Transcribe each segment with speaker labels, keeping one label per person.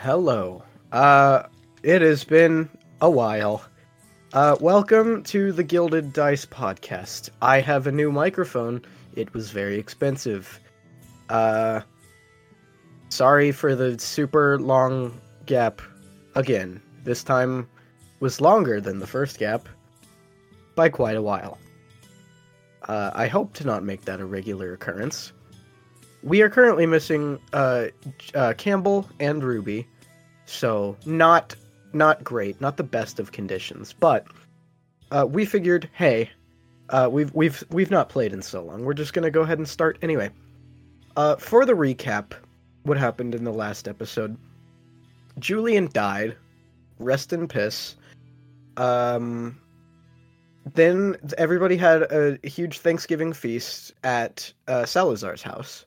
Speaker 1: Hello. Uh, it has been a while. Uh, welcome to the Gilded Dice podcast. I have a new microphone. It was very expensive. Uh, sorry for the super long gap again. This time was longer than the first gap by quite a while. Uh, I hope to not make that a regular occurrence. We are currently missing uh, J- uh, Campbell and Ruby, so not not great, not the best of conditions. But uh, we figured, hey, uh, we've we've we've not played in so long. We're just gonna go ahead and start anyway. Uh, for the recap, what happened in the last episode? Julian died. Rest in piss. Um, then everybody had a huge Thanksgiving feast at uh, Salazar's house,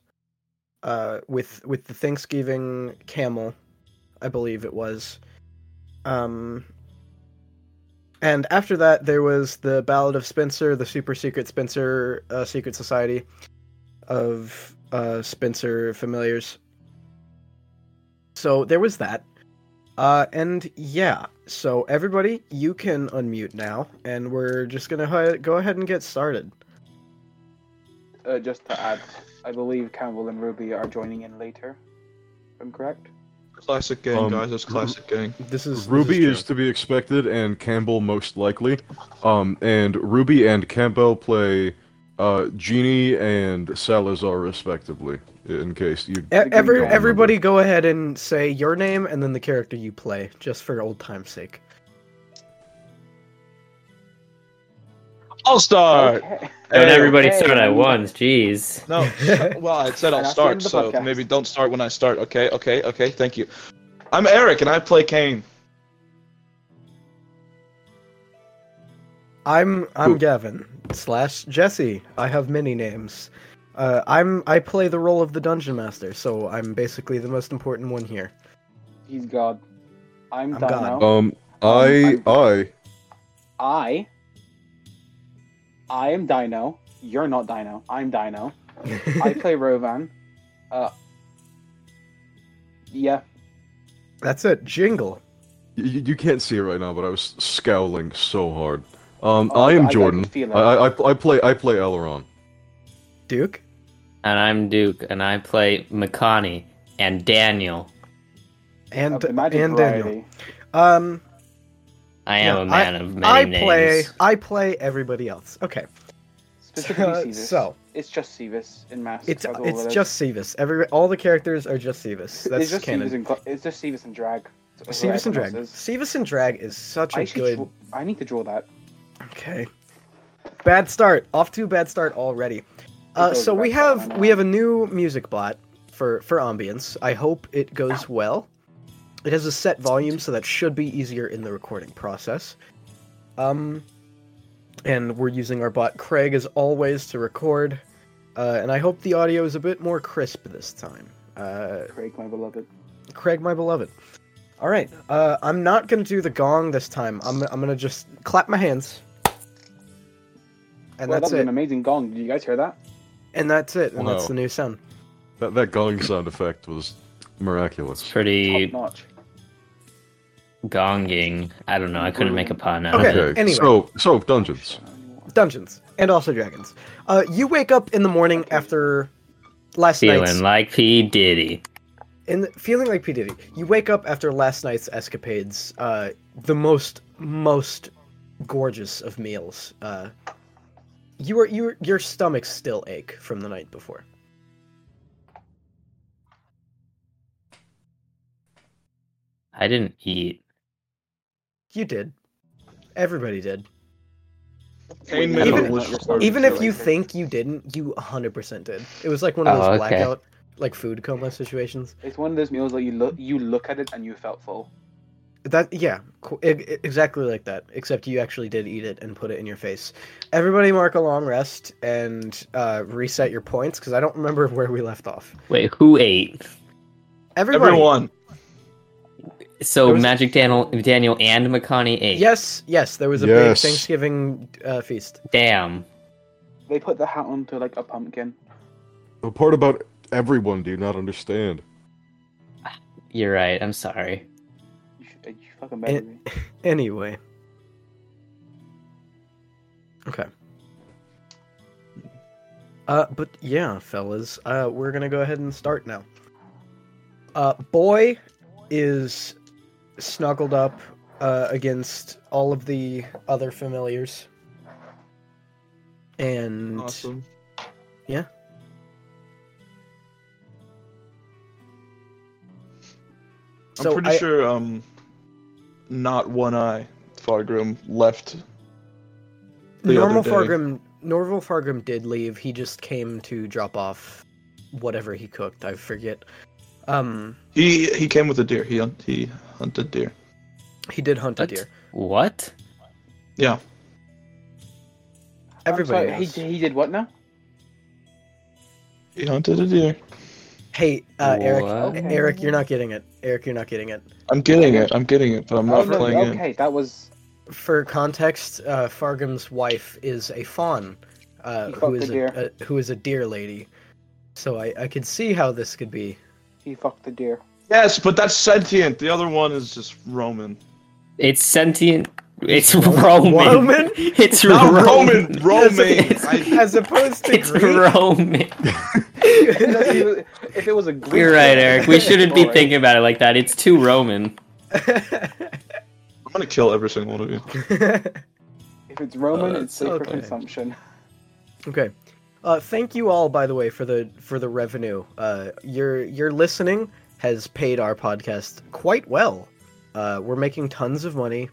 Speaker 1: uh, with with the Thanksgiving camel, I believe it was. Um, and after that, there was the Ballad of Spencer, the super secret Spencer uh, secret society of uh, Spencer familiars. So there was that. Uh, and yeah, so everybody, you can unmute now, and we're just gonna hi- go ahead and get started.
Speaker 2: Uh, just to add, I believe Campbell and Ruby are joining in later. If I'm correct.
Speaker 3: Classic gang,
Speaker 4: Um,
Speaker 3: guys. That's classic gang.
Speaker 1: This is
Speaker 4: Ruby
Speaker 1: this
Speaker 4: is to be expected, and Campbell most likely. Um, and Ruby and Campbell play uh, Genie and Salazar respectively. In case you,
Speaker 1: true. E- every
Speaker 2: Don't remember.
Speaker 1: everybody, go ahead and say your name and then the character you play, just for old time's sake.
Speaker 3: I'll start.
Speaker 2: Okay.
Speaker 5: Don't everybody
Speaker 2: Hey.
Speaker 5: start at once, jeez.
Speaker 3: No, so- well, I said I'll
Speaker 2: And that's the end
Speaker 3: start,
Speaker 2: of the
Speaker 3: so
Speaker 2: podcast.
Speaker 3: maybe don't start when I start. Okay, okay, okay. Thank you. I'm Eric, and I play Kane.
Speaker 1: I'm I'm
Speaker 4: Who?
Speaker 1: Gavin slash Jesse. I have many names. Uh, I'm I play the role of the dungeon master, so I'm basically the most important one here.
Speaker 2: He's God. I'm,
Speaker 1: I'm
Speaker 2: done
Speaker 1: God.
Speaker 2: now.
Speaker 4: um, I,
Speaker 2: I'm-
Speaker 4: I,
Speaker 2: I. I am Dino. You're not Dino. I'm Dino. I play Rovan. Uh. Yeah.
Speaker 1: That's it. Jingle.
Speaker 4: you, you can't see it right now, but I was scowling so hard. Um,
Speaker 2: Oh,
Speaker 4: I
Speaker 2: I- I
Speaker 4: am
Speaker 2: can
Speaker 4: Jordan.
Speaker 2: feel it.
Speaker 4: I, I, I, I play, I play Aileron.
Speaker 1: Duke.
Speaker 5: And I'm Duke, and I play Makani and Daniel.
Speaker 1: And
Speaker 2: of the magic
Speaker 1: and
Speaker 2: variety.
Speaker 1: Daniel. Um
Speaker 5: I am
Speaker 1: Yeah,
Speaker 5: a man of many
Speaker 1: I
Speaker 5: names.
Speaker 1: play I play everybody else. Okay.
Speaker 2: Specifically
Speaker 1: Uh,
Speaker 2: Sevis.
Speaker 1: so.
Speaker 2: It's just Sevis in mass.
Speaker 1: It's it's just Sevis. Every all the characters are just Sevis. That's
Speaker 2: it's just Sevis
Speaker 1: canon.
Speaker 2: and, it's just Sevis and drag. That's what
Speaker 1: Sevis and Drag.
Speaker 2: everyone else is.
Speaker 1: Sevis and Drag is such a
Speaker 2: I should.
Speaker 1: good
Speaker 2: Draw, I need to draw that.
Speaker 1: Okay. Bad start. Off to a bad start already. Uh,
Speaker 2: goes
Speaker 1: so we
Speaker 2: back down, I
Speaker 1: have
Speaker 2: know.
Speaker 1: we have a new music bot for for ambience. I hope it goes well. It has a set volume, so that should be easier in the recording process. Um, and we're using our bot Craig as always to record. Uh, and I hope the audio is a bit more crisp this time. Uh,
Speaker 2: Craig, my beloved.
Speaker 1: Craig, my beloved. All right, uh, I'm not gonna do the gong this time. I'm I'm gonna just clap my hands, and
Speaker 2: well,
Speaker 1: that's
Speaker 2: that was
Speaker 1: it.
Speaker 2: an amazing gong. Did you guys hear that?
Speaker 1: And that's it. And
Speaker 4: Wow.
Speaker 1: that's the new sound.
Speaker 4: That that gong sound effect was
Speaker 5: It's
Speaker 4: miraculous.
Speaker 2: Top
Speaker 5: pretty
Speaker 2: notch.
Speaker 5: gonging. I don't know, I couldn't make a pun out
Speaker 1: Okay.
Speaker 5: of it.
Speaker 1: anyway.
Speaker 4: so so dungeons.
Speaker 1: Dungeons and also dragons. Uh, you wake up in the morning after last
Speaker 5: Feeling
Speaker 1: night's
Speaker 5: like P. Diddy.
Speaker 1: in feeling like P Diddy. You wake up after last night's escapades. Uh, the most most gorgeous of meals. Uh, you are you your stomachs still ache from the night before.
Speaker 5: I didn't eat.
Speaker 1: You did. Everybody did.
Speaker 3: Kane
Speaker 2: Even-
Speaker 3: made a wish
Speaker 2: even
Speaker 3: for-
Speaker 1: Even if you
Speaker 2: Like-
Speaker 1: think you didn't, you 100% did. It was like one of those
Speaker 5: Oh, okay.
Speaker 1: blackout, like food coma situations.
Speaker 2: It's one of those meals that you look you look at it and you felt full.
Speaker 1: That yeah, co- e- e- exactly like that. Except you actually did eat it and put it in your face. Everybody, mark a long rest and uh, reset your points because I don't remember where we left off.
Speaker 5: Wait, who ate?
Speaker 1: Everybody,
Speaker 3: everyone.
Speaker 5: So
Speaker 1: There was-
Speaker 5: Magic Daniel, Daniel and Makani ate.
Speaker 1: Yes, yes, there was a
Speaker 4: Yes.
Speaker 1: big Thanksgiving uh, feast.
Speaker 5: Damn.
Speaker 2: They put the hat onto like a pumpkin.
Speaker 4: The part about everyone do you not understand?
Speaker 5: You're right. I'm sorry.
Speaker 2: You, should, you fucking better
Speaker 1: It-
Speaker 2: be.
Speaker 1: Anyway. Okay. Uh, but yeah, fellas, uh, we're gonna go ahead and start now. Uh, boy is snuggled up uh, against all of the other familiars, and
Speaker 3: Awesome.
Speaker 1: Yeah.
Speaker 3: I'm
Speaker 1: So
Speaker 3: pretty
Speaker 1: I-
Speaker 3: sure um not one eye Fargrim left. the other
Speaker 1: Normal
Speaker 3: day.
Speaker 1: Fargrim, Norval Fargrim did leave. He just came to drop off whatever he cooked. I forget. Um,
Speaker 3: He he came with a deer. He hunt- he hunted deer.
Speaker 1: he did hunt a
Speaker 5: What?
Speaker 1: deer.
Speaker 5: What?
Speaker 3: Yeah.
Speaker 2: I'm
Speaker 1: Everybody.
Speaker 2: sorry,
Speaker 1: knows.
Speaker 2: he, he did what now?
Speaker 3: He hunted a deer.
Speaker 1: Hey, uh, Eric,
Speaker 5: What?
Speaker 1: Eric, you're not getting it. Eric, you're not getting it.
Speaker 3: I'm getting it. I'm getting it, but I'm
Speaker 2: Oh,
Speaker 3: not
Speaker 2: no,
Speaker 3: playing it.
Speaker 2: okay, that was
Speaker 1: For context, uh, Fargum's wife is a fawn, uh,
Speaker 2: He
Speaker 1: who
Speaker 2: fucked
Speaker 1: is
Speaker 2: a
Speaker 1: a, a who is a deer lady. So I, I could see how this could be.
Speaker 2: he fucked the deer.
Speaker 3: Yes, but that's sentient. The other one is just Roman.
Speaker 5: It's sentient. It's Roman.
Speaker 1: Roman?
Speaker 5: It's
Speaker 3: Not
Speaker 5: Roman.
Speaker 3: Roman, Roman.
Speaker 5: It's-
Speaker 3: I,
Speaker 1: As opposed to
Speaker 5: It's Roman.
Speaker 2: if he was- if it was a Greek
Speaker 5: You're right,
Speaker 2: deer,
Speaker 5: Eric. We shouldn't be
Speaker 2: Sorry.
Speaker 5: thinking about it like that. It's too Roman.
Speaker 3: I'm gonna kill every single one of you.
Speaker 2: If it's Roman,
Speaker 5: Uh,
Speaker 2: it's safe for
Speaker 1: Oh, okay.
Speaker 2: consumption.
Speaker 1: Okay. Uh, thank you all, by the way, for the for the revenue. Uh, your your listening has paid our podcast quite well. Uh, we're making tons of money.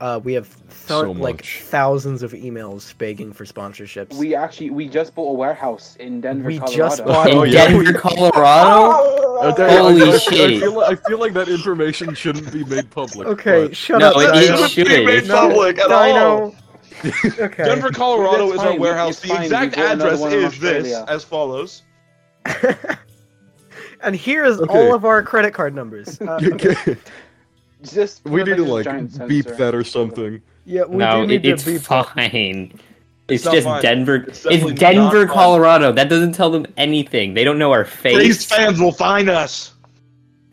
Speaker 1: Uh, we have th-
Speaker 4: So
Speaker 1: like
Speaker 4: much.
Speaker 1: thousands of emails begging for sponsorships.
Speaker 2: We actually we just bought a warehouse in Denver,
Speaker 1: We
Speaker 2: Colorado.
Speaker 1: just bought-
Speaker 5: In
Speaker 4: Oh, yeah.
Speaker 5: Denver, Colorado?
Speaker 4: I
Speaker 3: Oh,
Speaker 4: tell you, I-
Speaker 5: Holy
Speaker 4: I, I
Speaker 5: shit.
Speaker 4: feel like, I feel like that information shouldn't be made public.
Speaker 1: okay,
Speaker 4: but-
Speaker 1: shut
Speaker 5: No,
Speaker 1: up,
Speaker 5: it
Speaker 1: Dino.
Speaker 5: is- shit.
Speaker 3: made
Speaker 1: No,
Speaker 3: public at all.
Speaker 1: Dino. okay.
Speaker 3: Denver, Colorado
Speaker 2: That's
Speaker 3: is our
Speaker 2: fine,
Speaker 3: warehouse.
Speaker 2: it's
Speaker 3: The
Speaker 2: fine,
Speaker 3: exact
Speaker 2: we bought another
Speaker 3: address
Speaker 2: one in
Speaker 3: is this,
Speaker 2: Australia.
Speaker 3: as follows.
Speaker 1: and here is
Speaker 4: Okay.
Speaker 1: all of our credit card numbers. Uh,
Speaker 4: Okay.
Speaker 2: Just
Speaker 4: We
Speaker 2: put
Speaker 4: need
Speaker 2: it
Speaker 4: to
Speaker 2: in this
Speaker 4: like
Speaker 2: giant
Speaker 4: beep
Speaker 2: sensor.
Speaker 4: that or something.
Speaker 1: yeah, we
Speaker 5: no,
Speaker 1: do
Speaker 5: it,
Speaker 1: need
Speaker 5: it's
Speaker 1: to be
Speaker 5: fine. It's,
Speaker 3: not
Speaker 5: just
Speaker 3: fine.
Speaker 5: Denver.
Speaker 3: It's
Speaker 5: It's,
Speaker 3: definitely
Speaker 5: Denver,
Speaker 3: not fine.
Speaker 5: Colorado. That doesn't tell them anything. They don't know our
Speaker 3: These
Speaker 5: face.
Speaker 3: fans will find us.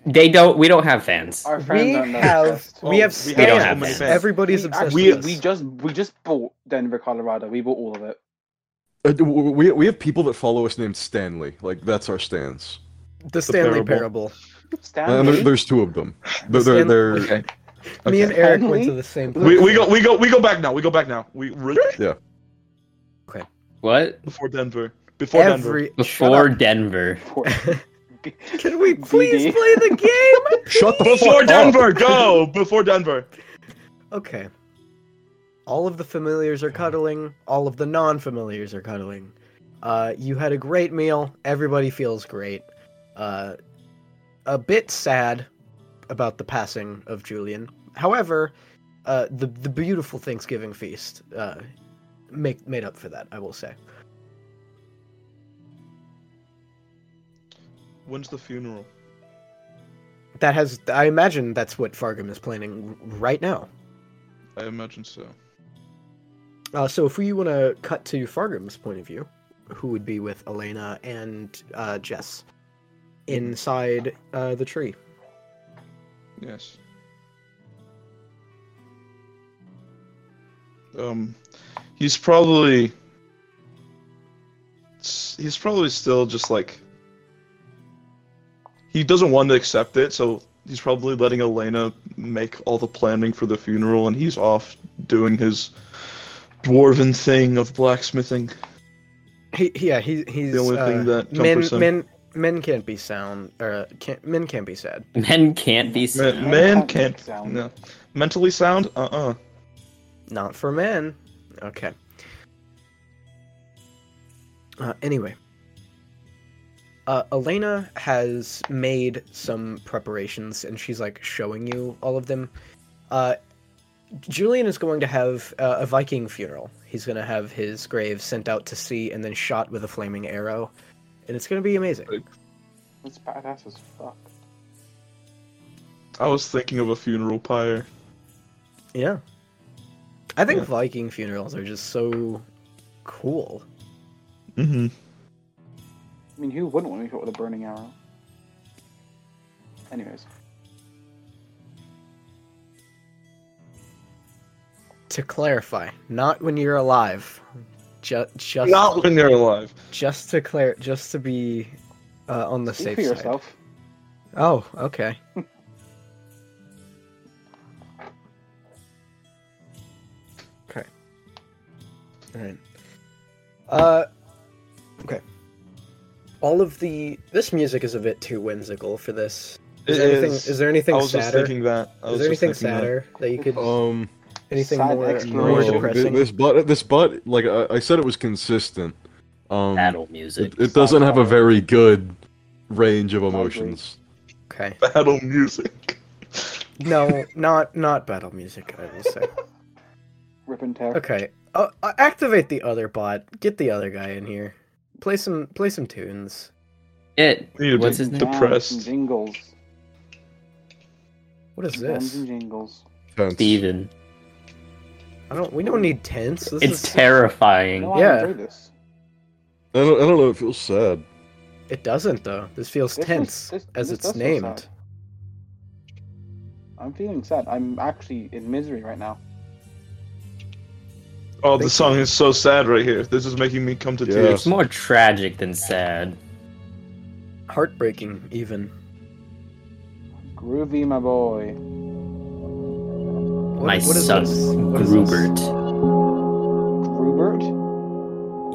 Speaker 5: They don't. We don't have fans.
Speaker 2: Our friend
Speaker 1: We
Speaker 2: on the
Speaker 1: have
Speaker 2: podcast.
Speaker 1: we have
Speaker 3: Oh, we have
Speaker 5: so many
Speaker 1: stamps.
Speaker 5: fans.
Speaker 1: Everybody's
Speaker 2: we,
Speaker 1: obsessed
Speaker 2: actually-
Speaker 1: with
Speaker 2: we
Speaker 1: us.
Speaker 2: just we just bought Denver, Colorado. We bought all of it.
Speaker 4: Uh, d- w- we we have people that follow us named Stanley. Like that's our stance.
Speaker 1: the Stanley
Speaker 3: parable.
Speaker 1: Parable.
Speaker 4: And there,
Speaker 2: Stanley,
Speaker 4: there's two of them. They're they're, they're
Speaker 3: Okay.
Speaker 1: Me and Eric
Speaker 2: Stanley?
Speaker 1: went to the same.
Speaker 3: We, we go we go we go back now. We go back now. We re-
Speaker 5: What?
Speaker 3: before Denver. Before Denver.
Speaker 1: every Shut
Speaker 5: Before
Speaker 1: up.
Speaker 5: Denver.
Speaker 1: Can we please
Speaker 2: DD.
Speaker 1: play the game?
Speaker 4: shut the
Speaker 3: Before
Speaker 4: fuck up.
Speaker 3: Denver, go before Denver.
Speaker 1: okay. All of the familiars are cuddling. All of the non-familiars are cuddling. Uh, you had a great meal. Everybody feels great. Uh, a bit sad about the passing of Julian. However, uh, the the beautiful Thanksgiving feast uh, make made up for that. I will say.
Speaker 3: When's the funeral?
Speaker 1: That has, I imagine that's what Fargum is planning r- right now.
Speaker 3: I imagine so.
Speaker 1: Uh, so if we want to cut to Fargum's point of view, who would be with Elena and uh, Jess
Speaker 3: Mm-hmm.
Speaker 1: inside uh, the tree?
Speaker 3: Yes. Um, he's probably s- he's probably still just like he doesn't want to accept it, so he's probably letting Elena make all the planning for the funeral, and he's off doing his dwarven thing of blacksmithing.
Speaker 1: He, yeah, he, he's
Speaker 3: The only
Speaker 1: uh,
Speaker 3: thing that
Speaker 1: men,
Speaker 3: 10%.
Speaker 1: men, men can't be sound, or can't, men can't be sad.
Speaker 5: Men can't be. s-
Speaker 3: Man,
Speaker 2: Yeah.
Speaker 3: man
Speaker 2: Can't
Speaker 3: can't
Speaker 2: sound.
Speaker 3: no. mentally sound. Uh uh
Speaker 1: Not for men. Okay. Uh, anyway. Uh, Elena has made some preparations and she's like showing you all of them. Uh, Julian is going to have uh, a Viking funeral. He's going to have his grave sent out to sea and then shot with a flaming arrow. And it's going to be amazing.
Speaker 2: it's badass as fuck.
Speaker 3: I was thinking of a funeral pyre.
Speaker 1: Yeah. I think
Speaker 3: Yeah.
Speaker 1: Viking funerals are just so cool.
Speaker 3: Mm-hmm.
Speaker 2: I mean, who wouldn't want to be shot with a burning arrow? Anyways,
Speaker 1: to clarify, not when you're alive. Just, just,
Speaker 3: Not when you're alive.
Speaker 1: just to clear, just to be uh, on the safe
Speaker 2: Speak for
Speaker 1: side.
Speaker 2: yourself.
Speaker 1: Oh, okay. okay. All right. Uh, okay. All of the this music is a bit too whimsical for this. Is,
Speaker 3: It
Speaker 1: there anything,
Speaker 3: is.
Speaker 1: is there anything
Speaker 3: I was just
Speaker 1: sadder?
Speaker 3: thinking that. I
Speaker 1: is
Speaker 3: was
Speaker 1: there
Speaker 3: just
Speaker 1: anything
Speaker 3: thinking that.
Speaker 1: sadder that. you could?
Speaker 2: Oh.
Speaker 4: Um,
Speaker 1: anything
Speaker 2: Sad
Speaker 1: more, more
Speaker 2: exploration.
Speaker 4: no,
Speaker 1: depressing?
Speaker 4: th- this butt, this butt, like I, I said, it was consistent. Um,
Speaker 5: Battle music.
Speaker 4: it, it doesn't have a very good range of emotions.
Speaker 1: Okay.
Speaker 3: Battle music.
Speaker 1: No, not not battle music. I will say.
Speaker 2: Rip and tear.
Speaker 1: Okay. Uh, uh, activate the other bot. Get the other guy in here. Play some play some tunes.
Speaker 5: It.
Speaker 3: We need to
Speaker 5: What's
Speaker 3: be
Speaker 5: his name?
Speaker 2: Sounds
Speaker 3: depressed.
Speaker 2: and Jingles.
Speaker 1: What is
Speaker 2: Sounds
Speaker 1: this?
Speaker 2: and jingles.
Speaker 4: Tense.
Speaker 5: Steven.
Speaker 1: I don't. We don't need tents. This is.
Speaker 5: It's terrifying.
Speaker 2: No,
Speaker 1: Yeah.
Speaker 2: I enjoy this.
Speaker 4: I don't, I don't know. It feels sad.
Speaker 1: it doesn't though. This feels
Speaker 2: This is-
Speaker 1: tense
Speaker 2: this-
Speaker 1: as
Speaker 2: this does
Speaker 1: it's
Speaker 2: feel
Speaker 1: named.
Speaker 2: sad. I'm feeling sad. I'm actually in misery right now.
Speaker 3: Oh, the
Speaker 1: Thank
Speaker 3: song is so sad right here. This is making me come to
Speaker 4: Yeah.
Speaker 3: tears.
Speaker 5: It's more tragic than sad.
Speaker 1: Heartbreaking even.
Speaker 2: Groovy, my boy.
Speaker 1: What,
Speaker 5: My
Speaker 1: what is
Speaker 5: son,
Speaker 1: this? What is this?
Speaker 5: Grubert.
Speaker 2: Grubert?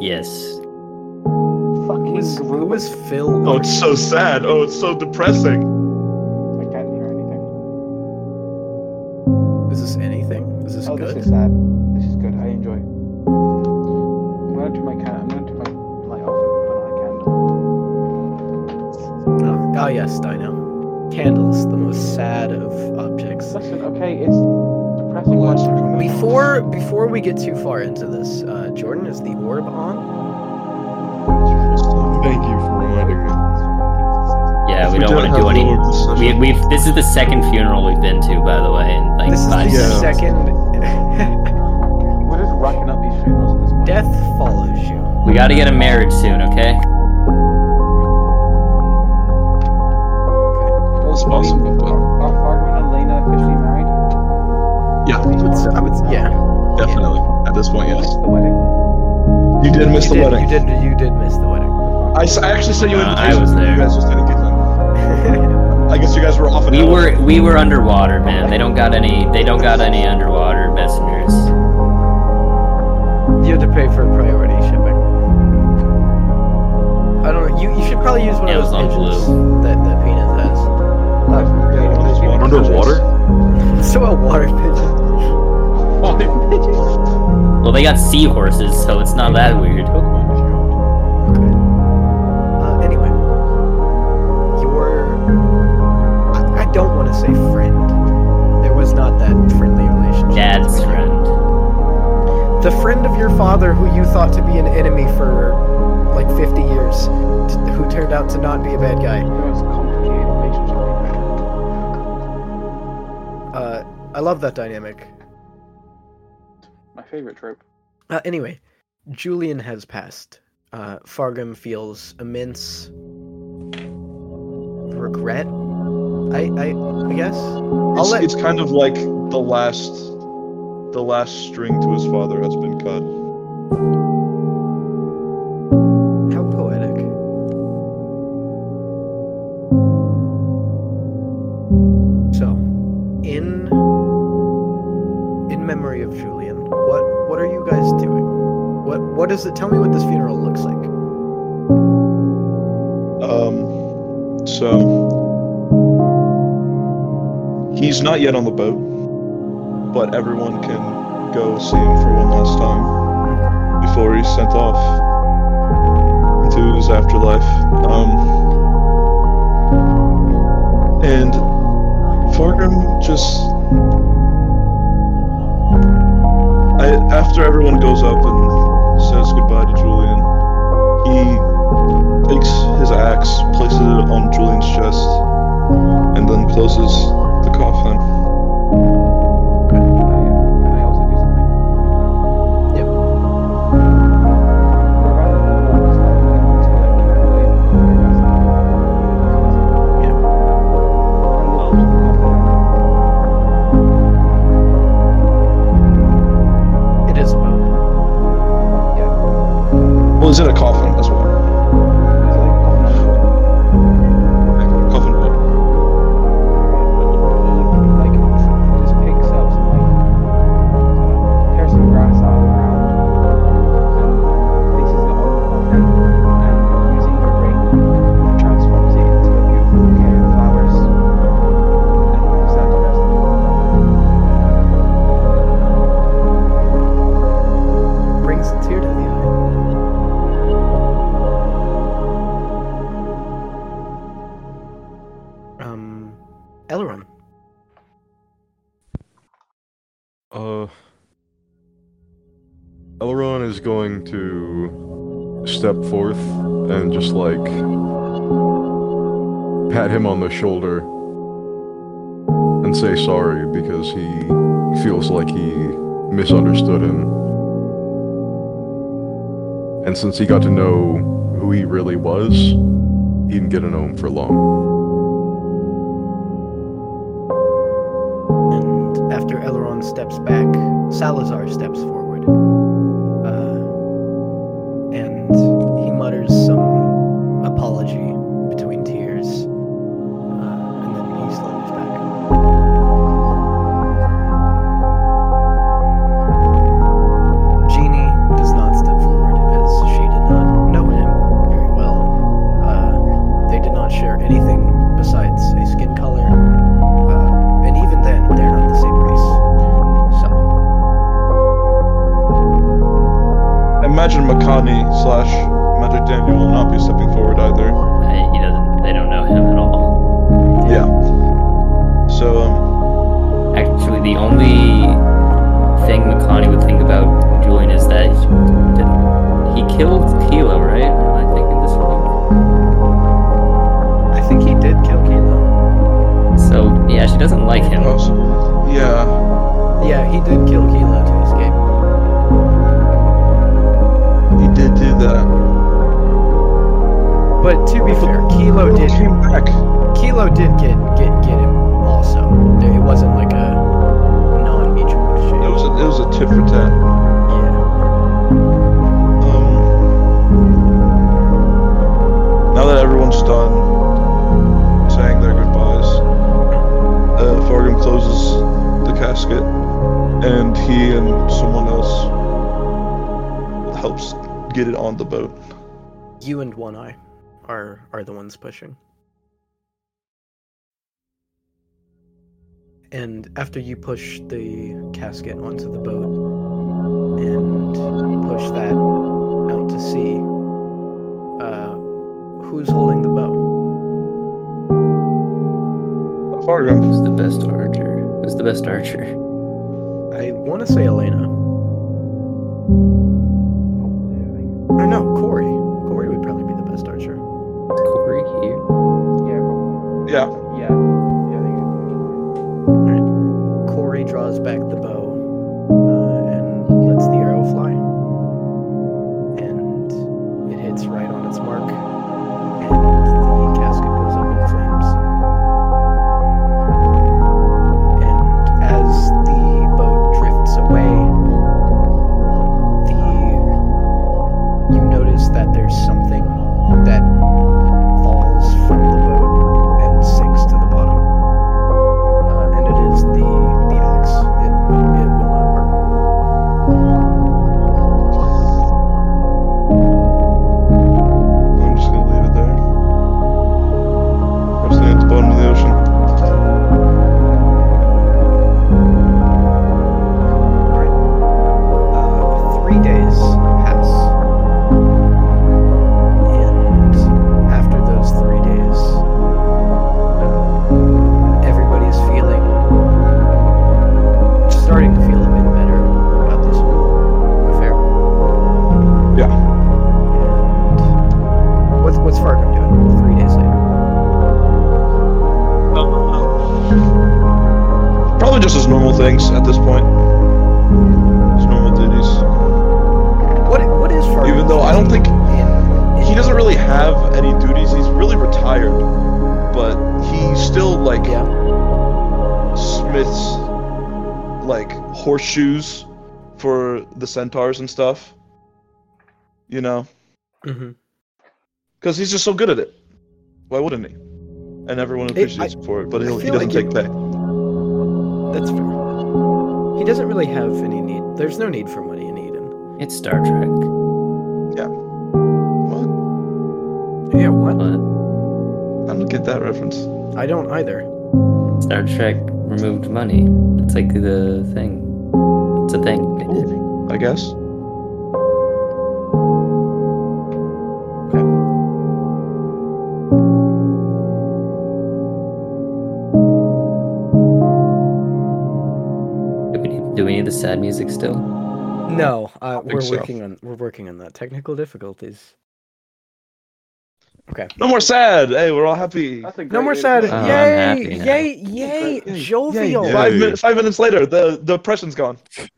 Speaker 5: Yes.
Speaker 1: Who
Speaker 2: Fucking
Speaker 1: is, who
Speaker 2: Grubert.
Speaker 1: is Phil?
Speaker 3: Oh, it's so sad. Oh, it's so depressing.
Speaker 2: I can't hear anything.
Speaker 1: Is this anything? Is this
Speaker 2: oh,
Speaker 1: good?
Speaker 2: this is sad. This is good. I enjoy. I'm gonna do my can. I'm gonna do my light off and put on a
Speaker 1: oh,
Speaker 2: candle.
Speaker 1: oh yes, Dino. Candles, the most sad of objects.
Speaker 2: Listen, okay, it's depressing. Watch
Speaker 1: Before before we get too far into this, uh, Jordan, is the orb on?
Speaker 4: Thank you for reminding me.
Speaker 5: Yeah, we, don't
Speaker 3: do
Speaker 5: want to
Speaker 3: have
Speaker 5: do any.
Speaker 3: more obsession.
Speaker 5: We, we've. This is the second funeral we've been to, by the way, in like
Speaker 1: This is the
Speaker 5: five years.
Speaker 4: Yeah.
Speaker 1: second.
Speaker 2: We're just racking up these funerals at this point.
Speaker 1: Death follows you.
Speaker 5: We gotta get a marriage soon, okay?
Speaker 3: That's possible, but
Speaker 2: Are Fargo and Elena officially married?
Speaker 3: yeah,
Speaker 1: I would s- I would s- yeah.
Speaker 3: definitely. At this point, yes.
Speaker 2: The wedding?
Speaker 1: Uh,
Speaker 3: You did miss
Speaker 1: you did,
Speaker 3: the wedding.
Speaker 1: You did. You did miss the wedding.
Speaker 3: I, s- I actually sent you
Speaker 5: Uh,
Speaker 3: an
Speaker 5: I
Speaker 3: invitation.
Speaker 5: was there.
Speaker 3: You guys just didn't get them. I guess you guys were off and
Speaker 5: We
Speaker 3: out.
Speaker 5: were we were underwater, man. They don't got any. They don't got any underwater messengers.
Speaker 1: you had to pay for priority shipping. I don't know. You, you should probably use one
Speaker 5: Yeah,
Speaker 1: of
Speaker 5: it
Speaker 1: those
Speaker 5: was on
Speaker 1: pigeons that that peanut has. Uh,
Speaker 3: Yeah, one of those water
Speaker 4: Underwater?
Speaker 1: so a water pigeon.
Speaker 5: Well, they got seahorses, so it's not that weird.
Speaker 1: Uh, anyway, your I, I don't want to say friend. There was not that friendly relationship.
Speaker 5: Dad's friend.
Speaker 1: the friend of your father who you thought to be an enemy for like 50 years t- who turned out to not be a bad guy
Speaker 2: You know, it's a complicated relationship.
Speaker 1: uh, i love that dynamic
Speaker 2: My favorite trope.
Speaker 1: uh, anyway julian has passed uh, fargum feels immense regret i i, I guess i'll
Speaker 3: It's,
Speaker 1: let
Speaker 3: it's kind of like the last, the last string to his father has been cut.
Speaker 1: how poetic so in in memory of Julian, what what are you guys doing? What what is it? Tell me what this funeral looks like.
Speaker 3: Um, so he's not yet on the boat, but everyone can go see him for one last time before he's sent off into his afterlife. Um, and Fargrim just. I, after everyone goes up and says goodbye to Julian, he takes his axe, places it on Julian's chest, and then closes the coffin.
Speaker 2: Can I, uh, can I also do something?
Speaker 1: Yep.
Speaker 2: We're about to walk this way, like, to, like, give it away, like, to the rest of the-
Speaker 1: Yeah.
Speaker 2: We're gonna walk to the coffin.
Speaker 1: uh, Um, Elrond.
Speaker 4: Uh, Elrond is going to step forth and just like pat him on the shoulder and say sorry because he feels like he misunderstood him. And since he got to know who he really was, he didn't get to know him for long.
Speaker 1: And after Elrond steps back, Salazar steps forward. Uh, and he mutters some apology between tears. Uh, and then he slumbers back. Jeannie does not step forward as she did not know him very well. Uh, they did not share anything besides a skin color. Uh, and even then, they're not the same race. So.
Speaker 3: Imagine Makani slash Magic Daniel will not be stepping forward either.
Speaker 5: I, he doesn't. They don't know him at all.
Speaker 3: Yeah. So, um,
Speaker 5: Actually, the only thing McConaughey would think about Julian is that he, did- he killed Kilo, right? Am I thinking this wrong?
Speaker 1: I think he did kill Kilo.
Speaker 5: So yeah, she doesn't like him.
Speaker 3: also- yeah.
Speaker 1: Yeah, he did kill Kilo to escape.
Speaker 3: He did do that.
Speaker 1: But to be fair, Kilo Oh, did
Speaker 3: came back.
Speaker 1: Kilo did get get get him also. There, it wasn't like a non-mutual
Speaker 3: It
Speaker 1: exchange.
Speaker 3: was a, it was a tit for tat.
Speaker 1: Yeah.
Speaker 3: Um, now that everyone's done saying their goodbyes, uh, Fargrim closes the casket, and he and someone else helps get it on the boat.
Speaker 1: You and One Eye are are the ones pushing. And after you push the casket onto the boat and push that out to sea, uh, who's holding the bow?
Speaker 3: Fargrim.
Speaker 5: Who's the best archer? Who's the best archer?
Speaker 1: I want to say Elena. Or no, Corey. Corey would probably be the best archer.
Speaker 5: Is Corey here?
Speaker 2: Yeah, probably.
Speaker 3: Yeah.
Speaker 2: Yeah. Yeah, I think it's-
Speaker 1: Corey draws back the bow uh, and lets the arrow fly. And it hits right on its mark. And the casket goes up in flames. And as the boat drifts away, the you notice that there's something that falls from the boat and sinks to the bottom uh, and it is the the axe. It, it will not burn.
Speaker 3: I'm just gonna leave it there. I'm staying at the bottom of the ocean.
Speaker 1: Alright. Uh, three days pass, and after those three days, uh, everybody's feeling starting to feel a bit better about this whole affair.
Speaker 3: Yeah.
Speaker 1: And what's what's Fargo doing three days later?
Speaker 3: Probably just as normal things at this point. His normal duties.
Speaker 1: What what is Fargo?
Speaker 3: Even though I don't think
Speaker 1: in, in
Speaker 3: he doesn't really have any duties. He's really retired, but he still like
Speaker 1: Yeah.
Speaker 3: smiths like horseshoes for the centaurs and stuff. You know,
Speaker 1: Mm-hmm.
Speaker 3: because he's just so good at it. Why wouldn't he? And everyone
Speaker 1: It- I-
Speaker 3: appreciates him for it, but
Speaker 1: I
Speaker 3: he'll, he
Speaker 1: feel
Speaker 3: doesn't
Speaker 1: like
Speaker 3: take pay.
Speaker 1: That's fair. He doesn't really have any need. There's no need for money in Eden.
Speaker 5: It's Star Trek.
Speaker 3: What?
Speaker 1: Yeah, what?
Speaker 5: What?
Speaker 3: I don't get that reference.
Speaker 1: I don't either.
Speaker 5: Star Trek removed money. It's like the thing. It's a thing. They did.
Speaker 3: I guess.
Speaker 5: do we need the sad music still?
Speaker 1: No, uh,
Speaker 3: think
Speaker 1: we're
Speaker 3: so.
Speaker 1: working on we're working on that technical difficulties. Okay.
Speaker 3: No more sad. Hey, we're all happy.
Speaker 2: That's a great
Speaker 1: No more
Speaker 2: way to
Speaker 1: sad.
Speaker 2: put it.
Speaker 5: Oh, I'm
Speaker 1: yay!
Speaker 5: happy now.
Speaker 1: Yay! Yay!
Speaker 2: Great.
Speaker 1: Jovial.
Speaker 4: Yay.
Speaker 3: Five minutes. Five minutes later, the the depression's gone.
Speaker 4: Th-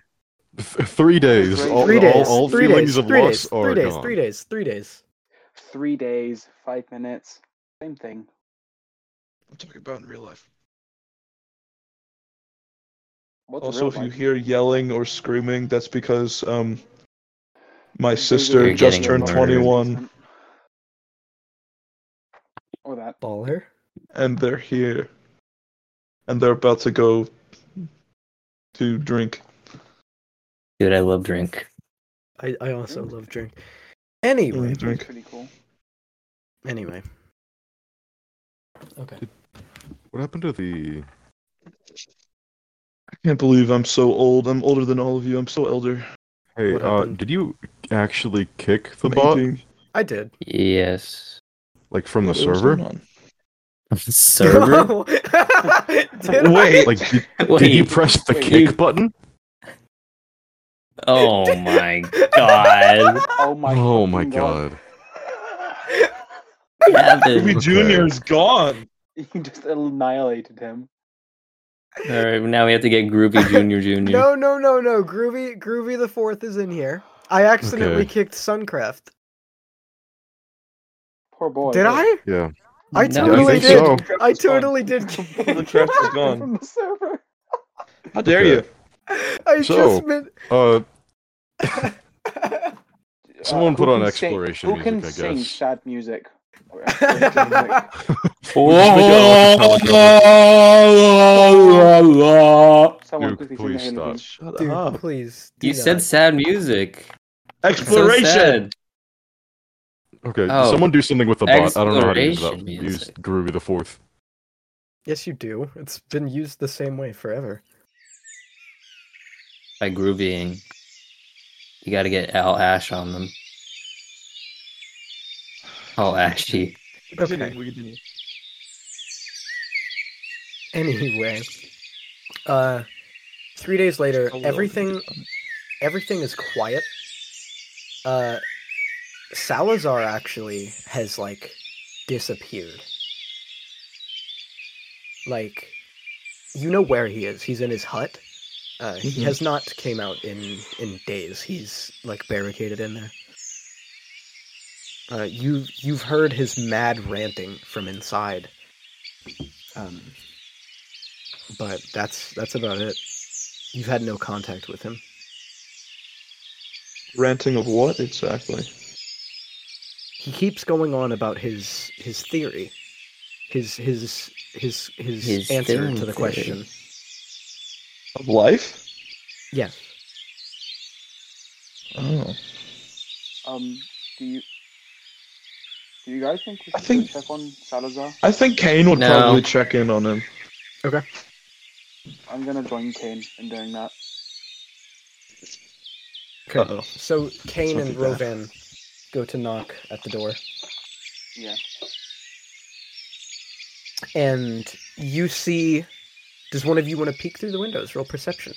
Speaker 4: three days.
Speaker 2: Three
Speaker 4: All,
Speaker 1: Three days.
Speaker 4: all, all
Speaker 1: three
Speaker 4: feelings
Speaker 1: days.
Speaker 4: of
Speaker 1: three
Speaker 4: loss
Speaker 1: days.
Speaker 4: are
Speaker 1: Three days.
Speaker 4: gone.
Speaker 1: Three days. Three days.
Speaker 2: Three days, five minutes, same thing.
Speaker 3: I'm talking about in real life.
Speaker 2: What's
Speaker 3: Also,
Speaker 2: real
Speaker 3: if you
Speaker 2: life?
Speaker 3: hear yelling or screaming, that's because um, my
Speaker 2: You're
Speaker 3: sister
Speaker 5: getting
Speaker 3: just turned
Speaker 5: murdered.
Speaker 3: 21
Speaker 2: Or Oh, that.
Speaker 1: Baller.
Speaker 3: and they're here, and they're about to go to drink.
Speaker 5: Dude, I love drink.
Speaker 1: I, I also love drink.
Speaker 3: Mm,
Speaker 1: Anyway.
Speaker 2: That's
Speaker 3: drink.
Speaker 2: pretty cool.
Speaker 1: Anyway. Okay.
Speaker 4: What happened to the?
Speaker 3: I can't believe I'm so old. I'm older than all of you. I'm so elder.
Speaker 4: Hey,
Speaker 1: What
Speaker 4: uh,
Speaker 1: happened?
Speaker 4: did you actually kick the
Speaker 3: I'm
Speaker 4: bot
Speaker 3: 18.
Speaker 1: I did.
Speaker 5: Yes.
Speaker 4: like from the
Speaker 3: What was
Speaker 4: server?
Speaker 3: going on?
Speaker 5: Server?
Speaker 1: did I?
Speaker 3: Wait.
Speaker 4: Like, did, did
Speaker 5: Wait.
Speaker 4: you press the
Speaker 2: Wait.
Speaker 4: kick button?
Speaker 5: Oh my god.
Speaker 2: Oh my.
Speaker 4: oh my
Speaker 2: fucking
Speaker 4: god!
Speaker 5: What happened?
Speaker 3: Ruby
Speaker 4: Okay.
Speaker 3: Junior is gone.
Speaker 2: you just annihilated him.
Speaker 5: All right, now we have to get Groovy Junior Junior.
Speaker 1: No, no, no, no. Groovy, Groovy the fourth is in here. I accidentally
Speaker 4: Okay.
Speaker 1: kicked Suncraft.
Speaker 2: Poor
Speaker 5: Oh,
Speaker 2: boy.
Speaker 1: Did I?
Speaker 4: Yeah,
Speaker 1: I
Speaker 5: No.
Speaker 4: yeah, I
Speaker 1: totally
Speaker 4: think
Speaker 1: did.
Speaker 4: so.
Speaker 1: I totally did. kick-
Speaker 3: The trash is gone.
Speaker 2: From the server.
Speaker 3: How dare
Speaker 4: Okay.
Speaker 3: you?
Speaker 1: I
Speaker 4: So-
Speaker 1: just meant.
Speaker 4: Uh, Someone
Speaker 2: Uh, who
Speaker 4: put on
Speaker 2: can
Speaker 4: exploration
Speaker 2: Sing, who can
Speaker 4: music, I
Speaker 2: sing
Speaker 4: guess.
Speaker 2: sad music? Or exploration music? Someone
Speaker 4: Duke,
Speaker 2: quickly
Speaker 4: please
Speaker 2: sing the
Speaker 4: stop.
Speaker 2: Halo
Speaker 3: Shut
Speaker 1: Dude,
Speaker 4: uh-huh.
Speaker 3: up.
Speaker 1: please. do
Speaker 5: You said
Speaker 1: not.
Speaker 5: sad music. It's so
Speaker 3: Exploration.
Speaker 5: sad.
Speaker 4: Okay,
Speaker 5: Oh.
Speaker 4: someone do something with the bot. I don't know how to use that.
Speaker 5: Exploration
Speaker 4: Use
Speaker 5: music.
Speaker 4: Groovy the Fourth.
Speaker 1: Yes, you do. It's been used the same way forever.
Speaker 5: By groovying. You gotta get Al Ash on them. Al Ashy.
Speaker 1: Okay.
Speaker 3: We continue.
Speaker 1: Anyway, uh, three days later,
Speaker 3: Hello.
Speaker 1: everything everything is quiet. Uh, Salazar actually has like disappeared. Like, you know where he is. He's in his hut. Uh, he
Speaker 5: Mm-hmm.
Speaker 3: Mhm.
Speaker 1: has not came out in in days. He's like barricaded in there. Uh, you you've heard his mad ranting from inside. Um, but that's that's about it. You've had no contact with him.
Speaker 3: Ranting of what exactly?
Speaker 1: he keeps going on about his his theory his his his his,
Speaker 5: His
Speaker 1: answer
Speaker 5: film
Speaker 1: to the
Speaker 5: theory.
Speaker 1: question
Speaker 3: Of life?
Speaker 1: yes
Speaker 3: Oh.
Speaker 2: Um, do you do you guys think we should
Speaker 3: I think-
Speaker 2: check on Salazar?
Speaker 3: I think Kane would
Speaker 5: No.
Speaker 3: probably check in on him.
Speaker 2: I'm gonna join Kane in doing that.
Speaker 1: okay
Speaker 3: Uh-oh.
Speaker 1: so kane
Speaker 3: Let's
Speaker 1: and
Speaker 3: not do
Speaker 1: rovan go to knock at the door
Speaker 2: Yeah.
Speaker 1: and you see does one of you want to peek through the windows roll perception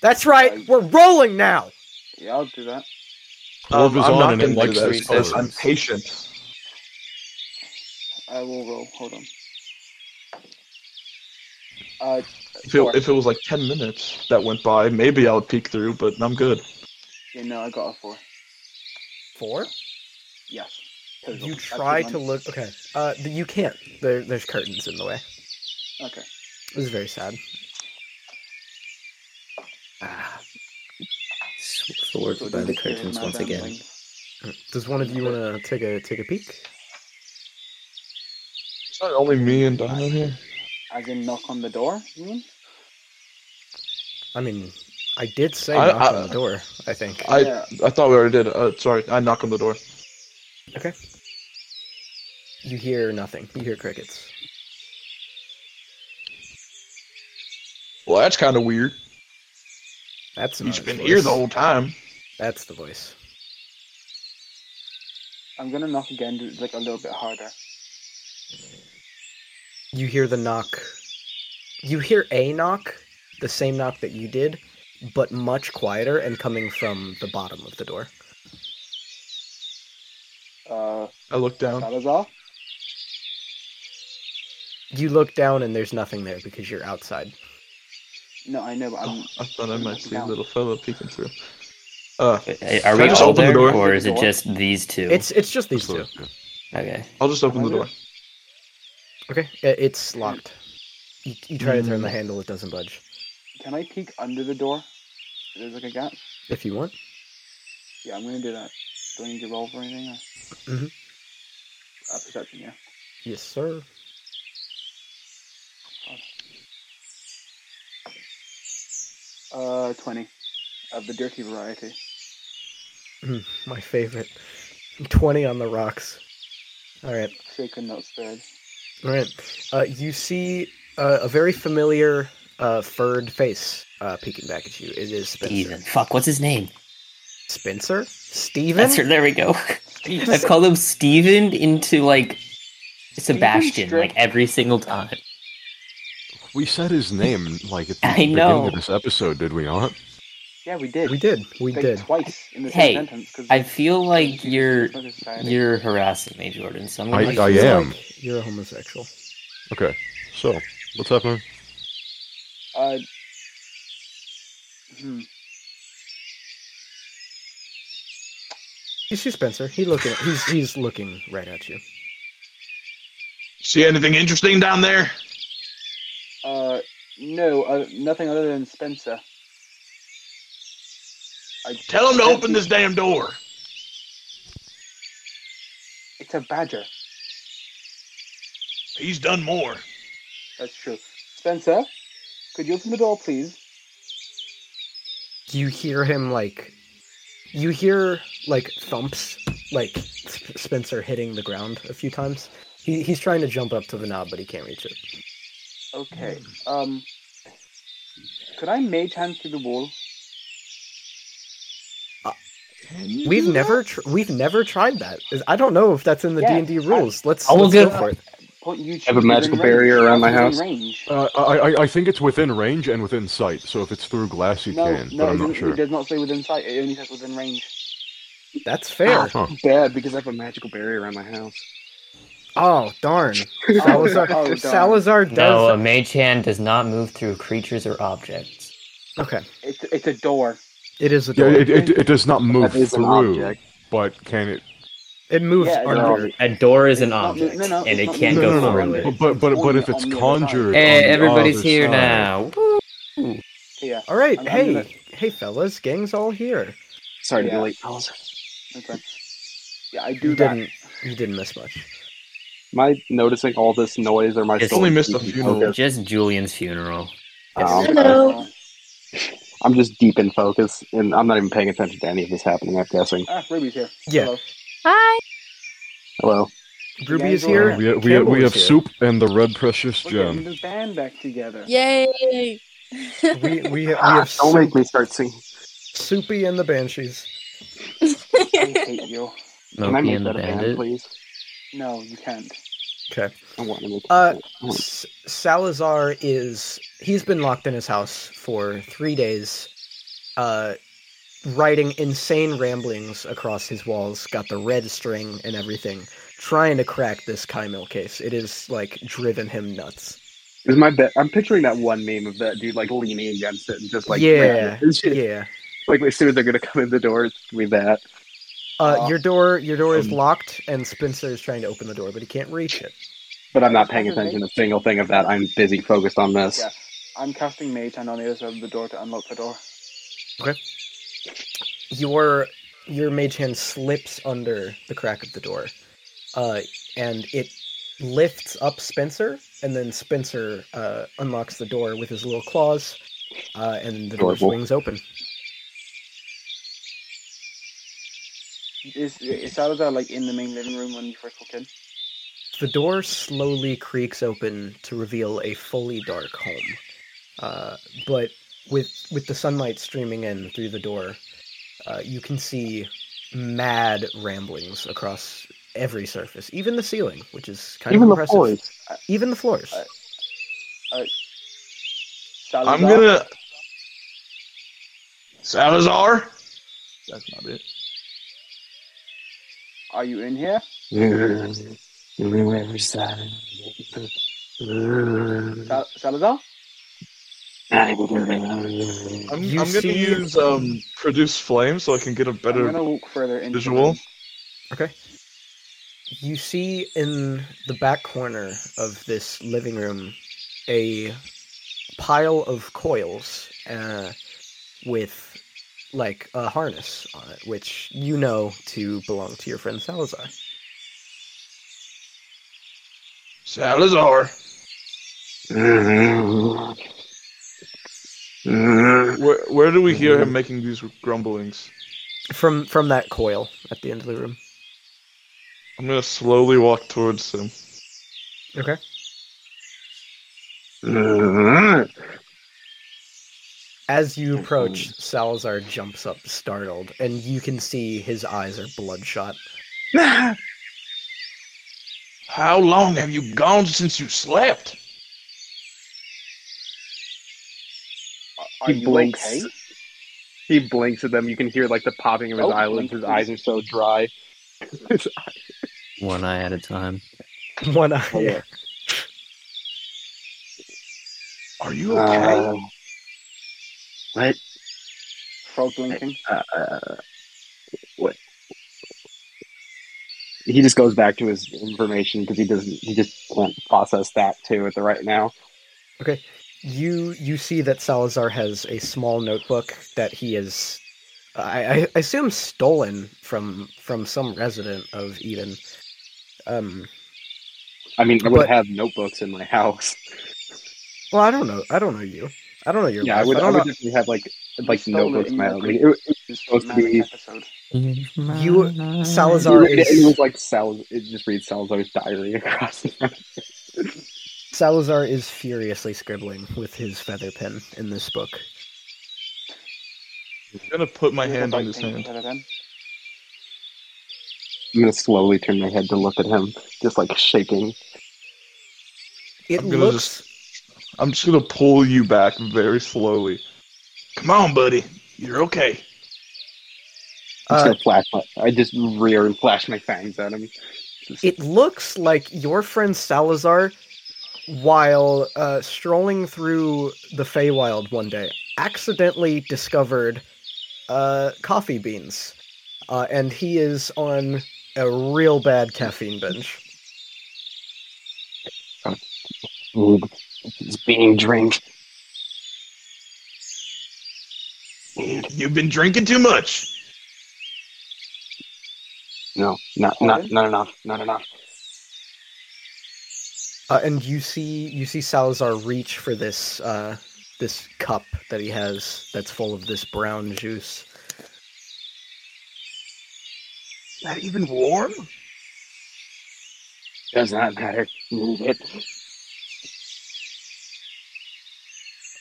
Speaker 1: that's right we're rolling now
Speaker 2: Yeah, I'll do that.
Speaker 4: Corv is on and it
Speaker 3: gonna
Speaker 4: likes
Speaker 3: do
Speaker 4: this
Speaker 3: that because
Speaker 4: color.
Speaker 3: I'm patient.
Speaker 2: I will roll. Hold on. Uh,
Speaker 3: If it,
Speaker 2: four.
Speaker 3: if it was like 10 minutes that went by, maybe I would peek through, but I'm good.
Speaker 2: yeah, no, I got a four.
Speaker 1: four
Speaker 2: Yes. Total.
Speaker 1: you
Speaker 2: That's
Speaker 1: try
Speaker 2: the
Speaker 1: to
Speaker 2: one.
Speaker 1: look okay uh you can't there there's curtains in the way
Speaker 2: Okay.
Speaker 1: this is very sad
Speaker 5: Sword
Speaker 2: So
Speaker 5: by
Speaker 2: do
Speaker 5: the
Speaker 2: clear
Speaker 5: curtains
Speaker 2: my
Speaker 5: once
Speaker 2: damn
Speaker 5: again.
Speaker 2: thing.
Speaker 1: does one of you want to take a take a peek
Speaker 3: It's not only me and Dino here.
Speaker 2: As in, knock on the door. You mean?
Speaker 1: I mean, I did say
Speaker 3: I-
Speaker 1: knock
Speaker 3: I-
Speaker 1: on the door. I think.
Speaker 3: I
Speaker 2: Yeah.
Speaker 3: I thought we already did. Uh, sorry, I knock on the door.
Speaker 1: You hear nothing. You hear crickets.
Speaker 3: Well, that's kind of weird.
Speaker 1: That's not
Speaker 3: You've
Speaker 1: his
Speaker 3: been
Speaker 1: voice.
Speaker 3: here the whole time.
Speaker 1: That's the voice.
Speaker 2: I'm gonna knock again, do it, like a little bit harder.
Speaker 1: You hear the knock. You hear a knock, the same knock that you did, but much quieter and coming from the bottom of the door.
Speaker 2: Uh,
Speaker 3: I look down.
Speaker 2: Salazar?
Speaker 1: You look down and there's nothing there because you're outside.
Speaker 2: No, I know, but I'm.
Speaker 3: I thought I might see
Speaker 2: No.
Speaker 3: a little fella peeking through. Uh,
Speaker 5: Hey, Are
Speaker 3: Can
Speaker 5: we
Speaker 3: I just
Speaker 5: all
Speaker 3: open the
Speaker 5: there,
Speaker 3: door?
Speaker 5: or is it
Speaker 2: Door.
Speaker 5: just these two?
Speaker 1: It's it's just these two.
Speaker 4: Sorry.
Speaker 5: okay.
Speaker 3: I'll just open the door.
Speaker 1: Okay, I- it's locked. You, you try to turn the handle, it doesn't budge.
Speaker 2: Can I peek under the door? There's like a gap.
Speaker 1: If you want,
Speaker 2: Yeah, I'm gonna do that. Do I need to roll for anything? Or...
Speaker 1: Mhm.
Speaker 2: Uh, perception, yeah.
Speaker 1: yes, sir.
Speaker 2: Uh, 20. Of the dirty variety.
Speaker 1: My favorite. Twenty on the rocks. All right.
Speaker 2: Shaken, not stirred.
Speaker 1: All right. Uh, you see uh, a very familiar uh, furred face uh, peeking back at you. It is Spencer.
Speaker 5: Steven. Fuck, what's his name?
Speaker 1: Spencer? Steven?
Speaker 5: That's her, there we go.
Speaker 2: Steven,
Speaker 5: I've called him Steven into like Sebastian
Speaker 2: Strait-
Speaker 5: like every single time.
Speaker 4: We said his name like at the
Speaker 5: I
Speaker 4: beginning
Speaker 5: know.
Speaker 4: of this episode, did we not?
Speaker 2: yeah, we did.
Speaker 1: We did. We
Speaker 2: Like,
Speaker 1: did.
Speaker 2: Twice in the
Speaker 5: Hey,
Speaker 2: same sentence. 'cause
Speaker 5: I feel like you're
Speaker 2: it's not a society.
Speaker 5: you're harassing me, Jordan. So I'm
Speaker 4: I-
Speaker 5: gonna
Speaker 1: I
Speaker 5: like,
Speaker 1: feel
Speaker 4: I am.
Speaker 1: like you're a homosexual.
Speaker 4: Okay, so what's happening?
Speaker 2: Uh, hmm.
Speaker 1: You see Spencer? He looking. He's he's looking right at you.
Speaker 3: See anything interesting down there?
Speaker 2: Uh, no, uh, nothing other than Spencer. I
Speaker 3: Tell him to
Speaker 2: Spencer-
Speaker 3: open this damn door.
Speaker 2: It's a badger.
Speaker 3: He's done more.
Speaker 2: That's true. Spencer, could you open the door, please?
Speaker 1: You hear him like. You hear like thumps, like S- Spencer hitting the ground a few times. He he's trying to jump up to the knob, but he can't reach it.
Speaker 2: Okay.
Speaker 1: Hmm.
Speaker 2: Um, could I mage hand through the wall?
Speaker 1: We've never tr- we've never tried that. Is- I don't know if that's in the D
Speaker 2: Yeah,
Speaker 1: and D rules. Let's,
Speaker 5: I will
Speaker 1: let's go
Speaker 5: give-
Speaker 1: for it.
Speaker 2: Point you
Speaker 6: have a
Speaker 2: choose
Speaker 6: magical
Speaker 2: within range.
Speaker 6: barrier around my
Speaker 2: Within
Speaker 6: house?
Speaker 2: Range.
Speaker 4: Uh, I, I I think it's within range and within sight. So if it's through glass, you
Speaker 2: No, no,
Speaker 4: can,
Speaker 2: it,
Speaker 4: but I'm not
Speaker 2: doesn't-
Speaker 4: sure.
Speaker 2: it does not say within sight. It only says within range.
Speaker 1: That's fair.
Speaker 4: Huh.
Speaker 6: Bad because I have a magical barrier around my house.
Speaker 1: Oh darn! Salazar,
Speaker 2: Oh, darn.
Speaker 1: Salazar does.
Speaker 5: no, a mage hand does not move through creatures or objects.
Speaker 1: Okay,
Speaker 2: It's, it's a door.
Speaker 1: it is a
Speaker 4: Yeah,
Speaker 1: door.
Speaker 4: it, it, it does not move
Speaker 6: That is an
Speaker 4: through,
Speaker 6: object.
Speaker 4: but can it?
Speaker 1: It moves
Speaker 2: Yeah,
Speaker 1: under.
Speaker 2: no.
Speaker 5: A door is an
Speaker 2: It's not mo-
Speaker 5: object,
Speaker 2: no, no,
Speaker 5: and
Speaker 2: it's
Speaker 5: it
Speaker 2: not
Speaker 5: can't
Speaker 4: No,
Speaker 2: moving.
Speaker 4: no,
Speaker 5: go
Speaker 4: no.
Speaker 5: through
Speaker 2: through
Speaker 5: it.
Speaker 2: it.
Speaker 4: But but, but if
Speaker 2: On
Speaker 4: it's
Speaker 2: the other
Speaker 4: conjured, on
Speaker 5: Hey,
Speaker 4: the
Speaker 5: everybody's
Speaker 4: other
Speaker 5: here
Speaker 4: side-
Speaker 5: now. Woo.
Speaker 2: Here.
Speaker 1: All right,
Speaker 2: I'm- I'm
Speaker 1: hey,
Speaker 2: gonna-
Speaker 1: hey, fellas, gang's all here.
Speaker 6: Sorry to
Speaker 2: Yeah.
Speaker 6: be late, fellas.
Speaker 2: Okay. Yeah, I do
Speaker 1: You
Speaker 2: that.
Speaker 1: didn't, you didn't miss much.
Speaker 6: My noticing all this noise or my
Speaker 5: It's
Speaker 6: soul
Speaker 3: only missed a
Speaker 6: deep in
Speaker 3: funeral.
Speaker 6: focus?
Speaker 5: Just Julian's funeral.
Speaker 2: Oh,
Speaker 6: Um,
Speaker 7: Hello.
Speaker 6: I'm just deep in focus, and I'm not even paying attention to any of this happening. I'm guessing.
Speaker 2: Ah, Ruby's here.
Speaker 1: Yeah.
Speaker 2: Hello.
Speaker 7: Hi.
Speaker 6: Hello.
Speaker 1: Ruby
Speaker 2: Gang's
Speaker 1: is
Speaker 2: all
Speaker 1: here.
Speaker 2: here.
Speaker 4: We we,
Speaker 1: Campbell
Speaker 4: we
Speaker 1: is
Speaker 4: have
Speaker 1: here.
Speaker 4: soup and the red precious
Speaker 2: We're
Speaker 4: gem.
Speaker 2: getting the band back together.
Speaker 7: Yay.
Speaker 1: We we have, we
Speaker 6: Ah,
Speaker 1: have
Speaker 6: don't
Speaker 1: soup,
Speaker 6: make me start singing.
Speaker 1: Soupy and the Banshees.
Speaker 2: I hate you.
Speaker 6: Can I
Speaker 5: Smokey
Speaker 6: make
Speaker 5: and the
Speaker 6: that a band,
Speaker 5: Bandit.
Speaker 6: please?
Speaker 2: No, you can't.
Speaker 1: Okay.
Speaker 6: I want to make.
Speaker 1: Uh,
Speaker 6: I want-
Speaker 1: S- Salazar is he's been locked in his house for three days, uh, writing insane ramblings across his walls. Got the red string and everything, trying to crack this Kymel case. It is like driven him nuts.
Speaker 6: Is my bet? I'm picturing that one meme of that dude like leaning against it and just like
Speaker 1: yeah,
Speaker 6: it's just-
Speaker 1: yeah.
Speaker 6: Like as soon as they're gonna come in the door, it's gonna be that.
Speaker 1: Uh, your door, your door is
Speaker 6: Um,
Speaker 1: locked, and Spencer is trying to open the door, but he can't reach it.
Speaker 6: But I'm not paying attention to a single thing of that. I'm busy focused on this.
Speaker 2: Yeah. I'm casting mage hand on the other side of the door to unlock the door.
Speaker 1: your your mage hand slips under the crack of the door uh and it lifts up spencer and then spencer uh unlocks the door with his little claws uh and the door
Speaker 6: Adorable.
Speaker 1: swings open
Speaker 2: Is, is Salazar like in the main living room when you first walk in?
Speaker 1: the door slowly creaks open to reveal a fully dark home uh but with with the sunlight streaming in through the door uh you can see mad ramblings across every surface even the ceiling which is kind
Speaker 6: Even
Speaker 1: of
Speaker 6: the
Speaker 1: impressive
Speaker 6: boys.
Speaker 1: even the floors
Speaker 2: Salazar,
Speaker 3: I'm gonna. Salazar?
Speaker 7: That's not it.
Speaker 2: Are you in here? Sal- Salazar?
Speaker 3: I'm,
Speaker 1: You
Speaker 3: I'm gonna
Speaker 1: see-
Speaker 3: use um produce flame so I can get a
Speaker 2: I'm
Speaker 3: better
Speaker 2: gonna walk further into
Speaker 3: visual.
Speaker 1: You see in the back corner of this living room a pile of coils uh, with like a harness on it, which you know to belong to your friend Salazar.
Speaker 3: Salazar. Where where do we hear
Speaker 7: Mm-hmm.
Speaker 3: him making these grumblings?
Speaker 1: From from that coil at the end of the room.
Speaker 3: I'm gonna slowly walk towards him.
Speaker 1: Okay. As you approach, Salazar jumps up startled, and you can see his eyes are bloodshot.
Speaker 3: How long have you gone since you slept?
Speaker 2: Are
Speaker 6: He
Speaker 2: you
Speaker 6: blinks.
Speaker 2: okay?
Speaker 6: He blinks at them. You can hear like the popping of his
Speaker 2: Oh,
Speaker 6: eyelids.
Speaker 2: blink,
Speaker 6: His
Speaker 2: please.
Speaker 6: eyes are so dry.
Speaker 5: One eye at a time.
Speaker 1: One eye.
Speaker 6: yeah.
Speaker 3: Are you
Speaker 2: Uh,
Speaker 3: okay?
Speaker 6: Um, what?
Speaker 2: Frog blinking.
Speaker 6: Uh, what? He just goes back to his information because he doesn't. He just can't process that too at the right now.
Speaker 1: You you see that Salazar has a small notebook that he has, I, I assume, stolen from from some resident of Eden. Um.
Speaker 6: I mean, I would
Speaker 1: But-
Speaker 6: have notebooks in my house.
Speaker 1: Well, I don't know. I don't know you. I don't know your
Speaker 6: Yeah, I
Speaker 1: life.
Speaker 6: would. I
Speaker 1: don't
Speaker 6: would
Speaker 1: know-
Speaker 6: definitely have like like
Speaker 2: Stolen
Speaker 6: notebooks in my
Speaker 2: in
Speaker 6: own.
Speaker 2: the
Speaker 6: Like, it, it,
Speaker 2: It's
Speaker 6: supposed to
Speaker 2: manic
Speaker 6: be-
Speaker 2: episode.
Speaker 1: Salazar
Speaker 6: it- it
Speaker 1: is-
Speaker 6: was like Sal. It just reads Salazar's diary across the front.
Speaker 1: Salazar is furiously scribbling with his feather pen in this book.
Speaker 3: I'm gonna put my
Speaker 2: With a
Speaker 3: hand
Speaker 2: bite
Speaker 3: on his
Speaker 2: thing
Speaker 3: hand.
Speaker 2: instead of him.
Speaker 6: I'm gonna slowly turn my head to look at him, just like shaking.
Speaker 1: It
Speaker 3: I'm gonna
Speaker 1: looks.
Speaker 3: I'm just gonna pull you back very slowly. Come on, buddy. You're okay.
Speaker 6: I'm just
Speaker 1: Uh,
Speaker 6: gonna flash. My, I just rear and flash my fangs at him. Just-
Speaker 1: It looks like your friend Salazar, while uh, strolling through the Feywild one day, accidentally discovered uh, coffee beans, uh, and he is on a real bad caffeine binge.
Speaker 6: food is being drained.
Speaker 3: You've been drinking too much.
Speaker 6: No, not not not enough, not enough.
Speaker 1: Uh, and you see, you see Salazar reach for this uh, this cup that he has that's full of this brown juice.
Speaker 3: Is that even warm?
Speaker 6: Does not matter. It,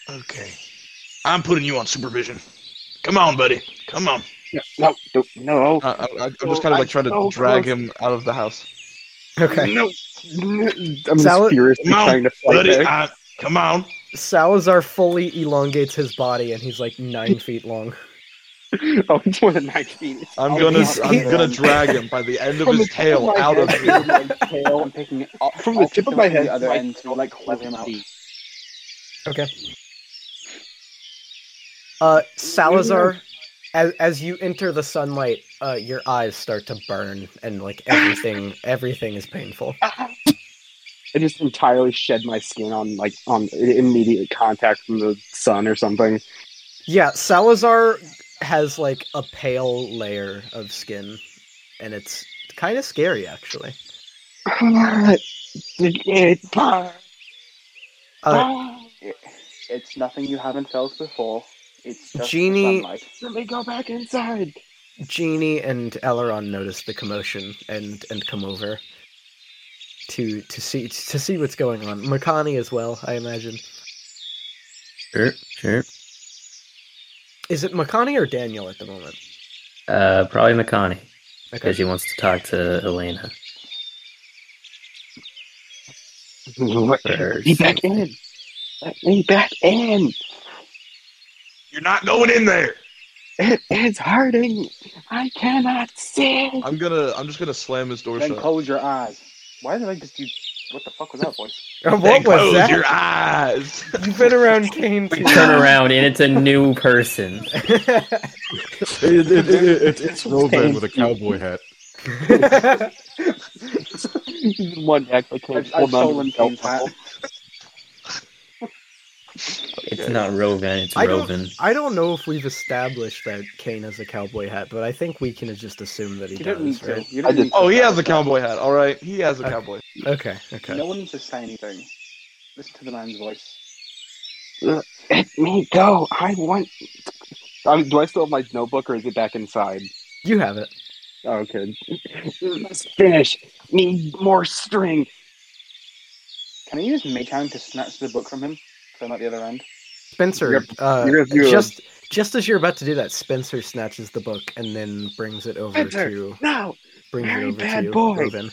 Speaker 3: Okay. I'm putting you on supervision. Come on, buddy. Come on.
Speaker 6: no, no, no,
Speaker 3: I, I, I'm
Speaker 6: Oh,
Speaker 3: just kind of
Speaker 6: I'm
Speaker 3: like trying to
Speaker 6: so
Speaker 3: drag
Speaker 6: close.
Speaker 3: him out of the house.
Speaker 1: Okay,
Speaker 6: no. I'm
Speaker 1: Salad-
Speaker 6: just furiously
Speaker 3: No,
Speaker 6: trying to fight
Speaker 3: Buddy,
Speaker 6: back.
Speaker 3: I, come on.
Speaker 1: Salazar fully elongates his body, and he's like nine feet long.
Speaker 6: Oh, he's more than nine feet.
Speaker 3: I'm
Speaker 2: Oh,
Speaker 3: gonna
Speaker 1: he's-
Speaker 3: I'm
Speaker 1: he-
Speaker 3: gonna drag him by the end of
Speaker 6: From
Speaker 3: his
Speaker 6: the tip of
Speaker 3: tail
Speaker 6: my
Speaker 3: out of
Speaker 6: head.
Speaker 3: you.
Speaker 2: Tail, I'm picking it up
Speaker 6: From the
Speaker 2: off
Speaker 6: tip of
Speaker 2: to
Speaker 6: my
Speaker 2: the
Speaker 6: head,
Speaker 2: other
Speaker 6: my
Speaker 2: end to like pull him out.
Speaker 1: Okay. Uh, Salazar, as as you enter the sunlight, uh, your eyes start to burn, and like everything, everything is painful.
Speaker 6: I just entirely shed my skin on like on immediate contact from the sun or something.
Speaker 1: Yeah, Salazar has like a pale layer of skin, and it's kind of scary, actually. Uh,
Speaker 6: Ah,
Speaker 2: It- It's nothing you haven't felt before. It's just the
Speaker 1: Genie-
Speaker 2: sunlight.
Speaker 6: Let me go back inside.
Speaker 1: Genie and Eleron notice the commotion and and come over to to see to see what's going on. Makani as well, I imagine.
Speaker 5: Sure, sure.
Speaker 1: Is it Makani or Daniel at the moment?
Speaker 5: Uh, probably McConaughey
Speaker 1: Okay.
Speaker 5: because he wants to talk to Elena. Or
Speaker 6: Be back in. Let me back in.
Speaker 3: You're not going in there.
Speaker 6: It is hurting. I cannot see.
Speaker 3: I'm gonna. I'm just gonna slam his door
Speaker 2: Then
Speaker 3: shut.
Speaker 2: close your eyes. Why did I just do? What the fuck was that voice?
Speaker 3: Then
Speaker 1: What was
Speaker 3: close
Speaker 1: that?
Speaker 3: your eyes.
Speaker 1: You've been around Kane
Speaker 5: We
Speaker 1: too.
Speaker 5: turn around and it's a new person.
Speaker 4: It, it, it, it, it's Rovan with a cowboy hat.
Speaker 6: One act like
Speaker 2: I've, I've stolen Kane's hat.
Speaker 5: It's not Rovan, it's
Speaker 1: I don't-
Speaker 5: Rovan.
Speaker 1: I don't know if we've established that Kane has a cowboy hat, but I think we can just assume that he
Speaker 2: You
Speaker 1: does,
Speaker 2: don't need to.
Speaker 1: right?
Speaker 2: You
Speaker 6: I
Speaker 2: don't
Speaker 6: did-
Speaker 2: need to.
Speaker 3: Oh, he has a cowboy hat. All right, he has a
Speaker 1: Okay.
Speaker 3: cowboy.
Speaker 1: Okay, okay.
Speaker 2: No one needs to say anything. Listen to the man's voice.
Speaker 6: Let me go. I want. Um, do I still have my notebook or is it back inside?
Speaker 1: You have it.
Speaker 6: Oh, okay. Let's finish. Need more string.
Speaker 2: Can I use Maytown to snatch the book from him? Because I'm at the other end.
Speaker 1: Spencer,
Speaker 6: You're-
Speaker 1: uh,
Speaker 6: you're gonna do a-
Speaker 1: just just as you're about to do that, Spencer snatches the book and then brings it over
Speaker 6: Spencer!
Speaker 1: to
Speaker 6: No,
Speaker 1: brings it
Speaker 6: very
Speaker 1: over
Speaker 6: bad
Speaker 1: to you,
Speaker 6: boy.
Speaker 1: Rowan.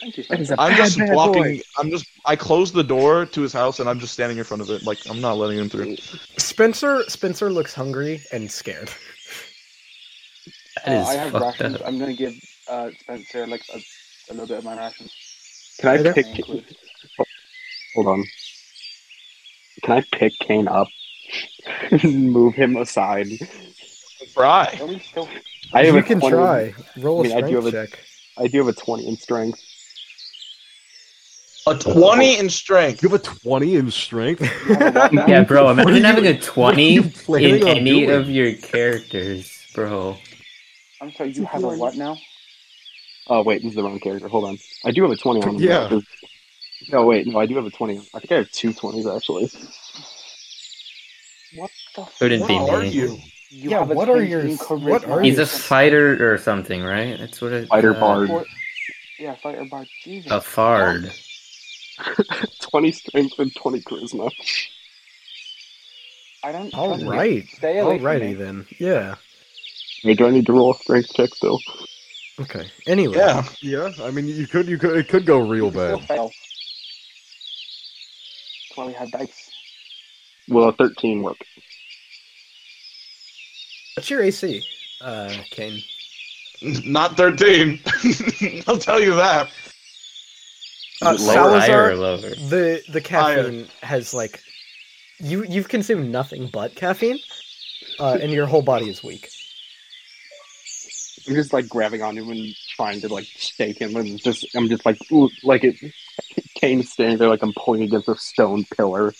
Speaker 2: Thank you.
Speaker 6: that is
Speaker 2: Spencer.
Speaker 6: a
Speaker 3: I'm
Speaker 6: bad,
Speaker 3: just
Speaker 6: bad
Speaker 3: blocking.
Speaker 6: boy.
Speaker 3: I'm just. I closed the door to his house, and I'm just standing in front of it. Like I'm not letting him through.
Speaker 1: Spencer Spencer looks hungry and scared.
Speaker 5: That is
Speaker 2: Uh, I have
Speaker 5: fucked
Speaker 2: rations.
Speaker 5: up.
Speaker 2: I'm gonna give uh, Spencer like a, a little bit of my rations.
Speaker 6: Can I
Speaker 1: Okay.
Speaker 6: pick?
Speaker 2: I include.
Speaker 6: Hold on. Can I pick Kane up? Move him aside.
Speaker 3: Fry.
Speaker 2: Are we still?
Speaker 6: I have
Speaker 1: you
Speaker 6: a
Speaker 1: can
Speaker 6: 20
Speaker 1: try. Roll
Speaker 6: I mean, I
Speaker 1: a
Speaker 6: do
Speaker 1: strength
Speaker 6: have
Speaker 1: check.
Speaker 6: I do have a twenty in strength.
Speaker 3: A twenty in strength.
Speaker 4: You have a 20 in strength?
Speaker 5: Yeah, bro,
Speaker 4: What are
Speaker 5: imagine
Speaker 4: you-
Speaker 5: having a
Speaker 4: What are you
Speaker 5: 20
Speaker 4: planning
Speaker 5: in
Speaker 4: on
Speaker 5: any
Speaker 4: doing?
Speaker 5: of your characters, bro.
Speaker 2: I'm sorry. You have a what now?
Speaker 6: Oh wait, this is the wrong character. Hold on. I do have a twenty on him.
Speaker 4: Yeah.
Speaker 6: though. No, wait, no, I do have a twenty. I think I have two 20s actually.
Speaker 2: What the?
Speaker 5: Couldn't
Speaker 2: fuck?
Speaker 5: be
Speaker 3: What are
Speaker 5: me.
Speaker 3: you?
Speaker 2: You
Speaker 1: Yeah,
Speaker 2: have a
Speaker 1: what are
Speaker 2: twin
Speaker 1: your-
Speaker 2: in charisma.
Speaker 1: what are
Speaker 5: He's
Speaker 1: you?
Speaker 5: a fighter or something, right? That's what it.
Speaker 6: Fighter
Speaker 5: uh,
Speaker 6: bard.
Speaker 2: Or- Yeah, fighter bar. Jesus.
Speaker 5: A fard.
Speaker 6: Twenty strength and twenty charisma.
Speaker 2: I don't.
Speaker 1: All
Speaker 2: trust you.
Speaker 1: right.
Speaker 2: Stay away from
Speaker 1: Alrighty
Speaker 2: me.
Speaker 1: then. Yeah.
Speaker 6: Wait, do I need to roll a strength check still?
Speaker 1: Okay. Anyway.
Speaker 3: Yeah.
Speaker 4: Yeah, I mean, you could, you could, it could go real
Speaker 2: You can still
Speaker 4: bad.
Speaker 2: fail. That's why we had dice.
Speaker 6: Will a thirteen work?
Speaker 1: What's your AC? Uh Kane.
Speaker 3: Not thirteen. I'll tell you that.
Speaker 1: Uh,
Speaker 6: Is it
Speaker 5: Lower,
Speaker 1: Salazar-
Speaker 6: lower?
Speaker 5: higher or lower?
Speaker 1: The the
Speaker 3: Higher.
Speaker 1: caffeine has like you you've consumed nothing but caffeine, uh, and your whole body is weak.
Speaker 6: I'm just like grabbing on him and trying to like shake him, and it's just I'm just like ooh, like it. Kane's standing there like I'm pointing against a stone pillar.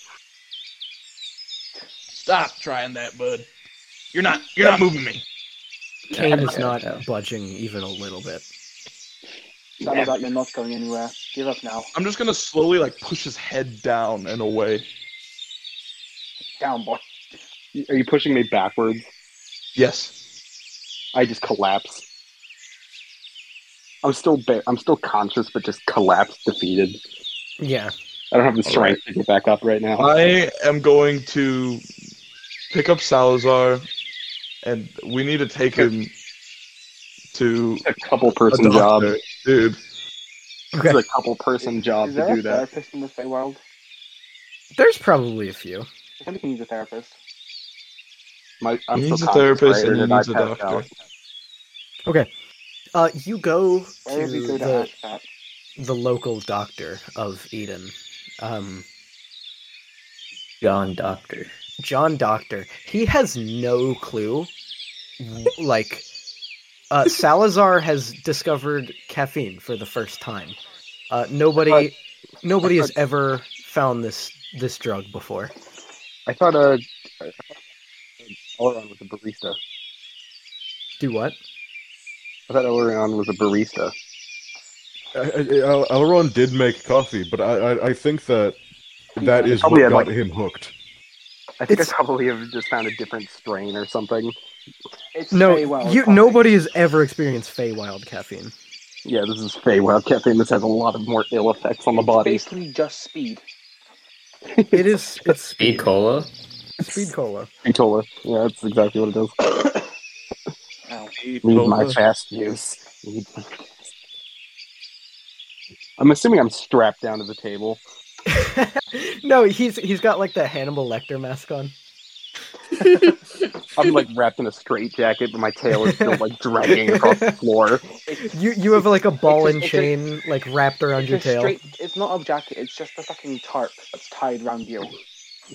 Speaker 3: Stop trying that, bud. You're not. You're not moving me.
Speaker 1: Kane is
Speaker 5: Yeah.
Speaker 1: not budging even a little bit.
Speaker 2: Sorry about you're not going anywhere. Give up now.
Speaker 3: I'm just gonna slowly like push his head down and away.
Speaker 2: Down, boy.
Speaker 6: Are you pushing me backwards?
Speaker 3: Yes.
Speaker 6: I just collapse. I'm still ba- I'm still conscious, but just collapsed, defeated.
Speaker 1: Yeah.
Speaker 6: I don't have the strength to get back up right now.
Speaker 3: I am going to pick up Salazar, and we need to take him to
Speaker 6: a couple
Speaker 3: a
Speaker 6: person job.
Speaker 3: doctor. dude.
Speaker 1: Okay.
Speaker 6: It's a couple person job
Speaker 2: is there
Speaker 6: to
Speaker 2: a
Speaker 6: do that.
Speaker 2: therapist in the Feywild?
Speaker 1: There's probably a few.
Speaker 2: I think he needs a therapist.
Speaker 6: My, I'm
Speaker 3: he
Speaker 6: still
Speaker 3: needs a
Speaker 6: conscious,
Speaker 3: therapist
Speaker 6: right?
Speaker 3: and he
Speaker 6: Or did I
Speaker 3: needs a
Speaker 6: pass out?
Speaker 3: doctor.
Speaker 1: Uh, you go to
Speaker 2: Where do we go to
Speaker 1: the,
Speaker 2: ask that?
Speaker 1: the local doctor of Eden, um,
Speaker 5: John Doctor.
Speaker 1: John Doctor. He has no clue. Like, uh, Salazar has discovered caffeine for the first time. Uh, nobody, nobody has ever found this this drug before.
Speaker 6: I thought uh, I thought Oleron was a barista.
Speaker 1: Do what?
Speaker 6: I thought Oleron was a barista.
Speaker 4: I, I, I- Elrond did make coffee, but I, I, I think that that is what
Speaker 6: Probably had,
Speaker 4: got
Speaker 6: like-
Speaker 4: him hooked.
Speaker 6: I think
Speaker 1: It's-
Speaker 6: I probably have just found a different strain or something.
Speaker 2: It's
Speaker 1: No,
Speaker 2: Feywild
Speaker 1: you,
Speaker 2: coffee.
Speaker 1: nobody has ever experienced Feywild caffeine.
Speaker 6: Yeah, this is Feywild caffeine. This has a lot of more ill effects on the
Speaker 2: It's
Speaker 6: body.
Speaker 2: basically just speed.
Speaker 1: It is it's
Speaker 5: Hey,
Speaker 1: speed,
Speaker 5: Cola?
Speaker 1: speed cola.
Speaker 6: Vitola. Yeah, that's exactly what it does.
Speaker 2: Ow.
Speaker 6: Need my fast juice. Need my fast I'm assuming I'm strapped down to the table.
Speaker 1: no, he's he's got like that Hannibal Lecter mask on.
Speaker 6: I'm like wrapped in a straitjacket, but my tail is still like dragging across the floor.
Speaker 1: You you have like a ball
Speaker 2: It's a-
Speaker 1: and
Speaker 2: it's a-
Speaker 1: chain like wrapped around your
Speaker 2: It's a
Speaker 1: tail.
Speaker 2: straight- it's not a jacket, it's just a fucking tarp that's tied round you.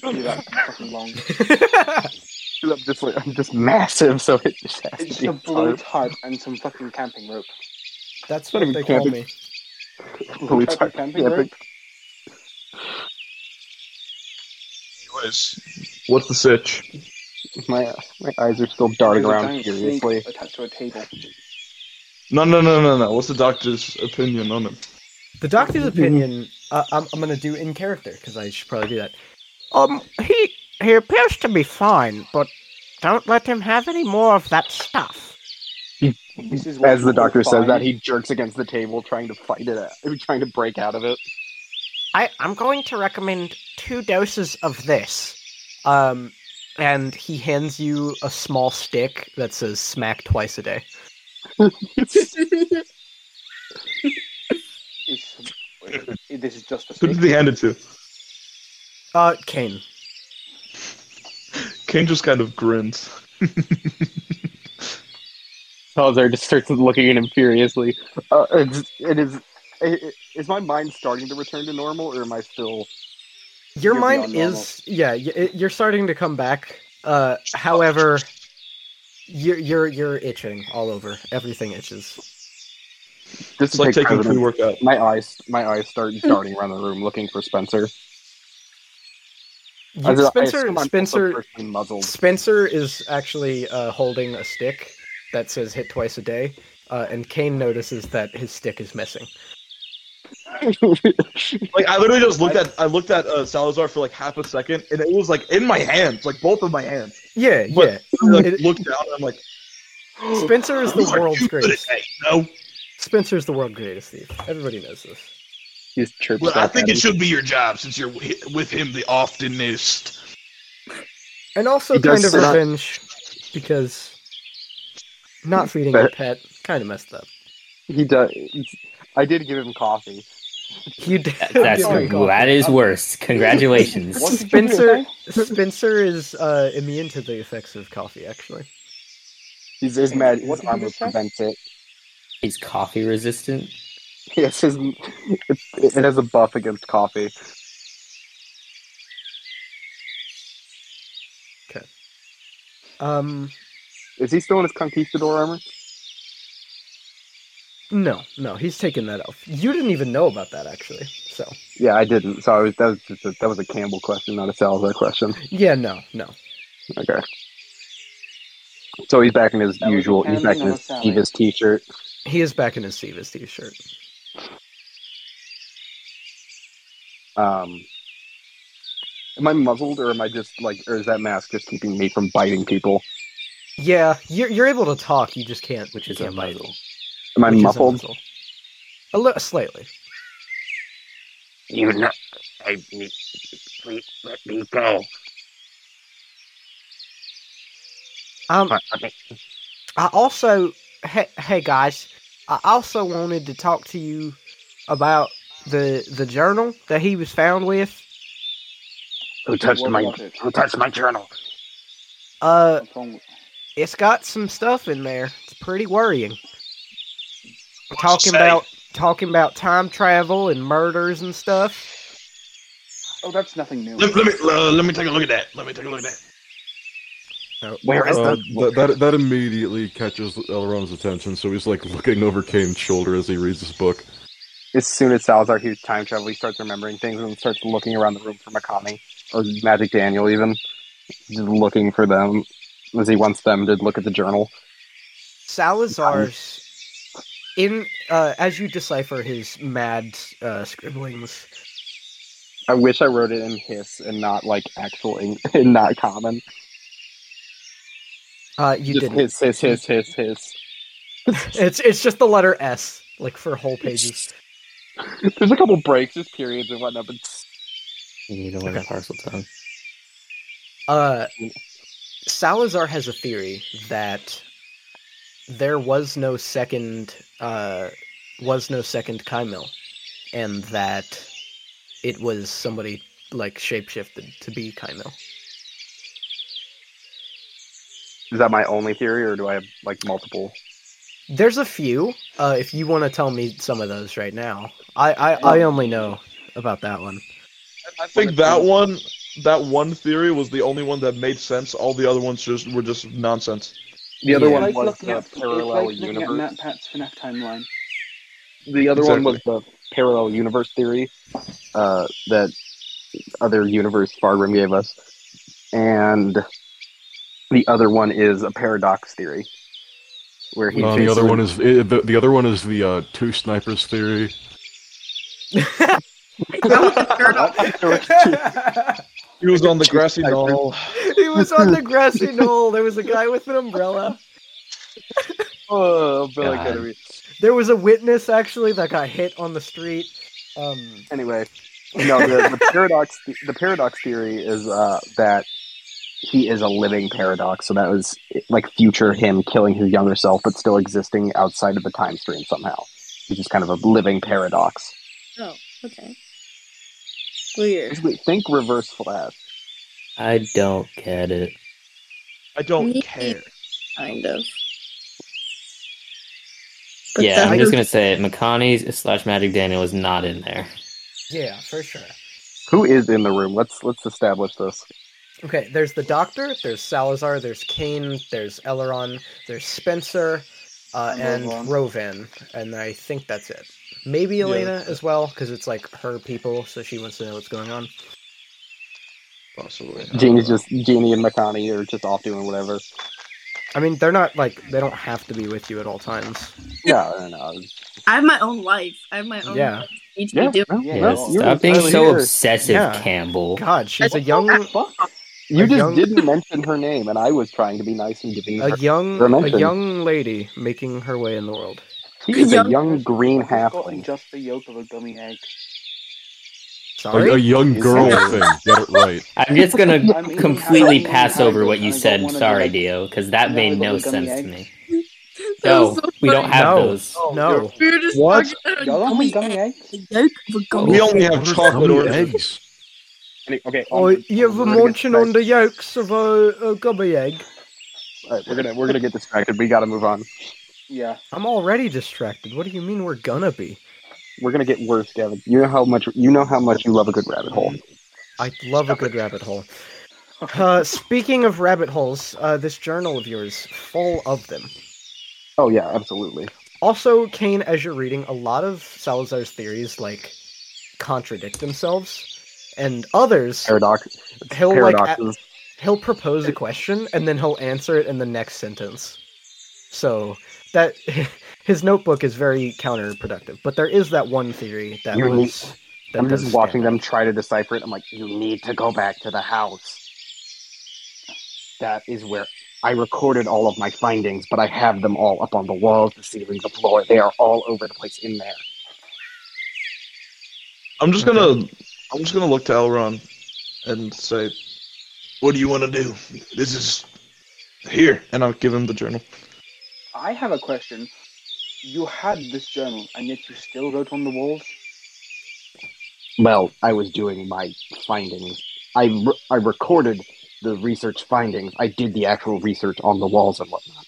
Speaker 2: Do that fucking long.
Speaker 6: I'm just like I'm just massive, so it just has
Speaker 2: It's
Speaker 6: to
Speaker 2: just
Speaker 6: be
Speaker 2: a
Speaker 6: a
Speaker 2: blue
Speaker 6: tarp.
Speaker 2: tarp and some fucking camping rope.
Speaker 1: That's
Speaker 6: not
Speaker 1: what
Speaker 6: even
Speaker 1: they call
Speaker 6: camping.
Speaker 1: me.
Speaker 6: Blue
Speaker 2: Tarp
Speaker 6: tarp.
Speaker 2: and camping
Speaker 6: Yeah,
Speaker 2: rope?
Speaker 3: Anyways, what's the sitch?
Speaker 6: My my eyes are still darting
Speaker 2: There's a
Speaker 6: around
Speaker 2: giant snake
Speaker 6: furiously.
Speaker 2: Attached to a table.
Speaker 3: No, no, no, no, no. What's the doctor's opinion on it?
Speaker 1: The doctor's opinion. Uh, I'm I'm gonna do in character because I should probably do that. Um, he he appears to be fine, but don't let him have any more of that stuff.
Speaker 2: This is what
Speaker 6: As the
Speaker 2: people
Speaker 6: doctor says
Speaker 2: find-
Speaker 6: that, he jerks against the table, trying to fight it, out, trying to break out of it.
Speaker 1: I, I'm going to recommend two doses of this. Um, and he hands you a small stick that says smack twice a day.
Speaker 2: It's, it- this is just a
Speaker 3: Who
Speaker 2: stick.
Speaker 3: did he hand it to?
Speaker 1: Uh, Kane.
Speaker 3: Kane just kind of grins.
Speaker 6: Salazar just starts looking at him furiously. Uh, it's- it is. It, it- is my mind starting to return to normal, or am I still?
Speaker 1: Your
Speaker 2: You're
Speaker 1: mind
Speaker 2: beyond normal.
Speaker 1: is yeah. Y- it- you're starting to come back. Uh, however, you're you're you're itching all over. Everything itches.
Speaker 6: This
Speaker 3: It's
Speaker 6: is
Speaker 3: like taking pre-workout.
Speaker 6: My eyes, my eyes start
Speaker 2: Hmm.
Speaker 6: darting around the room looking for Spencer.
Speaker 1: You,
Speaker 6: I- I
Speaker 1: Spencer
Speaker 6: assume I'm also
Speaker 1: Spencer
Speaker 6: personally muzzled.
Speaker 1: Spencer is actually uh, holding a stick that says hit twice a day. Uh, and Kane notices that his stick is missing.
Speaker 3: Like I literally just looked at I looked at uh, Salazar for like half a second, and it was like in my hands, like both of my hands.
Speaker 1: Yeah,
Speaker 3: But-
Speaker 1: yeah.
Speaker 3: I, like,
Speaker 1: It-
Speaker 3: looked down, and I'm like,
Speaker 1: Spencer is the
Speaker 3: "You are
Speaker 1: world's
Speaker 3: too good at
Speaker 1: greatest.
Speaker 3: that, you know?
Speaker 1: Spencer's the world's greatest thief. Everybody knows this.
Speaker 6: He's chirps
Speaker 3: But I
Speaker 6: back
Speaker 3: think
Speaker 6: at
Speaker 3: it
Speaker 6: him.
Speaker 3: should be your job since you're wi- with him the oftenest.
Speaker 1: And also
Speaker 6: He
Speaker 1: kind
Speaker 6: does
Speaker 1: of
Speaker 6: sit up.
Speaker 1: revenge because not feeding your pet kind of messed up.
Speaker 6: He does. I did give him coffee.
Speaker 1: You did.
Speaker 5: That's
Speaker 1: give him
Speaker 5: that is worse.
Speaker 2: What
Speaker 5: Congratulations.
Speaker 2: did you do,
Speaker 1: Spencer-
Speaker 2: okay?
Speaker 1: coffee. Spencer is uh, immune to the effects of coffee. Actually,
Speaker 6: He's, his mad.
Speaker 2: What
Speaker 6: His
Speaker 2: did you
Speaker 6: armor
Speaker 2: just say?
Speaker 6: prevents it.
Speaker 5: He's coffee resistant.
Speaker 6: Yes, his. It, it has a buff against coffee.
Speaker 1: um,
Speaker 6: Is he still in his conquistador armor?
Speaker 1: no, no, he's taking that off. You didn't even know about that, actually. So
Speaker 6: Yeah, I didn't. So I was, that was just a, that was a Campbell question, not a Salazar question.
Speaker 1: yeah, no, no.
Speaker 6: Okay. So he's back in his
Speaker 2: That was a
Speaker 6: usual. He's back in
Speaker 2: Campbell,
Speaker 6: his
Speaker 2: not a Sally.
Speaker 6: Eva's t-shirt.
Speaker 1: He is back in his Sivas t-shirt.
Speaker 6: Um, am I muzzled, or am I just like, or is that mask just keeping me from biting people?
Speaker 1: Yeah, you're you're able to talk. You just can't,
Speaker 5: Which is
Speaker 1: you
Speaker 5: a
Speaker 1: can't bite.
Speaker 5: muzzle.
Speaker 6: Am I
Speaker 1: Which is a
Speaker 6: muffled?
Speaker 1: muzzle. A little slightly.
Speaker 7: You not. I need. Please let me go.
Speaker 1: Um,
Speaker 7: I- I mean,
Speaker 1: I also, hey, hey guys, I also wanted to talk to you about the the journal that he was found with.
Speaker 7: Who touched
Speaker 2: What
Speaker 7: my?
Speaker 2: was it?
Speaker 7: Who touched my journal?
Speaker 1: Uh,
Speaker 2: What's wrong with-
Speaker 1: it's got some stuff in there. It's pretty worrying.
Speaker 7: What's it
Speaker 1: talking
Speaker 7: say?
Speaker 1: about talking about time travel and murders and stuff.
Speaker 2: Oh, that's nothing new.
Speaker 7: Let, let me. Uh, let me take a look at that. Let me take a look at that. Where is
Speaker 4: Uh,
Speaker 7: the?
Speaker 4: that, that that immediately catches Elrond's attention, so he's like looking over Kane's shoulder as he reads this book.
Speaker 6: As soon as Salazar hears time travel, he starts remembering things and starts looking around the room for Makami or Magic Daniel, even just looking for them, as he wants them to look at the journal.
Speaker 1: Salazar's in uh, as you decipher his mad uh, scribblings.
Speaker 6: I wish I wrote it in hiss and not like actual eng- and not common.
Speaker 1: Uh, you
Speaker 6: just
Speaker 1: didn't.
Speaker 6: hiss, hiss, hiss, hiss, hiss.
Speaker 1: It's it's just the letter S, like for whole pages.
Speaker 6: There's a couple breaks, there's periods and whatnot, but
Speaker 5: You need to learn
Speaker 1: Okay.
Speaker 5: parcel tongue.
Speaker 1: Uh, Salazar has a theory that there was no second, uh, was no second Kaimil, and that it was somebody like shapeshifted to be Kaimil.
Speaker 6: Is that my only theory, or do I have like multiple?
Speaker 1: There's a few. Uh, if you want to tell me some of those right now, I I, I only know about that one.
Speaker 3: I think that one, that one theory was the only one that made sense. All the other ones just were just nonsense.
Speaker 6: The other
Speaker 1: Yeah.
Speaker 6: one
Speaker 2: Like
Speaker 6: was
Speaker 2: looking
Speaker 6: the
Speaker 2: at-
Speaker 6: parallel
Speaker 2: it's like
Speaker 6: universe.
Speaker 2: looking at MatPat's FNAF timeline.
Speaker 6: The other one was
Speaker 3: Exactly.
Speaker 6: the parallel universe theory uh, that other universe Fargrim gave us, and the other one is a paradox theory, where he
Speaker 4: Uh, the
Speaker 6: takes
Speaker 4: other
Speaker 6: the-
Speaker 4: one is eh, the, the other one is the uh, two snipers theory.
Speaker 3: He was on the grassy
Speaker 6: I-
Speaker 3: knoll.
Speaker 1: he was on the grassy knoll. There was a guy with an umbrella.
Speaker 6: Oh, Billy
Speaker 5: God.
Speaker 6: Goodwin.
Speaker 1: There was a witness actually that got hit on the street. Um,
Speaker 6: Anyway, no, the, the paradox the paradox theory is uh, that he is a living paradox, so that was like future him killing his younger self, but still existing outside of the time stream somehow. He's just kind of a living paradox.
Speaker 8: Oh, okay. Weird.
Speaker 6: Basically, think Reverse Flash.
Speaker 5: I don't get it.
Speaker 3: I don't
Speaker 8: Me-
Speaker 3: care.
Speaker 8: Kind of.
Speaker 5: yeah,
Speaker 8: that-
Speaker 5: I'm just gonna say it. Makani slash Magic Daniel is not in there.
Speaker 1: yeah, for sure.
Speaker 6: Who is in the room? Let's let's establish this.
Speaker 1: Okay, there's the Doctor, there's Salazar, there's Kane, there's Eleron, there's Spencer, uh, and
Speaker 2: And
Speaker 1: Rovan, and I think that's it. Maybe Elena as well, because it's like her people, so she wants to know what's going on.
Speaker 3: Possibly.
Speaker 6: Janie's just Janie and Makani are just off doing whatever.
Speaker 1: I mean, they're not like they don't have to be with you at all times.
Speaker 6: Yeah, I don't know.
Speaker 8: I have my own life. I have my own.
Speaker 1: Yeah.
Speaker 8: things I
Speaker 6: Yeah,
Speaker 8: Need to be doing.
Speaker 6: no,
Speaker 2: Yeah,
Speaker 5: Yeah,
Speaker 6: no,
Speaker 2: well,
Speaker 6: you're
Speaker 5: stop being
Speaker 6: entirely
Speaker 5: so
Speaker 6: here.
Speaker 5: obsessive,
Speaker 1: Yeah.
Speaker 5: Campbell.
Speaker 1: God, she's a young,
Speaker 2: Fuck.
Speaker 6: You
Speaker 1: a
Speaker 6: just
Speaker 1: young-
Speaker 6: didn't mention her name, and I was trying to be nice and giving her.
Speaker 1: a young, a
Speaker 6: Dimension.
Speaker 1: young lady making her way in the world.
Speaker 6: He is a
Speaker 8: young-
Speaker 6: young green
Speaker 2: I've gotten
Speaker 6: halfling.
Speaker 2: Just the yolk of a gummy egg.
Speaker 4: A, a
Speaker 1: Sorry,
Speaker 4: young
Speaker 6: Is
Speaker 4: girl
Speaker 6: that-
Speaker 4: thing. Get it right.
Speaker 5: I'm just gonna
Speaker 2: I mean,
Speaker 5: completely
Speaker 2: I mean,
Speaker 5: pass
Speaker 2: I
Speaker 5: over
Speaker 2: don't-
Speaker 5: what
Speaker 2: I
Speaker 5: you
Speaker 2: don't
Speaker 5: said.
Speaker 2: wanna be
Speaker 5: Sorry,
Speaker 2: like-
Speaker 5: Dio, because that
Speaker 2: No,
Speaker 5: made
Speaker 2: but
Speaker 5: no
Speaker 2: we gummy
Speaker 5: sense to
Speaker 2: eggs.
Speaker 5: me.
Speaker 8: That
Speaker 5: No,
Speaker 8: was so
Speaker 5: we don't
Speaker 8: funny.
Speaker 5: have
Speaker 1: No.
Speaker 5: those.
Speaker 1: no.
Speaker 8: We were just
Speaker 3: What?
Speaker 8: talking about a
Speaker 2: Y'all don't
Speaker 8: gummy
Speaker 2: think gummy
Speaker 8: egg.
Speaker 2: egg?
Speaker 8: The yolk of a gummy
Speaker 3: We
Speaker 8: egg.
Speaker 3: only have chocolate
Speaker 4: Gummy
Speaker 3: oranges.
Speaker 4: eggs.
Speaker 6: Okay,
Speaker 1: Oh, you have a munching on the yolks of a, a gummy egg.
Speaker 6: we're gonna we're gonna get distracted. We gotta move on.
Speaker 2: Yeah.
Speaker 1: I'm already distracted. What do you mean we're gonna be?
Speaker 6: We're gonna get worse, Gavin. You know how much you know how much you love a good rabbit hole.
Speaker 1: Mm-hmm. I love a good rabbit hole. Uh, speaking of rabbit holes, uh, this journal of yours, full of them.
Speaker 6: Oh yeah, absolutely.
Speaker 1: Also, Kane, as you're reading, a lot of Salazar's theories like contradict themselves, and others
Speaker 6: Paradox
Speaker 1: he'll like a-
Speaker 6: paradoxes.
Speaker 1: he'll propose a question and then he'll answer it in the next sentence. So that his notebook is very counterproductive. But there is that one theory that
Speaker 6: You need-
Speaker 1: was. That
Speaker 6: I'm
Speaker 1: does
Speaker 6: just
Speaker 1: stand
Speaker 6: watching
Speaker 1: out.
Speaker 6: them try to decipher it. I'm like, you need to go back to the house. That is where I recorded all of my findings, but I have them all up on the walls, the ceiling, the floor. They are all over the place in there.
Speaker 3: I'm just gonna I'm just gonna look to Elron and say, What do you wanna do? This is here and I'll give him the journal.
Speaker 2: I have a question. You had this journal, and yet you still wrote on the walls.
Speaker 6: Well, I was doing my findings. I, re- I recorded the research findings. I did the actual research on the walls and whatnot.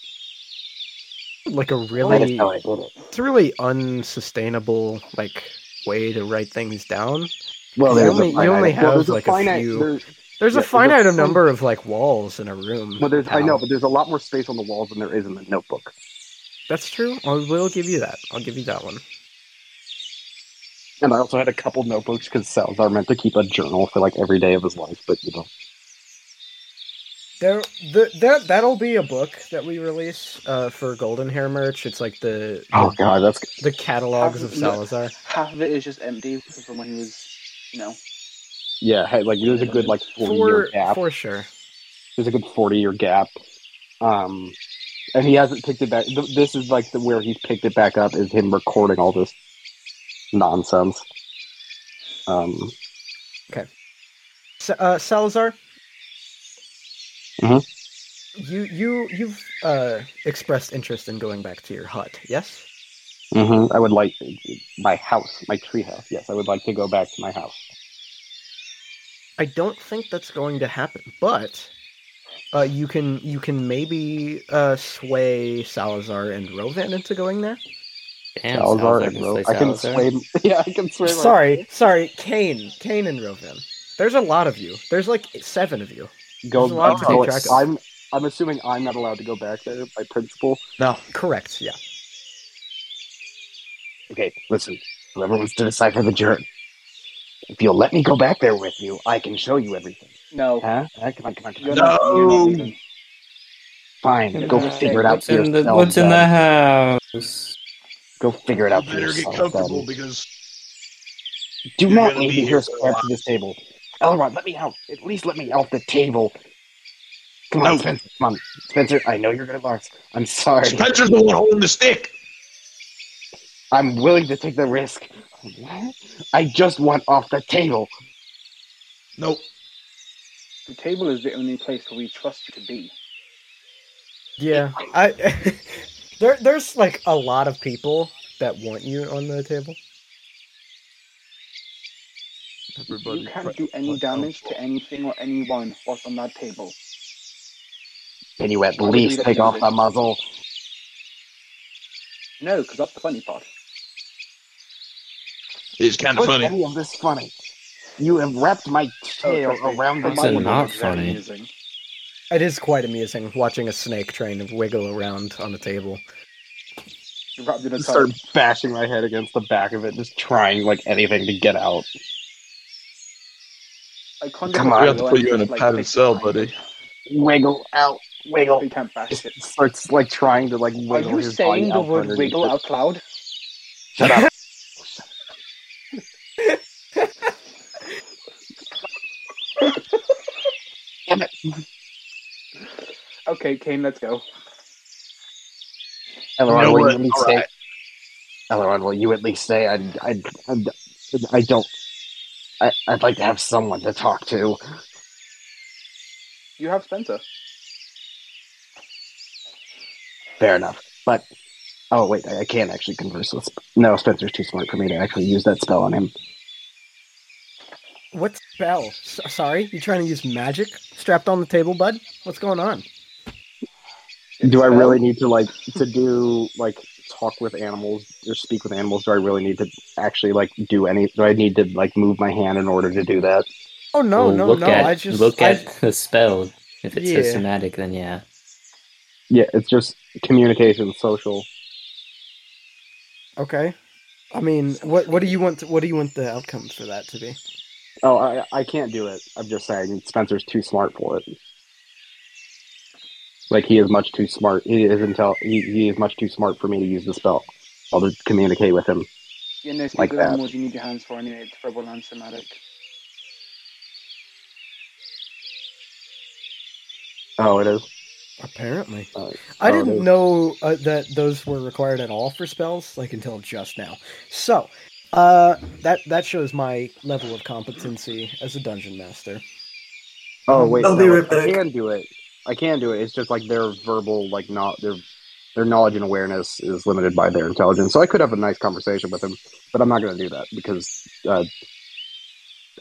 Speaker 1: like a
Speaker 6: That
Speaker 1: really
Speaker 6: is how I did it.
Speaker 1: it's a really unsustainable like way to write things down.
Speaker 6: Well,
Speaker 1: You
Speaker 6: there's
Speaker 1: only-
Speaker 6: a
Speaker 1: you
Speaker 6: finite,
Speaker 1: only
Speaker 6: well, there's
Speaker 1: have, like, a
Speaker 6: finite,
Speaker 1: few-
Speaker 6: There's,
Speaker 1: There's
Speaker 6: Yeah,
Speaker 1: a
Speaker 6: there's a
Speaker 1: finite
Speaker 6: fun-
Speaker 1: number of like walls in a room.
Speaker 6: well, there's, I
Speaker 1: pal.
Speaker 6: know, but there's a lot more space on the walls than there is in the notebook.
Speaker 1: that's true. I will give you that. I'll give you that one.
Speaker 6: And I also had a couple notebooks because Salazar meant to keep a journal for like every day of his life, but you know.
Speaker 1: There, the, that that'll be a book that we release uh, for Golden Hair merch. It's like the
Speaker 6: Oh god, that's
Speaker 1: the catalogs of
Speaker 2: Look.
Speaker 1: Salazar.
Speaker 2: Half of it is just empty from when he was, you know.
Speaker 6: yeah. hey, Like there's a good like forty year
Speaker 1: For
Speaker 6: gap.
Speaker 1: for sure.
Speaker 6: There's a good forty year gap. Um, and he hasn't picked it back. Th- this is like the where he's picked it back up is him recording all this nonsense. Um,
Speaker 1: Sa- uh, Salazar.
Speaker 6: Mhm.
Speaker 1: You you you've uh, expressed interest in going back to your hut. Yes.
Speaker 6: mhm, I would like my house, my tree house. Yes, I would like to go back to my house.
Speaker 1: I don't think that's going to happen, but Uh, you can you can maybe uh, sway Salazar and Rovan into going there.
Speaker 5: Damn,
Speaker 6: Salazar
Speaker 5: Salazar
Speaker 6: and
Speaker 5: can
Speaker 6: Ro-
Speaker 5: slay
Speaker 6: I can
Speaker 5: Salazar.
Speaker 6: sway. Yeah, I can sway. my-
Speaker 1: eh? Sorry, sorry, Kane, Kane and Rovan. There's a lot of you. There's like seven of you.
Speaker 6: Go.
Speaker 1: There's a lot to
Speaker 6: oh,
Speaker 1: keep track of.
Speaker 6: I'm. I'm assuming I'm not allowed to go back there by principle.
Speaker 7: No.
Speaker 1: Correct. Yeah.
Speaker 6: Okay, listen. Whoever wants to decipher the journey, if you'll let me go back there with you, I can show you everything.
Speaker 2: No.
Speaker 6: Huh? Huh? Come on, come on, come
Speaker 2: You're
Speaker 6: on.
Speaker 2: not, you're not
Speaker 7: No.
Speaker 2: leaving.
Speaker 6: Fine, go
Speaker 5: Okay,
Speaker 6: figure it out
Speaker 5: What's in the,
Speaker 6: yourself,
Speaker 5: what's in the
Speaker 6: then.
Speaker 5: house?
Speaker 6: Go figure it
Speaker 7: You
Speaker 6: out for
Speaker 7: better get
Speaker 6: yourself,
Speaker 7: comfortable
Speaker 6: then.
Speaker 7: because
Speaker 6: Do
Speaker 7: You're
Speaker 6: not
Speaker 7: gonna
Speaker 6: leave
Speaker 7: be
Speaker 6: me
Speaker 7: here
Speaker 6: here
Speaker 7: for a
Speaker 6: strapped to this table. Elrod, let me out. At least let me off the table. Come
Speaker 7: No.
Speaker 6: on, Spencer. Come on. Spencer, I know you're going to box. I'm sorry.
Speaker 7: Spencer's the one holding the stick.
Speaker 6: I'm willing to take the risk. What? I just want off the table.
Speaker 7: Nope.
Speaker 2: The table is the only place where we trust you to be.
Speaker 1: Yeah. I there there's like a lot of people that want you on the table.
Speaker 2: You can't do any damage to anything or anyone whilst on that table.
Speaker 6: Can you at
Speaker 2: Why would
Speaker 6: least
Speaker 2: you
Speaker 6: take
Speaker 2: do
Speaker 6: off
Speaker 2: this?
Speaker 6: the muzzle?
Speaker 2: No, because that's the funny part.
Speaker 7: It's kind of
Speaker 6: What's
Speaker 7: funny.
Speaker 6: any of this funny? You have wrapped my tail
Speaker 2: Oh, trust me.
Speaker 6: around the
Speaker 5: How's it
Speaker 6: muzzle.
Speaker 5: not
Speaker 2: Very
Speaker 5: funny?
Speaker 2: amusing.
Speaker 1: It is quite amusing watching a snake trying to wiggle around on a table.
Speaker 2: You wrapped it in a
Speaker 6: start
Speaker 2: towel.
Speaker 6: bashing my head against the back of it, just trying like anything to get out.
Speaker 2: I conjure
Speaker 6: Come
Speaker 2: my
Speaker 6: on.
Speaker 2: will
Speaker 6: We
Speaker 7: have to
Speaker 2: and
Speaker 7: put you in a
Speaker 2: just, like,
Speaker 7: padded
Speaker 2: take
Speaker 7: cell,
Speaker 2: time.
Speaker 7: buddy.
Speaker 6: Wiggle out, wiggle.
Speaker 2: We can't bash it.
Speaker 6: Starts like trying to like
Speaker 2: Are
Speaker 6: wiggle.
Speaker 2: you
Speaker 6: his body
Speaker 2: saying the
Speaker 6: out from
Speaker 2: word
Speaker 6: underneath
Speaker 2: wiggle
Speaker 6: it.
Speaker 2: out loud?
Speaker 6: Shut up. Damn it.
Speaker 2: Okay, Kane, let's go.
Speaker 6: Elrond,
Speaker 7: know
Speaker 6: will
Speaker 7: what?
Speaker 6: you at least
Speaker 7: All
Speaker 6: say?
Speaker 7: right.
Speaker 6: Elrond, will you at least say? I, I, I, I don't. I, I'd like to have someone to talk to.
Speaker 2: You have Spencer.
Speaker 6: Fair enough. But oh wait, I, I can't actually converse with. Sp- No, Spencer's too smart for me to actually use that spell on him.
Speaker 1: What spell? S- sorry, you trying to use magic strapped on the table, bud? What's going on?
Speaker 6: Do I
Speaker 2: Spell?
Speaker 6: really need to like to do like talk with animals or speak with animals? Do I really need to actually like do any? Do I need to like move my hand in order to do that?
Speaker 1: Oh no,
Speaker 5: Well,
Speaker 1: no,
Speaker 5: look
Speaker 1: no!
Speaker 5: At,
Speaker 1: I just
Speaker 5: look
Speaker 1: I-
Speaker 5: at the spell. If it's
Speaker 1: Yeah.
Speaker 5: systematic, then yeah.
Speaker 6: Yeah, it's just communication, social.
Speaker 1: okay. I mean, what what do you want? To, what do you want the outcome for that to be?
Speaker 6: Oh, I, I can't do it. I'm just saying Spencer's too smart for it. Like he is much too smart. He is intel. He, he is much too smart for me to use the spell. I'll just communicate with him.
Speaker 2: You know, speak
Speaker 6: Like
Speaker 2: with
Speaker 6: that.
Speaker 2: animals you need your hands for anyway. It's verbal and somatic.
Speaker 6: Oh, it is.
Speaker 1: Apparently,
Speaker 6: Uh,
Speaker 1: I
Speaker 6: oh,
Speaker 1: didn't
Speaker 6: no.
Speaker 1: know uh, that those were required at all for spells, like until just now. So, uh, that that shows my level of competency as a dungeon master.
Speaker 6: Oh wait,
Speaker 1: I'll
Speaker 6: no,
Speaker 1: be right
Speaker 6: I can do it. I can do it. It's just like their verbal, like not their their knowledge and awareness is limited by their intelligence. So I could have a nice conversation with him, but I'm not going to do that because uh,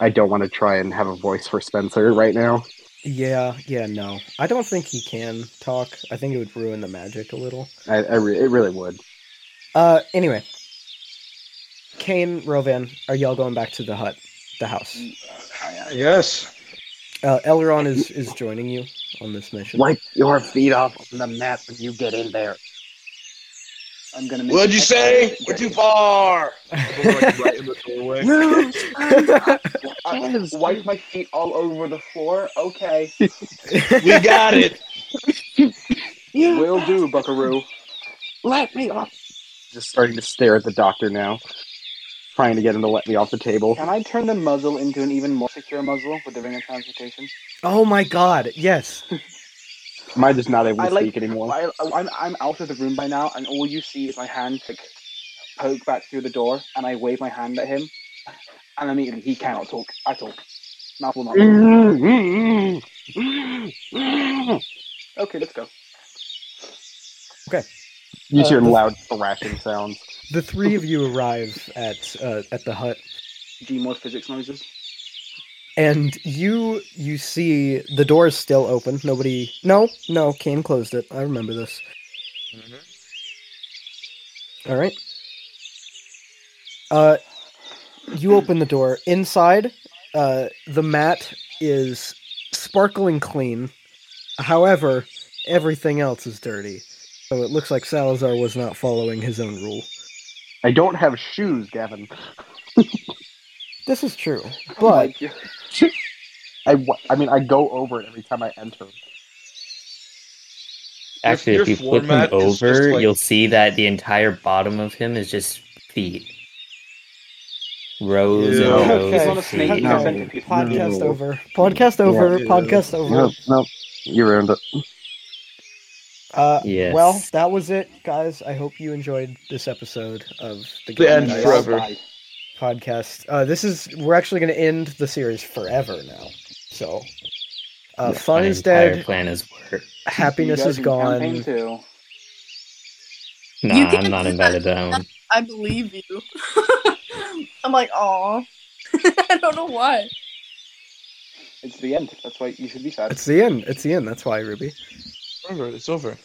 Speaker 6: I don't want to try and have a voice for Spencer right now.
Speaker 1: Yeah, yeah, no, I don't think he can talk. I think it would ruin the magic a little.
Speaker 6: I, I re- it really would.
Speaker 1: Uh, anyway, Kane, Rovan, are y'all going back to the hut, the house?
Speaker 7: Yes.
Speaker 1: Uh, Elrond is is joining you on this mission.
Speaker 6: Wipe your feet off the mat when you get in there.
Speaker 2: I'm gonna. make
Speaker 7: What'd
Speaker 2: an
Speaker 7: you
Speaker 2: extra
Speaker 7: say?
Speaker 2: effort
Speaker 7: We're too
Speaker 2: today.
Speaker 7: far.
Speaker 1: right
Speaker 7: in the doorway.
Speaker 6: No,
Speaker 2: I wipe my feet all over the floor. Okay,
Speaker 7: We got it.
Speaker 2: will do, Buckaroo.
Speaker 6: let me off. Just starting to stare at the doctor now, trying to get him to let me off the table.
Speaker 2: Can I turn the muzzle into an even more secure muzzle with the ring of transmutation?
Speaker 1: Oh my God! Yes.
Speaker 6: Am I just not able
Speaker 2: I
Speaker 6: to
Speaker 2: like-
Speaker 6: speak anymore?
Speaker 2: I, I'm I'm out of the room by now, and all you see is my hand like poke back through the door, and I wave my hand at him, and immediately he cannot talk at all. Mouth will not. move.
Speaker 6: Mm. You
Speaker 2: Okay, let's go.
Speaker 1: Uh,
Speaker 6: hear
Speaker 1: the-
Speaker 6: loud thrashing sounds.
Speaker 1: The three of you arrive at uh, at the hut,
Speaker 2: G mod physics noises.
Speaker 1: and you you see the door is still open. Nobody. No, no. Kane closed it. I remember this. All right. Uh, you open the door. Inside, uh, the mat is sparkling clean. However, everything else is dirty. So it looks like Salazar was not following his own rule.
Speaker 6: I don't have shoes, Gavin.
Speaker 1: This is true, but
Speaker 2: Like, you-
Speaker 6: I, wa- I mean, I go over it every time I enter.
Speaker 5: Actually,
Speaker 3: your
Speaker 5: if you
Speaker 3: floor
Speaker 5: flip him
Speaker 3: mat is just
Speaker 5: over,
Speaker 3: like-
Speaker 5: you'll see that the entire bottom of him is just feet. Rows
Speaker 3: Yeah.
Speaker 5: and rows
Speaker 1: Okay.
Speaker 5: of
Speaker 2: It's not a
Speaker 5: feet.
Speaker 2: snake,
Speaker 1: no.
Speaker 2: Percent-
Speaker 1: podcast
Speaker 6: No.
Speaker 1: over. Podcast over.
Speaker 3: Yeah.
Speaker 1: Podcast over.
Speaker 6: Nope, nope. You ruined it.
Speaker 1: Uh,
Speaker 5: Yes.
Speaker 1: Well, that was it, guys. I hope you enjoyed this episode of the,
Speaker 3: The end
Speaker 1: Guys
Speaker 3: forever.
Speaker 1: podcast. Uh, this is we're actually going to end the series forever now. So, uh, fun
Speaker 5: My
Speaker 1: is
Speaker 5: entire
Speaker 1: dead.
Speaker 5: plan is work.
Speaker 1: Happiness
Speaker 2: You guys
Speaker 1: is
Speaker 2: can
Speaker 1: gone.
Speaker 2: campaign too.
Speaker 5: Nah,
Speaker 8: You
Speaker 5: I'm
Speaker 8: can
Speaker 5: not
Speaker 8: do
Speaker 5: invited
Speaker 8: that.
Speaker 5: down.
Speaker 1: Uh,
Speaker 8: I believe you. I'm like, aw. I don't know why.
Speaker 2: It's the end. That's why you should be sad.
Speaker 1: It's the end. It's the end. That's why, Ruby.
Speaker 7: Over, it's over.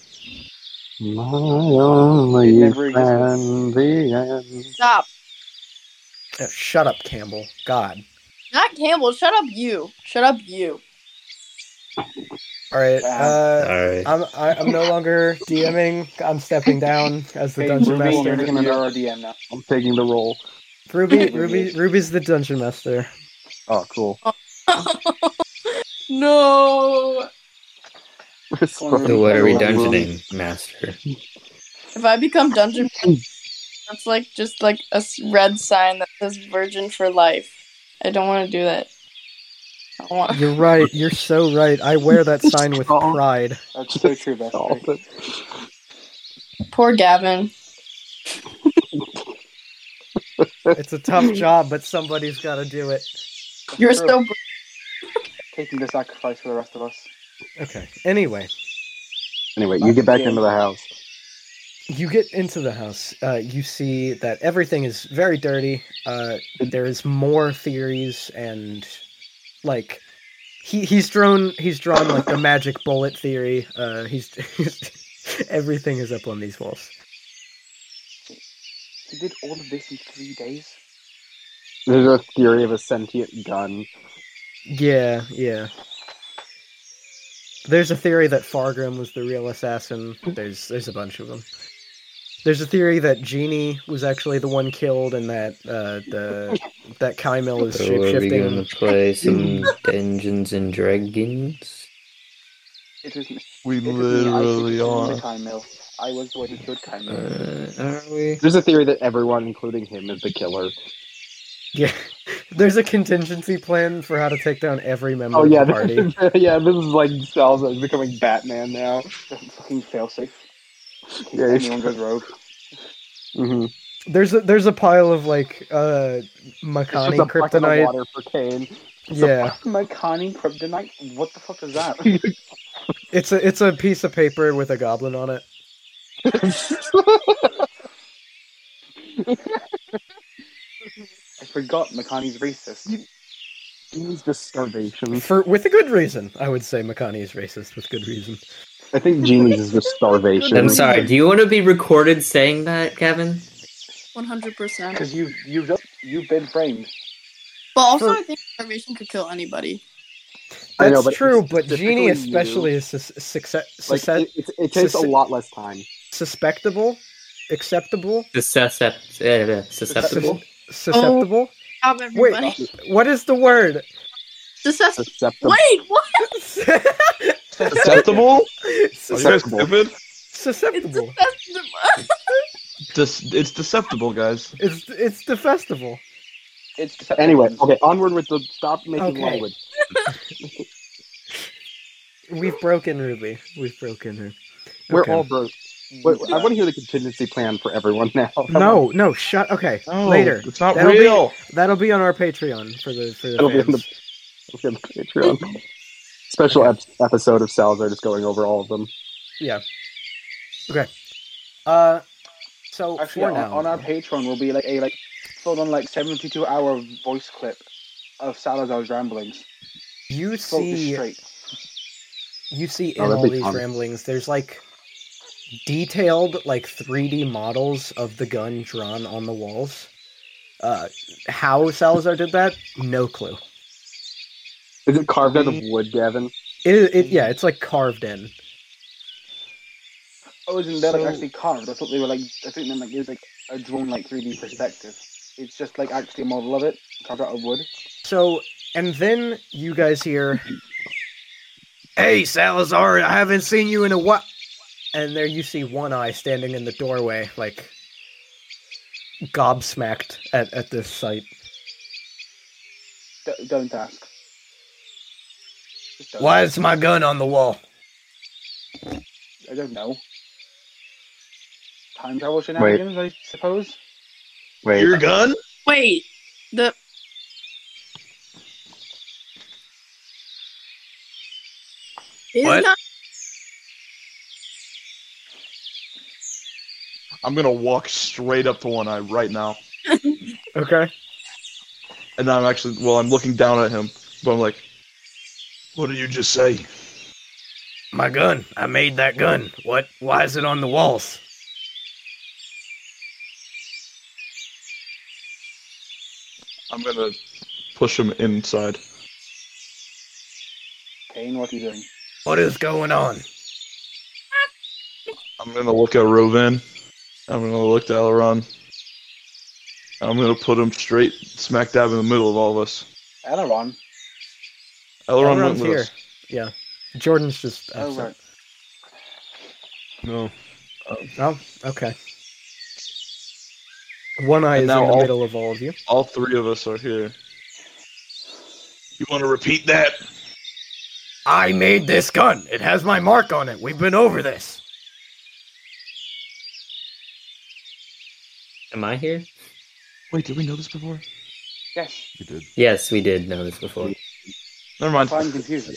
Speaker 6: My only
Speaker 2: It never
Speaker 6: friend, the end.
Speaker 8: Stop.
Speaker 1: Uh, shut up, Campbell. God.
Speaker 8: Not Campbell. Shut up, you. Shut up, you.
Speaker 1: All right. Uh,
Speaker 5: Alright.
Speaker 1: I'm I, I'm no longer DMing. I'm stepping down as the
Speaker 2: Hey,
Speaker 1: dungeon
Speaker 2: Ruby, you're
Speaker 1: master.
Speaker 2: gonna be our DM now.
Speaker 6: I'm taking the role.
Speaker 1: Ruby, Ruby, Ruby's the dungeon master.
Speaker 6: Oh, cool.
Speaker 8: No.
Speaker 5: So what are we
Speaker 6: Well, well.
Speaker 5: dungeoning, master?
Speaker 8: If I become dungeon, that's like just like a s- red sign that says virgin for life. I don't want to do that. I don't want.
Speaker 1: You're right. You're so right. I wear that sign with
Speaker 6: Oh.
Speaker 1: pride.
Speaker 2: That's so true, Best.
Speaker 6: Stop it.
Speaker 8: Poor Gavin.
Speaker 1: It's a tough job, but somebody's got to do it.
Speaker 8: You're so. br-
Speaker 2: Taking the sacrifice for the rest of us.
Speaker 1: Okay. Anyway,
Speaker 6: Anyway, you get back into the house.
Speaker 1: you get into the house. Uh, you see that everything is very dirty. Uh, there is more theories and like he he's drawn he's drawn like the magic bullet theory. Uh, he's everything is up on these walls.
Speaker 2: He did all of this in three days.
Speaker 6: There's a theory of a sentient gun.
Speaker 1: Yeah, yeah. There's a theory that Fargrim was the real assassin. There's there's a bunch of them. There's a theory that Genie was actually the one killed, and that uh, the that Kymel is
Speaker 5: So are Oh, we gonna
Speaker 1: shapeshifting.
Speaker 5: play some Dungeons and Dragons?
Speaker 2: It was, it
Speaker 7: We
Speaker 2: was
Speaker 7: literally
Speaker 2: me. I
Speaker 7: are.
Speaker 2: did time mill. I was the one who killed time mill.
Speaker 5: Uh, are we?
Speaker 6: There's a theory that everyone, including him, is the killer.
Speaker 1: Yeah, there's a contingency plan for how to take down every member
Speaker 6: Oh
Speaker 1: of
Speaker 6: yeah,
Speaker 1: the party.
Speaker 6: yeah. This is like Salazar's becoming Batman now.
Speaker 2: Don't fucking fail safe.
Speaker 6: Yeah,
Speaker 2: Yeah,
Speaker 6: it's
Speaker 2: anyone goes rogue.
Speaker 6: Mm-hmm.
Speaker 1: There's a, there's a pile of like uh Makani kryptonite.
Speaker 6: water for Kane.
Speaker 1: Yeah,
Speaker 2: Makani kryptonite? What the fuck is that?
Speaker 1: it's a it's a piece of paper with a goblin on it.
Speaker 2: I forgot Makani's racist.
Speaker 6: He's just starvation.
Speaker 1: For with a good reason, I would say Makani is racist with good reason.
Speaker 6: I think Genie's is just starvation.
Speaker 5: I'm sorry, do you want to be recorded saying that, Kevin?
Speaker 8: 100%.
Speaker 2: Because you've you've just, you've been framed.
Speaker 8: But also,
Speaker 1: For-
Speaker 8: I think starvation could kill anybody.
Speaker 6: I
Speaker 1: That's
Speaker 6: know, but
Speaker 1: true, but Genie especially
Speaker 6: specifically
Speaker 1: is sus- succe-
Speaker 6: Like,
Speaker 1: susce-
Speaker 6: it, it, it takes a
Speaker 1: Sus-
Speaker 6: lot less time.
Speaker 1: suspectable, acceptable,
Speaker 5: The suscept- uh, susceptible?
Speaker 1: sus- susceptible.
Speaker 8: Stop everybody. Wait.
Speaker 1: What is the word?
Speaker 6: Susceptible.
Speaker 8: Wait, what?
Speaker 7: Acceptable?
Speaker 1: Sus-
Speaker 7: Are you guys
Speaker 6: Acceptable.
Speaker 7: stupid?
Speaker 8: It's
Speaker 1: susceptible.
Speaker 8: deceptive.
Speaker 7: Des- it's deceptible, guys.
Speaker 1: It's it's the festival.
Speaker 2: It's
Speaker 6: Anyway,
Speaker 2: Decepticons.
Speaker 6: okay. Onward with the stop making
Speaker 1: Okay.
Speaker 6: language.
Speaker 1: We've broken Ruby. We've broken her.
Speaker 6: We're
Speaker 1: Okay.
Speaker 6: all broke. Wait, I want to hear the contingency plan for everyone now.
Speaker 1: No, no, shut. Okay,
Speaker 7: No,
Speaker 1: later.
Speaker 7: It's not
Speaker 1: That'll be-
Speaker 7: real.
Speaker 1: That'll be on our Patreon for the for the
Speaker 6: It'll be on
Speaker 1: fans.
Speaker 6: Okay, Patreon. Special ep- episode of Salazar just going over all of them.
Speaker 1: Uh, so
Speaker 2: Actually,
Speaker 1: for
Speaker 2: on,
Speaker 1: now,
Speaker 2: on our Patreon will be like a like full on like seventy two hour voice clip of Salazar's ramblings.
Speaker 1: You
Speaker 2: Focus
Speaker 1: see,
Speaker 2: straight.
Speaker 1: you see in
Speaker 6: Oh, that'd
Speaker 1: all
Speaker 6: be
Speaker 1: these
Speaker 6: fun.
Speaker 1: ramblings, there's like detailed like 3D models of the gun drawn on the walls. Uh, how Salazar did that? No clue.
Speaker 6: Is it carved out of
Speaker 1: Mm.
Speaker 6: wood, Gavin?
Speaker 1: It, it yeah, it's like carved in.
Speaker 2: Oh, isn't that like
Speaker 6: So-
Speaker 2: actually carved? I thought they were like I think they're like it was like a drawn like three D perspective. It's just like actually a model of it carved out of wood.
Speaker 1: So, and then you guys hear, "Hey, Salazar, I haven't seen you in a while." And there you see One Eye standing in the doorway, like gobsmacked at at this sight.
Speaker 2: D- don't ask. Just don't.
Speaker 1: Why is my gun on the wall?
Speaker 2: I don't know. Time travel
Speaker 6: Wait.
Speaker 2: shenanigans, I suppose.
Speaker 6: Wait,
Speaker 3: Your gun?
Speaker 8: Wait, the It's
Speaker 1: What?
Speaker 8: not-
Speaker 3: I'm gonna walk straight up to one eye right now.
Speaker 1: Okay.
Speaker 3: And I'm actually, well, I'm looking down at him, but I'm like, what did you just say?
Speaker 1: My gun. I made that gun. What? Why is it on the walls?
Speaker 3: I'm gonna push him inside.
Speaker 2: Kane, what are you doing?
Speaker 1: What is going on?
Speaker 3: I'm gonna look at Rovan. I'm gonna look to Elrond. I'm gonna put him straight smack dab in the middle of all of us.
Speaker 2: Aileron.
Speaker 3: Elrond
Speaker 1: Elrond's
Speaker 3: went with
Speaker 1: here.
Speaker 3: us.
Speaker 1: Jordan's just
Speaker 2: Oh right.
Speaker 1: absent.
Speaker 4: No.
Speaker 1: Oh, okay. One Eye
Speaker 3: And
Speaker 1: is in
Speaker 3: now
Speaker 1: the
Speaker 3: all-
Speaker 1: middle of all of you.
Speaker 3: All three of us are here. You want to repeat that?
Speaker 1: I made this gun. It has my mark on it. We've been over this.
Speaker 5: Am I here?
Speaker 3: Wait, did we know this before?
Speaker 2: Yes.
Speaker 4: You did.
Speaker 5: Yes, we did know this before.
Speaker 3: Never mind.
Speaker 2: That's why I'm confused.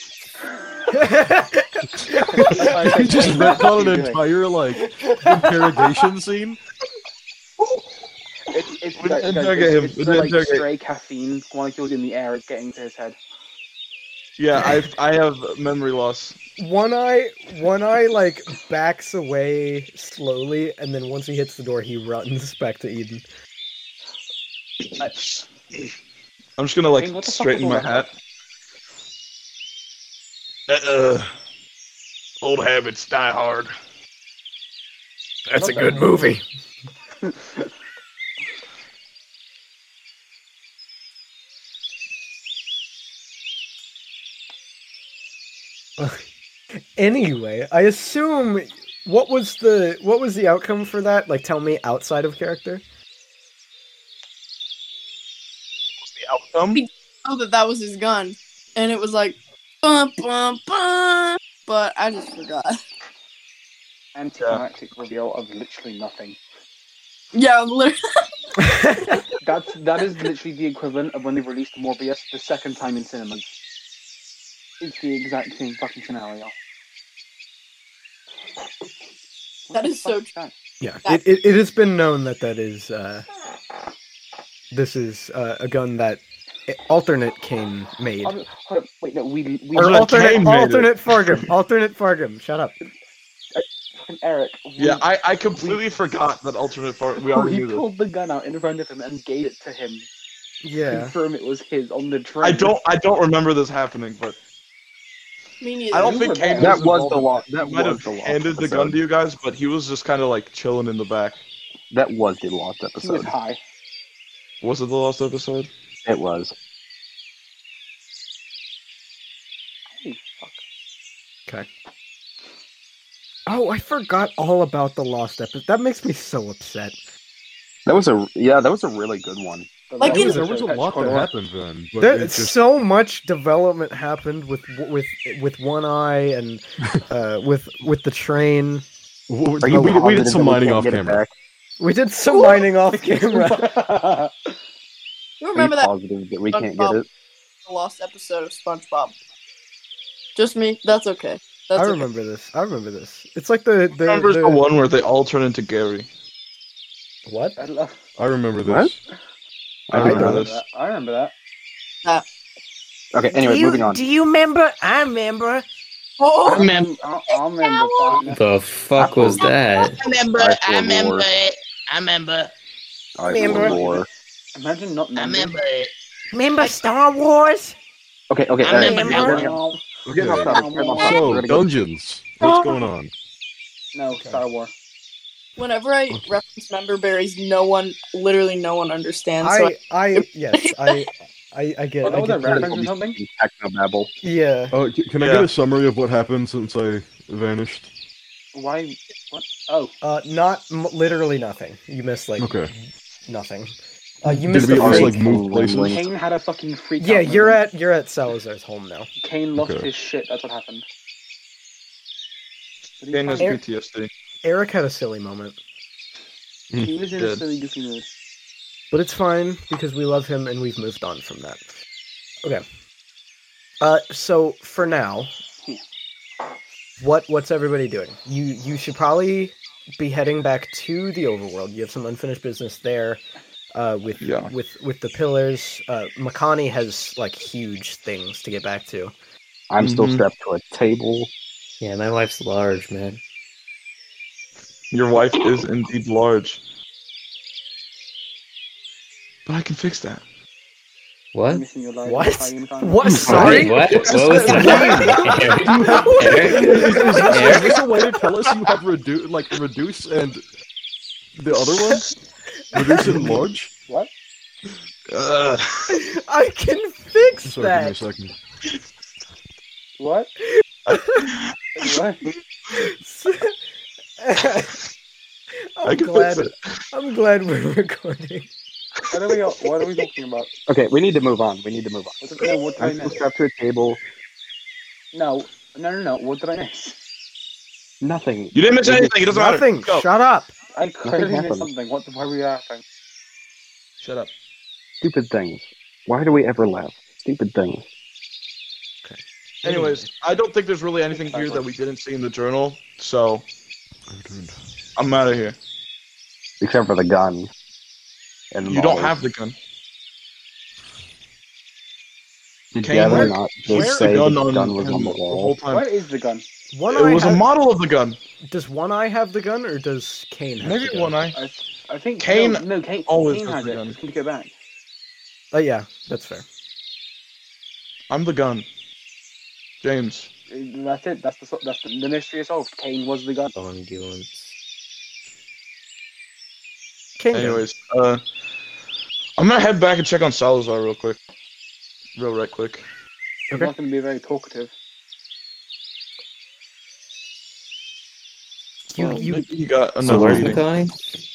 Speaker 2: That's why I
Speaker 4: you
Speaker 2: said,
Speaker 4: just
Speaker 2: "What
Speaker 4: ripped
Speaker 2: are
Speaker 4: on
Speaker 2: you
Speaker 4: an
Speaker 2: doing?"
Speaker 4: entire like interrogation scene.
Speaker 2: It's, it's,
Speaker 3: We
Speaker 2: like,
Speaker 3: didn't
Speaker 2: guys,
Speaker 3: interrogate
Speaker 2: it's-
Speaker 3: him.
Speaker 2: it's
Speaker 3: We
Speaker 2: the,
Speaker 3: didn't
Speaker 2: like
Speaker 3: interrogate.
Speaker 2: stray caffeine molecules in the air. It's getting to his head.
Speaker 3: Yeah, I I have memory loss.
Speaker 1: one eye, one eye, like backs away slowly, and then once he hits the door, he runs back to Eden.
Speaker 3: I'm just gonna like
Speaker 2: Kane, what the fuck
Speaker 3: straighten
Speaker 2: was
Speaker 3: my
Speaker 2: all that?
Speaker 3: hat. That, uh, old habits die hard.
Speaker 1: That's
Speaker 2: a good
Speaker 1: movie. anyway, I assume what was the what was the outcome for that? Like, tell me outside of character.
Speaker 3: What's the outcome?
Speaker 8: oh that that was his gun, and it was like bum bum bum. But I just forgot.
Speaker 2: Anticlimactic reveal of literally nothing.
Speaker 8: Yeah, literally.
Speaker 2: That's that is literally the equivalent of when they released Morbius the second time in cinemas. It's the exact same fucking scenario.
Speaker 8: That is so
Speaker 2: true.
Speaker 1: Yeah,
Speaker 8: That-
Speaker 1: it, it, it has been known that that is uh, this is uh, a gun that alternate Kane made.
Speaker 2: Hold up, hold up, wait, no, we we
Speaker 1: Or
Speaker 3: Alternate
Speaker 1: alternate,
Speaker 3: Kane made it.
Speaker 1: alternate Fargum. Alternate Fargum. Shut up.
Speaker 2: Eric. We,
Speaker 3: Yeah, I, I completely forgot that alternate part. We
Speaker 2: we
Speaker 3: already knew this.
Speaker 2: pulled the gun out in front of him and gave it to him. to
Speaker 1: Yeah.
Speaker 2: Confirm it was his on the train.
Speaker 3: I don't I don't remember this happening, but
Speaker 8: Me neither.
Speaker 3: I don't
Speaker 2: You
Speaker 3: think
Speaker 2: were
Speaker 3: Kane
Speaker 2: there.
Speaker 6: that
Speaker 3: was involved
Speaker 6: was the
Speaker 3: in
Speaker 6: law.
Speaker 3: it.
Speaker 6: That
Speaker 3: He might have
Speaker 6: was the law.
Speaker 3: handed the gun to you guys, but he was just kind of like chilling in the back.
Speaker 6: That was the lost
Speaker 2: He was
Speaker 6: episode.
Speaker 2: high.
Speaker 3: Was it the last episode?
Speaker 6: It was.
Speaker 2: Holy fuck.
Speaker 1: Oh, I forgot all about the lost episode. That makes me so upset.
Speaker 6: That was a yeah. That was a really good one.
Speaker 2: The
Speaker 8: Like
Speaker 2: level
Speaker 8: in-
Speaker 2: of
Speaker 4: there was a lot that
Speaker 2: Etchinor.
Speaker 4: happened then, but
Speaker 1: There,
Speaker 4: it just
Speaker 1: so much development happened with with with one eye and uh, with with the train.
Speaker 4: Well,
Speaker 6: Are
Speaker 4: we,
Speaker 6: you
Speaker 4: we did- we
Speaker 6: positive
Speaker 4: did some
Speaker 6: that we
Speaker 4: mining
Speaker 6: can't
Speaker 4: off
Speaker 6: get it
Speaker 4: camera.
Speaker 6: back?
Speaker 1: We did some mining off camera.
Speaker 8: You
Speaker 6: Are you
Speaker 8: remember that
Speaker 6: positive that we can't get
Speaker 8: SpongeBob
Speaker 6: it?
Speaker 8: lost episode of SpongeBob? Just me. That's okay. That's
Speaker 1: I
Speaker 8: okay.
Speaker 1: remember this. I remember this. It's like the the,
Speaker 3: Remember
Speaker 1: the-
Speaker 3: the one where they all turn into Gary?
Speaker 1: what?
Speaker 2: I love
Speaker 4: I remember
Speaker 6: What?
Speaker 4: this.
Speaker 3: I
Speaker 2: I
Speaker 3: remember
Speaker 2: remember
Speaker 3: this.
Speaker 2: that. I remember that.
Speaker 6: Okay, anyway,
Speaker 1: do you,
Speaker 6: moving on.
Speaker 1: Do you remember? I remember.
Speaker 8: Oh,
Speaker 5: Mem-
Speaker 2: I, I remember. partner.
Speaker 5: the fuck was that?
Speaker 9: I remember.
Speaker 6: Alright,
Speaker 9: I
Speaker 6: Lord.
Speaker 9: remember it. I remember.
Speaker 6: All right,
Speaker 1: Remember.
Speaker 6: lore.
Speaker 2: Imagine not
Speaker 9: I
Speaker 2: remembering.
Speaker 9: remember it.
Speaker 1: Remember Star Wars?
Speaker 6: Okay, okay,
Speaker 9: I
Speaker 6: all right.
Speaker 9: remember
Speaker 6: we're
Speaker 9: now.
Speaker 6: gonna-
Speaker 2: No,
Speaker 6: We're getting off topic. We're getting off topic. We're
Speaker 4: So
Speaker 6: gonna go-
Speaker 4: dungeons. What's going on?
Speaker 2: no, Star Wars.
Speaker 8: whenever I reference member berries, no one, literally no one understands. So I,
Speaker 1: I, I, yes, I, I, I get,
Speaker 2: Oh, that
Speaker 1: I
Speaker 2: was a
Speaker 1: get that.
Speaker 2: reference or something?
Speaker 6: Technobabble.
Speaker 1: Yeah.
Speaker 4: Uh, c- can I get a summary of what happened since I vanished?
Speaker 2: Why? What? Oh,
Speaker 1: Uh, not m- literally nothing. You missed like
Speaker 4: Okay.
Speaker 1: nothing. Uh, you
Speaker 4: Did
Speaker 1: missed
Speaker 4: we
Speaker 1: the
Speaker 4: just
Speaker 1: fake.
Speaker 4: like move places?
Speaker 2: Kane had a fucking freak.
Speaker 1: yeah,
Speaker 2: out moment.
Speaker 1: you're at you're at Salazar's home now.
Speaker 2: Kane lost
Speaker 4: Okay.
Speaker 2: his shit. That's what happened. Did he
Speaker 7: Dan has
Speaker 2: find-
Speaker 1: Eric-
Speaker 7: PTSD.
Speaker 1: Eric had a silly moment,
Speaker 2: he was in a
Speaker 7: Dead.
Speaker 2: silly goofy mood.
Speaker 1: but it's fine because we love him and we've moved on from that. Okay. Uh, so for now, what what's everybody doing? You you should probably be heading back to the overworld. You have some unfinished business there. Uh, with
Speaker 7: Yeah.
Speaker 1: with with the pillars, uh, Makani has like huge things to get back to.
Speaker 6: I'm still
Speaker 4: Mm-hmm.
Speaker 7: Mhm.
Speaker 6: strapped to a table.
Speaker 5: Yeah, my wife's large, man.
Speaker 7: Your wife is indeed large. But I can fix that.
Speaker 5: What?
Speaker 2: You're missing your life.
Speaker 1: What?
Speaker 2: Kane, Kane.
Speaker 1: What? Sorry.
Speaker 5: Wait, what? What was that? Eric?
Speaker 4: Is, is this,
Speaker 5: Eric?
Speaker 4: is this a way to tell us you have reduce, like reduce and the other one? Reduce and large?
Speaker 2: What?
Speaker 7: Ugh.
Speaker 1: I can fix
Speaker 4: I'm
Speaker 1: that.
Speaker 4: sorry, give me a second.
Speaker 2: What? what?
Speaker 1: I'm
Speaker 7: I can
Speaker 1: glad.
Speaker 7: fix it.
Speaker 1: I'm glad we're recording.
Speaker 2: What are we? What are we talking about?
Speaker 6: Okay, we need to move on. We need to move on.
Speaker 2: What did, no, what did I
Speaker 6: I'm still
Speaker 2: miss?
Speaker 6: strapped to a table.
Speaker 2: No, no, no, no. What did I miss?
Speaker 6: Nothing.
Speaker 7: You didn't miss anything. It doesn't
Speaker 1: Nothing.
Speaker 7: matter. Go.
Speaker 1: Shut up.
Speaker 2: I clearly
Speaker 6: happened.
Speaker 2: missed something. What? Why were we laughing?
Speaker 7: Shut up.
Speaker 6: Stupid things. Why do we ever laugh? Stupid things.
Speaker 7: Anyways, I don't think there's really anything here that we didn't see in the journal, so
Speaker 4: I returned.
Speaker 7: I'm out of here.
Speaker 6: Except for the gun. And the
Speaker 7: You don't
Speaker 6: molly.
Speaker 7: have the gun.
Speaker 6: Did
Speaker 7: Kane,
Speaker 6: Gavin
Speaker 7: where-
Speaker 6: not just
Speaker 7: Keep
Speaker 6: say
Speaker 7: the gun
Speaker 6: the
Speaker 7: on
Speaker 6: gun was on
Speaker 7: him
Speaker 6: the
Speaker 7: whole
Speaker 6: wall?
Speaker 3: Um,
Speaker 7: time.
Speaker 2: Where is the gun?
Speaker 1: One
Speaker 7: It
Speaker 1: eye
Speaker 7: was a
Speaker 1: has-
Speaker 7: model of the gun.
Speaker 1: does one eye have the gun, or does Kane have
Speaker 7: Maybe
Speaker 1: the gun?
Speaker 7: one eye.
Speaker 2: I, I think
Speaker 7: Kane
Speaker 2: No, no Kane
Speaker 7: always
Speaker 2: Kane
Speaker 7: has
Speaker 2: has
Speaker 7: the
Speaker 2: it.
Speaker 7: gun.
Speaker 2: Just need to go back.
Speaker 1: Oh yeah, that's fair.
Speaker 7: I'm the gun. James.
Speaker 2: Uh, That's it. That's the so- that's the, the mystery is solved. Kane was the gun.
Speaker 5: Ambulance.
Speaker 1: Kane.
Speaker 7: Anyways, uh, I'm gonna head back and check on Salazar real quick. Real right quick.
Speaker 2: He's not going to be very talkative.
Speaker 1: You-
Speaker 7: Well,
Speaker 1: you-
Speaker 7: maybe he got
Speaker 5: So
Speaker 7: another
Speaker 5: where's
Speaker 7: meeting.
Speaker 5: Makani?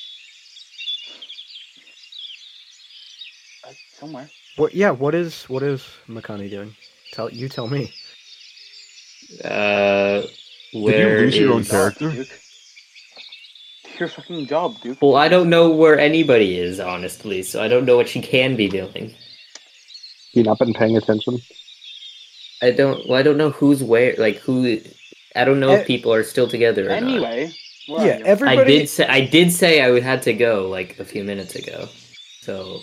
Speaker 2: Uh, somewhere.
Speaker 1: What? Yeah. What is what is Makani doing? Tell you. Tell me.
Speaker 5: Uh, where
Speaker 4: lose your own
Speaker 5: is-
Speaker 4: character?
Speaker 2: Duke. Do Your fucking job, Duke.
Speaker 5: Well, I don't know where anybody is, honestly, so I don't know what she can be doing.
Speaker 6: You not been paying attention?
Speaker 5: I don't. Well, I don't know who's where. Like who? I don't know
Speaker 1: Eh,
Speaker 5: if people are still together or not.
Speaker 2: Anyway, where are
Speaker 1: yeah.
Speaker 2: you?
Speaker 1: Everybody.
Speaker 5: I did say I did say I had to go like a few minutes ago. So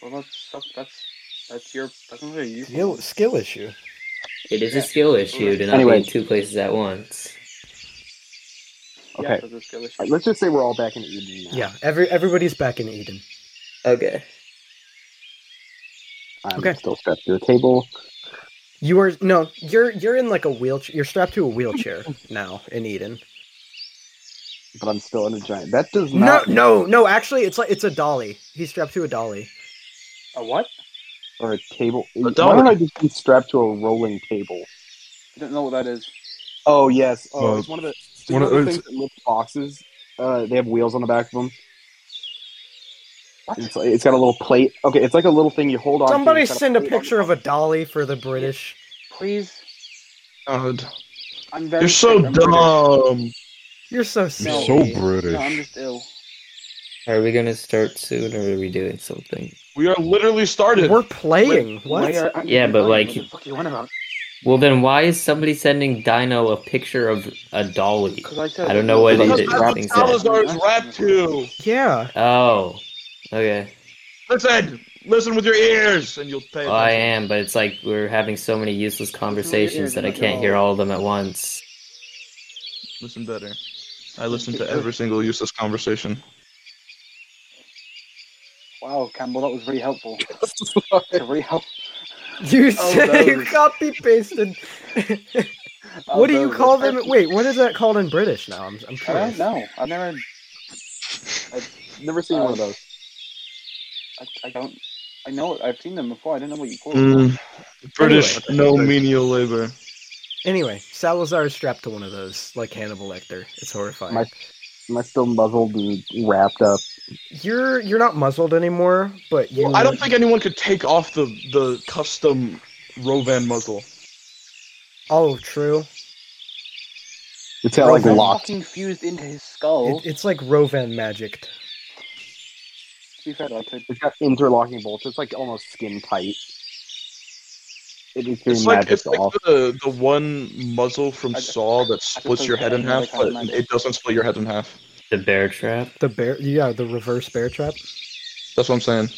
Speaker 2: Well, that's that's- that's that's your that's not really useful.
Speaker 1: Skill, skill issue.
Speaker 5: it is
Speaker 2: Yeah.
Speaker 5: a skill issue to not
Speaker 6: Anyway.
Speaker 5: be in two places at once.
Speaker 2: Yeah,
Speaker 6: Okay.
Speaker 2: that's a skill issue.
Speaker 6: Alright, let's just say we're all back in Eden. now.
Speaker 1: Yeah. Every everybody's back in Eden.
Speaker 5: Okay.
Speaker 6: I'm
Speaker 1: Okay.
Speaker 6: still strapped to a table.
Speaker 1: You are no. You're you're in like a wheelchair. You're strapped to a wheelchair now in Eden.
Speaker 6: but I'm still in a giant. That does
Speaker 1: No,
Speaker 6: not.
Speaker 1: no, no. Actually, it's like it's a dolly. He's strapped to a dolly.
Speaker 2: A what?
Speaker 6: Or a table. Why
Speaker 7: But
Speaker 6: don't
Speaker 7: don't-
Speaker 6: I just be strapped to a rolling table?
Speaker 2: I don't know what that is.
Speaker 6: Oh yes. Oh,
Speaker 4: Uh,
Speaker 6: it's one of the. So
Speaker 4: one
Speaker 6: one
Speaker 4: of
Speaker 6: of the
Speaker 4: those-
Speaker 6: things that lift boxes. Uh, they have wheels on the back of them.
Speaker 2: What?
Speaker 6: It's, it's got a little plate. Okay, it's like a little thing you hold on. to.
Speaker 1: Somebody
Speaker 6: It's got
Speaker 1: send a
Speaker 6: plate on
Speaker 1: picture of a dolly for the British.
Speaker 2: Please,
Speaker 7: God.
Speaker 2: I'm very.
Speaker 7: Uh, You're so
Speaker 2: sick, I'm very-
Speaker 7: dumb.
Speaker 1: You're so
Speaker 4: I'm
Speaker 1: silly.
Speaker 4: so
Speaker 2: No, I'm
Speaker 4: British.
Speaker 2: just ill.
Speaker 5: Are we gonna start soon, or are we doing something?
Speaker 7: We are literally started.
Speaker 1: We're playing. what?
Speaker 2: Why are- I'm-
Speaker 5: Yeah, but,
Speaker 2: what
Speaker 5: like-
Speaker 2: the fuck you want about?
Speaker 5: Well, then why is somebody sending Dino a picture of a dolly?
Speaker 2: Because I said.
Speaker 5: I don't know what it
Speaker 7: Because
Speaker 5: is.
Speaker 7: that's what
Speaker 5: Things that-
Speaker 7: Salazar's rap to.
Speaker 1: Yeah.
Speaker 5: Oh. Okay.
Speaker 7: Listen,
Speaker 3: Listen with your ears, and you'll pay.
Speaker 5: Well, I
Speaker 3: attention.
Speaker 5: am, but it's like we're having so many useless conversations that I can't hear all of them at once.
Speaker 3: Listen better. I listen to every single useless conversation.
Speaker 2: Wow, Campbell, that was really helpful. really help-
Speaker 1: You
Speaker 2: Oh,
Speaker 1: say
Speaker 2: no.
Speaker 1: copy pasted.
Speaker 2: Oh,
Speaker 1: what do you
Speaker 2: no,
Speaker 1: call
Speaker 2: that's
Speaker 1: them? Wait, what is that called in British now? I'm, I'm
Speaker 2: I don't
Speaker 1: curious.
Speaker 2: know. I've never,
Speaker 6: Never seen one of those.
Speaker 2: I, I don't, I know, I've seen them before. I don't know what you call them.
Speaker 3: Mm, British no menial labor.
Speaker 1: Anyway, Salazar is strapped to one of those, like Hannibal Lecter. It's horrifying.
Speaker 6: My- Am I still muzzled and wrapped up?
Speaker 1: You're you're not muzzled anymore, but you.
Speaker 3: I don't think anyone could take off the the custom Rovan muzzle.
Speaker 1: Oh, true.
Speaker 6: It's got
Speaker 1: Bro,
Speaker 6: like
Speaker 1: that's
Speaker 6: locked.
Speaker 2: Fucking fused into his skull.
Speaker 1: It, it's like Rovan magic.
Speaker 2: to be fair, though, I could.
Speaker 6: It's got interlocking bolts. It's like almost skin tight. It is doing
Speaker 3: It's like
Speaker 6: magic
Speaker 3: it's
Speaker 6: to
Speaker 3: like
Speaker 6: off.
Speaker 3: the, the one muzzle from
Speaker 2: I-
Speaker 3: Saw that splits your head in half, but it doesn't split your head in half.
Speaker 5: The bear trap.
Speaker 1: The bear, yeah, the reverse bear trap.
Speaker 3: That's what I'm saying.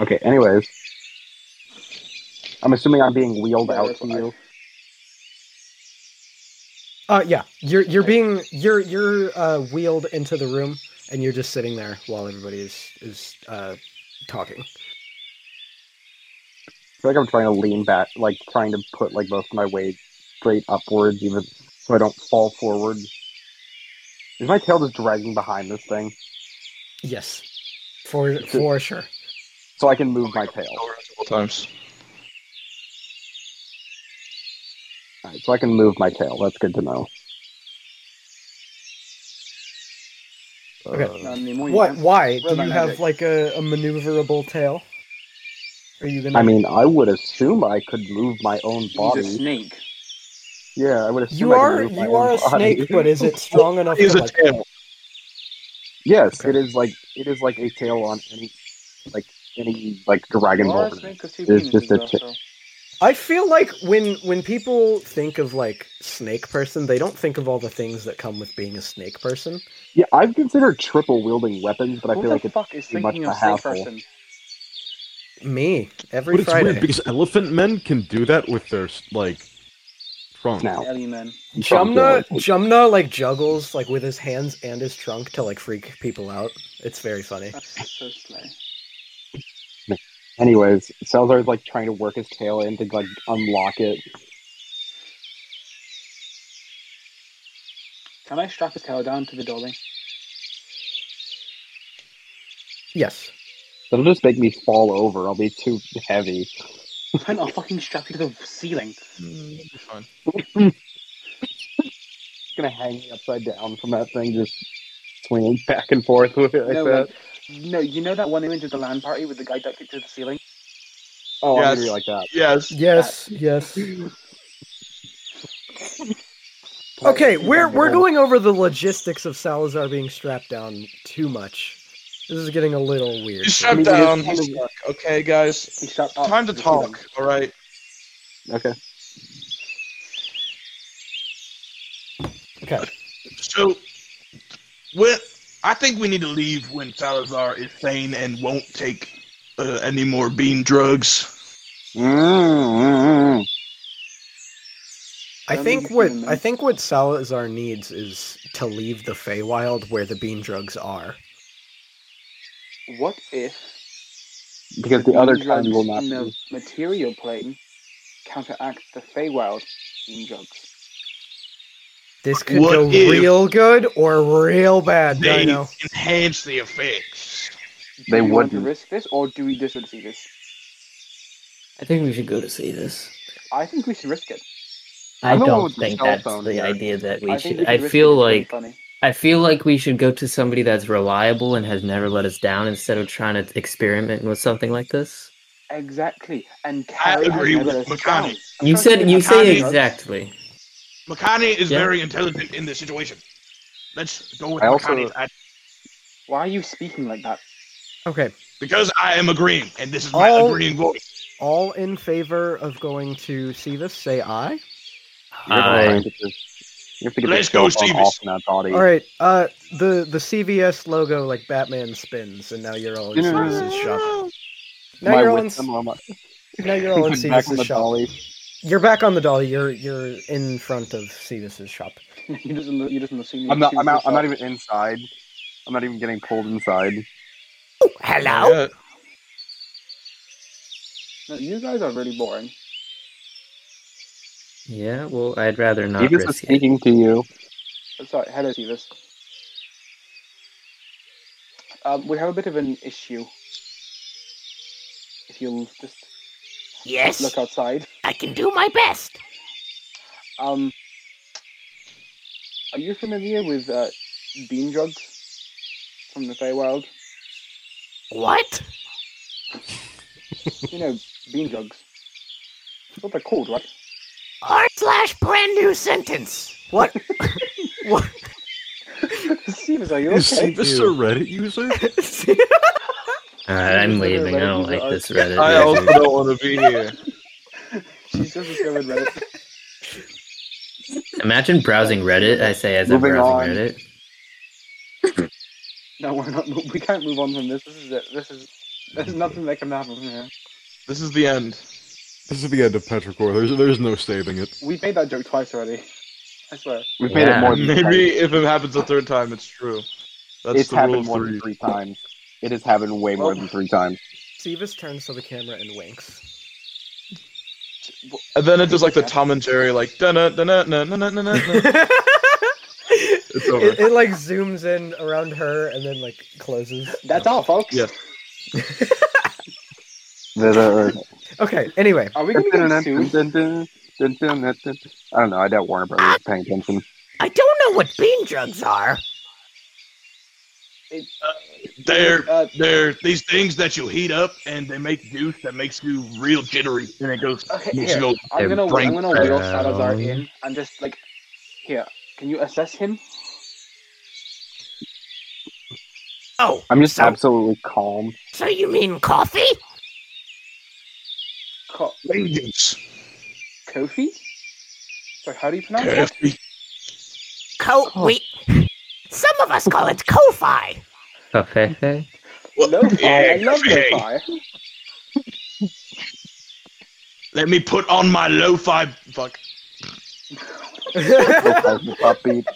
Speaker 6: Okay. Anyways, I'm assuming I'm being wheeled
Speaker 2: Yeah,
Speaker 6: out
Speaker 2: that's
Speaker 6: to
Speaker 2: what I-
Speaker 6: you.
Speaker 1: Uh, yeah, you're you're being you're you're uh, wheeled into the room, and you're just sitting there while everybody is is uh, talking.
Speaker 6: I feel like I'm trying to lean back, like trying to put like both my weight straight upwards, even so I don't fall forward. Is my tail just dragging behind this thing
Speaker 1: Yes, for for sure.
Speaker 6: so I can move my tail?
Speaker 3: Over a couple times.
Speaker 6: All right, so I can move my tail. That's good to know.
Speaker 1: Okay.
Speaker 2: Not anymore. um, you
Speaker 1: What?
Speaker 2: can't.
Speaker 1: Why do
Speaker 2: Rovan
Speaker 1: you have
Speaker 2: magic.
Speaker 1: like a, a maneuverable tail? Are you gonna?
Speaker 6: I mean, I would assume I could move my own
Speaker 2: He's a
Speaker 6: body.
Speaker 2: snake.
Speaker 6: Yeah, I would assume.
Speaker 1: you
Speaker 6: I could
Speaker 1: are
Speaker 6: move my
Speaker 1: you are
Speaker 6: own
Speaker 1: a
Speaker 6: body.
Speaker 1: snake, but is it strong enough
Speaker 3: Is
Speaker 1: to
Speaker 3: a
Speaker 1: like?
Speaker 3: tail.
Speaker 6: Yes,
Speaker 1: Okay.
Speaker 6: it is like it is like a tail on any like any like dragon
Speaker 2: You are a
Speaker 6: ball.
Speaker 2: snake with two
Speaker 6: It's just a
Speaker 2: penises,
Speaker 6: chi-
Speaker 2: though, so-
Speaker 1: I feel like when when people think of like snake person, they don't think of all the things that come with being a snake person.
Speaker 6: Yeah, I've considered triple wielding weapons, but I
Speaker 2: Who
Speaker 6: feel
Speaker 2: the
Speaker 6: like it's
Speaker 2: fuck is
Speaker 6: too much
Speaker 2: thinking of
Speaker 6: of a
Speaker 2: snake
Speaker 6: hassle.
Speaker 2: person?
Speaker 1: Me every
Speaker 4: But it's
Speaker 1: Friday.
Speaker 4: weird because elephant men can do that with their like trunk.
Speaker 6: now.
Speaker 2: Alien man.
Speaker 1: Jumna Jumna like juggles like with his hands and his trunk to like freak people out. It's very funny.
Speaker 2: That's so slay.
Speaker 6: Anyways, Salazar's like trying to work his tail in to like unlock it.
Speaker 2: Can I strap his tail down to the dolly?
Speaker 1: Yes.
Speaker 6: That'll just make me fall over. I'll be too heavy.
Speaker 2: Why not fucking strap it to the ceiling?
Speaker 6: It's gonna hang me upside down from that thing, just swinging back and forth with it like
Speaker 2: no,
Speaker 6: that.
Speaker 2: wait. no, you know that one image of the land party with the guy ducked it to the ceiling?
Speaker 6: Oh, I'm
Speaker 3: Yes.
Speaker 6: gonna be like that.
Speaker 3: Yes.
Speaker 1: Yes. Yes. Okay, we're we're going over the logistics of Salazar being strapped down too much. This is getting a little weird.
Speaker 3: He's strapped
Speaker 6: mean, it is
Speaker 3: down.
Speaker 6: kind
Speaker 3: He's
Speaker 6: of-
Speaker 3: stuck. Okay, guys.
Speaker 2: He strapped up
Speaker 3: Time to
Speaker 2: the ceiling.
Speaker 3: talk. All right.
Speaker 6: Oh, Okay.
Speaker 1: Okay.
Speaker 3: So, when, I think we need to leave when Salazar is sane and won't take uh, any more bean drugs.
Speaker 6: Mm-hmm.
Speaker 1: I
Speaker 2: don't
Speaker 1: think
Speaker 2: think
Speaker 1: what
Speaker 2: it's
Speaker 1: I think what Salazar needs is to leave the Feywild where the bean drugs are.
Speaker 2: What if
Speaker 6: Because the other
Speaker 2: beam
Speaker 6: kind
Speaker 2: drugs
Speaker 6: will not.
Speaker 2: in
Speaker 6: Be.
Speaker 2: the material plane counteract the Feywild beam drugs?
Speaker 1: This could
Speaker 3: What
Speaker 1: go
Speaker 3: if-
Speaker 1: real good or real bad,
Speaker 3: They
Speaker 1: Dino.
Speaker 3: enhance the effects.
Speaker 2: Do
Speaker 6: They
Speaker 2: you want to
Speaker 6: wouldn't.
Speaker 2: risk this, or do we just see this?
Speaker 5: I think we should go to see this.
Speaker 2: I think we should risk it.
Speaker 5: I
Speaker 6: I'm the one
Speaker 5: don't
Speaker 6: with the
Speaker 5: think
Speaker 6: cell
Speaker 5: that's
Speaker 6: phone
Speaker 5: the
Speaker 6: here.
Speaker 5: idea that we
Speaker 2: I think we
Speaker 5: should.
Speaker 2: should
Speaker 5: I
Speaker 2: risk
Speaker 5: feel
Speaker 2: it. It's really
Speaker 5: like
Speaker 2: funny.
Speaker 5: I feel like we should go to somebody that's reliable and has never let us down instead of trying to experiment with something like this.
Speaker 2: Exactly. And
Speaker 3: I
Speaker 2: Carrie has
Speaker 3: agree
Speaker 2: never
Speaker 3: with
Speaker 2: let us
Speaker 3: Makani.
Speaker 2: down. I'm
Speaker 5: You
Speaker 2: trying to
Speaker 5: said you
Speaker 2: Makani
Speaker 5: say
Speaker 2: drugs.
Speaker 5: exactly.
Speaker 3: Makani is
Speaker 5: Yeah.
Speaker 3: very intelligent in this situation. Let's go with
Speaker 6: I also-
Speaker 3: Makani's ad-
Speaker 2: Why are you speaking like that?
Speaker 1: Okay.
Speaker 3: because I am agreeing, and this is my
Speaker 1: All-
Speaker 3: agreeing voice.
Speaker 1: All in favor of going to see this, say aye.
Speaker 6: You're
Speaker 5: Aye.
Speaker 6: going to- You have to get
Speaker 3: Let's
Speaker 6: the
Speaker 3: go,
Speaker 6: cell phone
Speaker 3: Stevie.
Speaker 6: off that body.
Speaker 1: All right. Uh, the the CVS logo like Batman spins, and now you're all in
Speaker 6: No, no, no,
Speaker 1: Cevise's shop. Now
Speaker 6: My
Speaker 1: you're all in,
Speaker 6: wits and my-
Speaker 1: now you're all in
Speaker 6: back on the
Speaker 1: Cevise's shop.
Speaker 6: dolly.
Speaker 1: You're back on the dolly. You're you're in front of Cevise's shop.
Speaker 2: you just you just assume.
Speaker 6: I'm not. I'm out. I'm not even inside. I'm not even getting pulled inside.
Speaker 1: Hello.
Speaker 2: No, you guys are really boring.
Speaker 5: Yeah, well, I'd rather not
Speaker 6: He was
Speaker 5: risk it.
Speaker 6: speaking to you.
Speaker 2: Sorry, hello, Seavis. Um, we have a bit of an issue. If you'll just
Speaker 9: Yes,
Speaker 2: look outside.
Speaker 9: I can do my best.
Speaker 2: Um, are you familiar with uh, bean drugs from the Feywild?
Speaker 9: What?
Speaker 2: You know, bean drugs. That's what they're called, right?
Speaker 9: R slash brand new sentence. What?
Speaker 1: What?
Speaker 2: Seavis, are you
Speaker 4: Is
Speaker 2: okay?
Speaker 4: this a Reddit user?
Speaker 5: Alright, I'm leaving. I don't
Speaker 2: Reddit
Speaker 5: like this
Speaker 2: user.
Speaker 5: Reddit.
Speaker 10: I also
Speaker 5: user.
Speaker 10: don't want to be here.
Speaker 2: She's just discovered Reddit.
Speaker 5: Imagine browsing Reddit. I say as
Speaker 6: Moving
Speaker 5: I'm browsing
Speaker 6: on.
Speaker 5: Reddit.
Speaker 2: No, we're not. We can't move on from this. This is it. This is. There's nothing that can happen from here.
Speaker 3: This is the end.
Speaker 4: This is the end of Petrichor. There's there's no saving it.
Speaker 2: We've made that joke twice already. I swear.
Speaker 6: We've made
Speaker 5: Yeah.
Speaker 6: it more than three times.
Speaker 3: Maybe if it happens a third time, it's true. That's
Speaker 6: it's
Speaker 3: the rule
Speaker 6: happened
Speaker 3: of
Speaker 6: more
Speaker 3: three.
Speaker 6: than three times. It has happened way more
Speaker 2: Well-
Speaker 6: than three times.
Speaker 1: Seavis turns to the camera and winks.
Speaker 3: And then it does like the Tom and Jerry, like da na da na na na na na. It's over.
Speaker 1: It, it like zooms in around her and then like closes.
Speaker 2: That's all, folks.
Speaker 3: Yeah.
Speaker 6: The- uh, the-
Speaker 1: Okay. Anyway,
Speaker 2: Are we gonna get sued?
Speaker 6: I don't know. I doubt Warner Brothers is paying attention.
Speaker 9: I don't know what bean drugs are.
Speaker 3: They're
Speaker 2: Uh,
Speaker 3: they're these things that you heat up and they make juice that makes you real jittery and it goes.
Speaker 2: okay,
Speaker 3: makes
Speaker 2: here.
Speaker 3: you go
Speaker 2: I'm
Speaker 5: They're
Speaker 2: gonna I'm gonna wheel
Speaker 5: brown.
Speaker 2: Salazar in. I'm just like, here. Can you assess him?
Speaker 9: Oh,
Speaker 6: I'm just
Speaker 9: so,
Speaker 6: absolutely calm.
Speaker 9: so you mean coffee?
Speaker 2: Co-
Speaker 3: vengeance.
Speaker 2: Kofi. So how do you pronounce it?
Speaker 3: Coffee.
Speaker 9: Co
Speaker 3: Oh.
Speaker 9: we. Some of us call it Ko-fi.
Speaker 5: Oh, Covfefe?
Speaker 2: Lo-fi.
Speaker 3: Yeah,
Speaker 2: I love
Speaker 3: okay.
Speaker 2: lo-fi.
Speaker 3: Let me put on my lo-fi. Fuck.
Speaker 6: Lo-fi hip hop beat.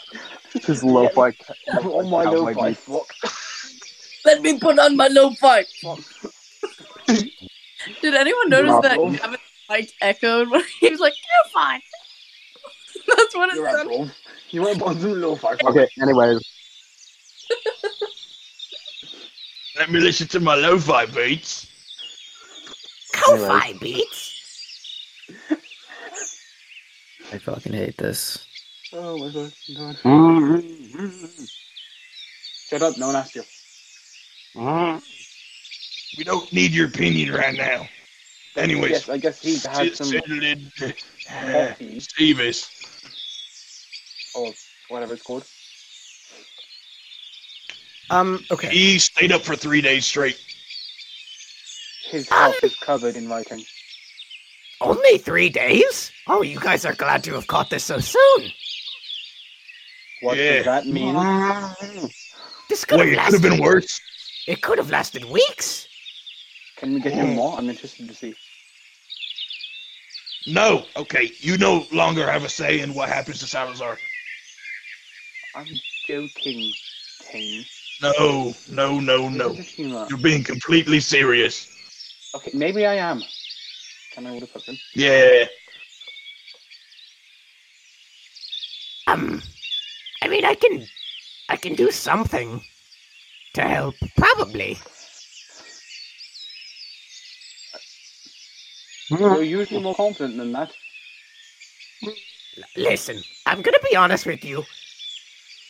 Speaker 6: His lo-fi. ca-
Speaker 2: On my
Speaker 6: cowboy
Speaker 2: lo-fi.
Speaker 6: beat.
Speaker 2: Fuck.
Speaker 8: Let me put on my low five. Did anyone notice that
Speaker 2: Bravo.
Speaker 8: Gavin's mic echoed when he was like, "You're fine." That's what it
Speaker 2: You're at
Speaker 8: sounded.
Speaker 2: home. You want to bond some lo-fi? Fuck.
Speaker 6: Okay. Anyways,
Speaker 3: Let me listen to my lo-fi beats.
Speaker 9: Ko-fi beats.
Speaker 5: I fucking hate this.
Speaker 2: Oh my god. god.
Speaker 6: Mm,
Speaker 2: Shut up. No one asked you.
Speaker 6: mm,
Speaker 3: We don't need your opinion right now. Anyways,
Speaker 2: Yes, I guess he had some
Speaker 3: Stevis.
Speaker 2: coffee or whatever it's called.
Speaker 1: um, okay.
Speaker 3: He stayed up for three days straight.
Speaker 2: His house is covered in writing.
Speaker 9: Only three days? Oh, you guys are glad to have caught this so soon.
Speaker 2: What
Speaker 3: Yeah.
Speaker 2: does that mean?
Speaker 6: mm.
Speaker 9: This could
Speaker 3: Wait,
Speaker 9: have
Speaker 3: it could have
Speaker 9: lasted.
Speaker 3: been worse.
Speaker 9: It could have lasted weeks.
Speaker 2: Can we get him more? I'm interested to see.
Speaker 3: No. Okay, you no longer have a say in what happens to Salazar.
Speaker 2: I'm joking, Tane.
Speaker 3: No, no, no,
Speaker 2: This
Speaker 3: no.
Speaker 2: is humor.
Speaker 3: You're being completely serious.
Speaker 2: Okay, maybe I am. Can I order something?
Speaker 3: Yeah.
Speaker 9: Um, I mean, I can, I can do something to help, probably.
Speaker 2: You're usually more confident than that.
Speaker 9: Listen, I'm gonna be honest with you.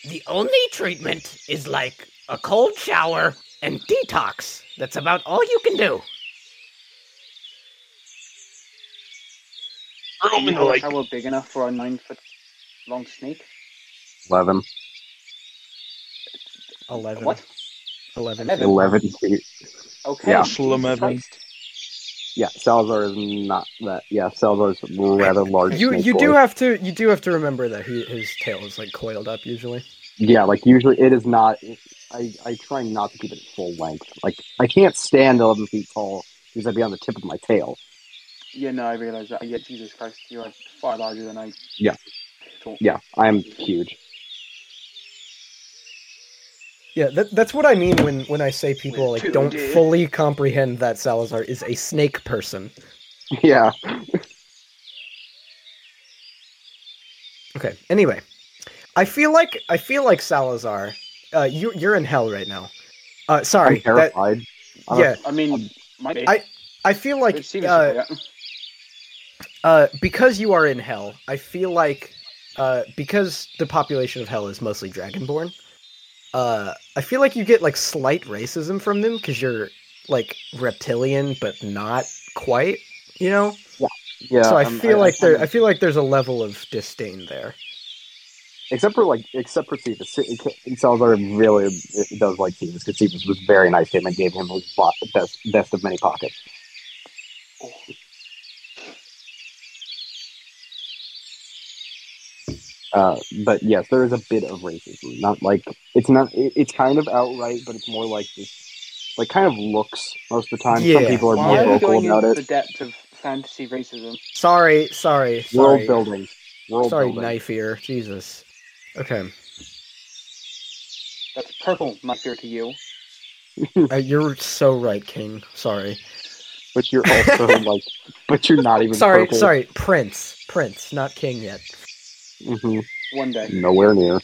Speaker 9: The only treatment is like a cold shower and detox. That's about all you can do.
Speaker 3: Throw
Speaker 2: Do
Speaker 3: him
Speaker 2: you
Speaker 3: in the
Speaker 2: know
Speaker 3: lake.
Speaker 2: how we're big enough for a nine foot long snake?
Speaker 6: Eleven.
Speaker 1: Eleven.
Speaker 2: What?
Speaker 1: Eleven.
Speaker 2: Eleven.
Speaker 6: Eleven feet.
Speaker 2: Okay.
Speaker 6: Yeah.
Speaker 2: Jesus Christ.
Speaker 6: Yeah, Salazar is not that. Yeah, Salazar's rather large.
Speaker 1: You
Speaker 6: snake
Speaker 1: you do
Speaker 6: boy.
Speaker 1: have to you do have to remember that he, his tail is like coiled up usually.
Speaker 6: Yeah, like usually it is not. I I try not to keep it full length. Like I can't stand eleven feet tall because I'd be on the tip of my tail.
Speaker 2: Yeah, no, I realize that. Yeah, Jesus Christ, you're far larger than I.
Speaker 6: Yeah.
Speaker 2: thought.
Speaker 6: Yeah, I'm huge.
Speaker 1: Yeah, that, that's what I mean when when I say people
Speaker 2: We're
Speaker 1: like
Speaker 2: two
Speaker 1: don't
Speaker 2: dead.
Speaker 1: fully comprehend that Salazar is a snake person.
Speaker 6: Yeah,
Speaker 1: Okay. Anyway, I feel like I feel like Salazar. Uh, you you're in hell right now. Uh, sorry.
Speaker 6: I'm
Speaker 1: that-
Speaker 6: terrified. I'm
Speaker 1: yeah,
Speaker 2: I mean, might be.
Speaker 1: I- I feel like
Speaker 2: It seems
Speaker 1: uh,
Speaker 2: like it.
Speaker 1: uh, because you are in hell, I feel like uh, because the population of hell is mostly dragonborn, uh, I feel like you get like slight racism from them because you're like reptilian, but not quite. You know,
Speaker 6: yeah.
Speaker 1: so I
Speaker 6: I'm-
Speaker 1: feel like there,
Speaker 6: I'm-
Speaker 1: I feel like there's a level of disdain there.
Speaker 6: except for like except for Stevens. Si- Salazar really does like Stevens because Stevens was very nice to him and gave him his bo- best best of many pockets. Uh, but yes, there is a bit of racism. Not like it's not. It, it's kind of outright, but it's more like this, like kind of looks most of the time. Some
Speaker 1: Yeah.
Speaker 6: people are
Speaker 2: Why
Speaker 6: more
Speaker 2: are we
Speaker 6: vocal
Speaker 2: going
Speaker 6: about
Speaker 2: into
Speaker 6: it.
Speaker 2: the depth of fantasy racism?
Speaker 1: Sorry, sorry,
Speaker 6: World
Speaker 1: sorry,
Speaker 6: building. World
Speaker 1: sorry,
Speaker 6: building.
Speaker 1: knife ear. Jesus. Okay,
Speaker 2: That's purple, my fear to you.
Speaker 1: uh, you're so right, King. Sorry,
Speaker 6: But you're also like, but you're not even.
Speaker 1: sorry,
Speaker 6: purple.
Speaker 1: sorry. Prince, Prince, not King yet.
Speaker 6: Mhm.
Speaker 2: One day.
Speaker 6: Nowhere near.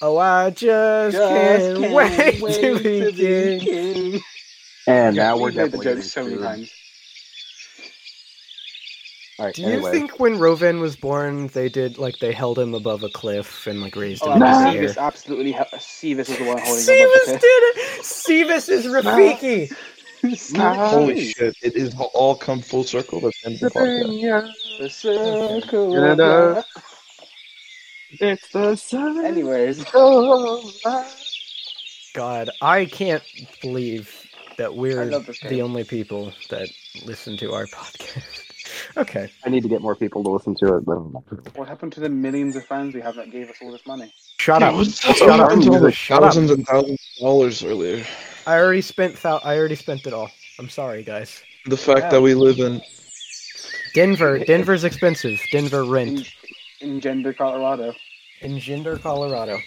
Speaker 1: Oh, I just, can't, wait, to
Speaker 2: to
Speaker 1: be king.
Speaker 2: king.
Speaker 6: And
Speaker 2: Yeah,
Speaker 6: now
Speaker 2: we've
Speaker 6: we're
Speaker 2: made the
Speaker 6: definitely
Speaker 2: joke so many
Speaker 6: getting screwed.
Speaker 2: times.
Speaker 6: All right,
Speaker 1: Do
Speaker 6: anyway,
Speaker 1: you think when Rovan was born, they did like they held him above a cliff and like raised
Speaker 2: Oh,
Speaker 1: him?
Speaker 6: Nah.
Speaker 1: up in the
Speaker 2: Seavis
Speaker 1: air?
Speaker 2: absolutely. He- Seavis is the one holding
Speaker 1: Seavis
Speaker 2: him
Speaker 1: did it. Seavis is Rafiki.
Speaker 3: Holy shit! It is all come full circle. That's the end of the podcast.
Speaker 2: The circle.
Speaker 6: Okay.
Speaker 2: of life.
Speaker 6: it's the sun?
Speaker 2: Anyways,
Speaker 1: God, I can't believe that
Speaker 2: I
Speaker 1: we're
Speaker 2: love this game.
Speaker 1: the only people that listen to our podcast. okay.
Speaker 6: I need to get more people to listen to it. Than...
Speaker 2: what happened to the millions of fans we have that gave us all this money?
Speaker 1: Shut up.
Speaker 3: Shut
Speaker 1: up, Jesus, shut up.
Speaker 3: Thousands and thousands of dollars earlier.
Speaker 1: I already spent thou- I already spent it all. I'm sorry, guys.
Speaker 3: The fact
Speaker 2: Yeah.
Speaker 3: that we live in
Speaker 1: Denver, Denver's expensive. Denver
Speaker 2: In,
Speaker 1: rent
Speaker 2: in Gender, Colorado.
Speaker 1: in Ginder, Colorado.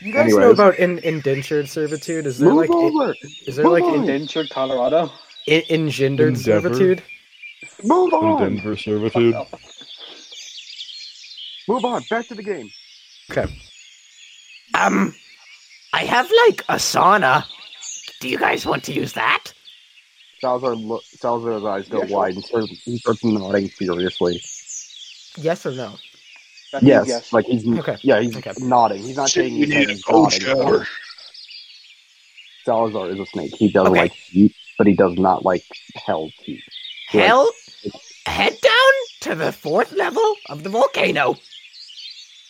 Speaker 1: You guys know
Speaker 6: Anyways.
Speaker 1: about in- indentured servitude? Is there
Speaker 6: Move
Speaker 1: like in-
Speaker 6: over,
Speaker 1: is there like
Speaker 6: Move
Speaker 1: in-
Speaker 6: on.
Speaker 2: Indentured, Colorado.
Speaker 1: in- engendered
Speaker 4: Endeavor?
Speaker 1: servitude?
Speaker 6: move
Speaker 4: in
Speaker 6: on,
Speaker 4: Denver servitude.
Speaker 6: move on. Back to the game.
Speaker 9: Um, I have like a sauna. Do you guys want to use that?
Speaker 6: Salazar, lo- Salazar's eyes go
Speaker 2: Yeah, sure.
Speaker 6: wide and starts, he starts nodding furiously.
Speaker 1: Yes or no?
Speaker 2: That means
Speaker 6: Yes, like he's
Speaker 1: Okay.
Speaker 6: yeah, he's
Speaker 1: Okay.
Speaker 6: nodding. He's not
Speaker 7: Shit,
Speaker 6: shaking
Speaker 7: we
Speaker 6: his head.
Speaker 7: need a
Speaker 6: he's
Speaker 7: cold
Speaker 6: nodding.
Speaker 7: shower.
Speaker 6: Salazar is a snake. He does
Speaker 9: Okay.
Speaker 6: like heat, but he does not like hell heat. He likes
Speaker 9: Hell, head down to the fourth level of the volcano,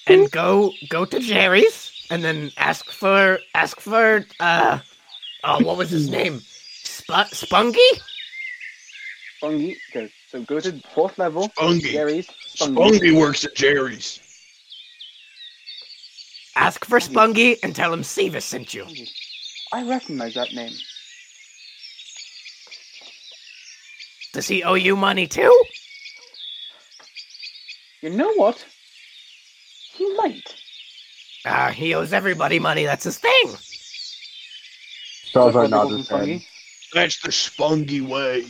Speaker 9: and go go to Jerry's, and then ask for ask for uh, oh, what was his name? Sp- Spunky.
Speaker 2: Spunky. Okay, so go to fourth level.
Speaker 7: Bungie.
Speaker 2: Gary's. Spunky.
Speaker 7: Bungie works at Jerry's.
Speaker 9: Ask for Spunky and tell him Siva sent you.
Speaker 2: I recognize that name.
Speaker 9: Does he owe you money too?
Speaker 2: You know what? He might.
Speaker 9: Ah, he owes everybody money. That's his thing.
Speaker 6: Salazar
Speaker 2: Like what
Speaker 6: nods
Speaker 2: they
Speaker 6: his
Speaker 2: call them,
Speaker 6: head.
Speaker 2: Spunky.
Speaker 7: That's the Spunky way.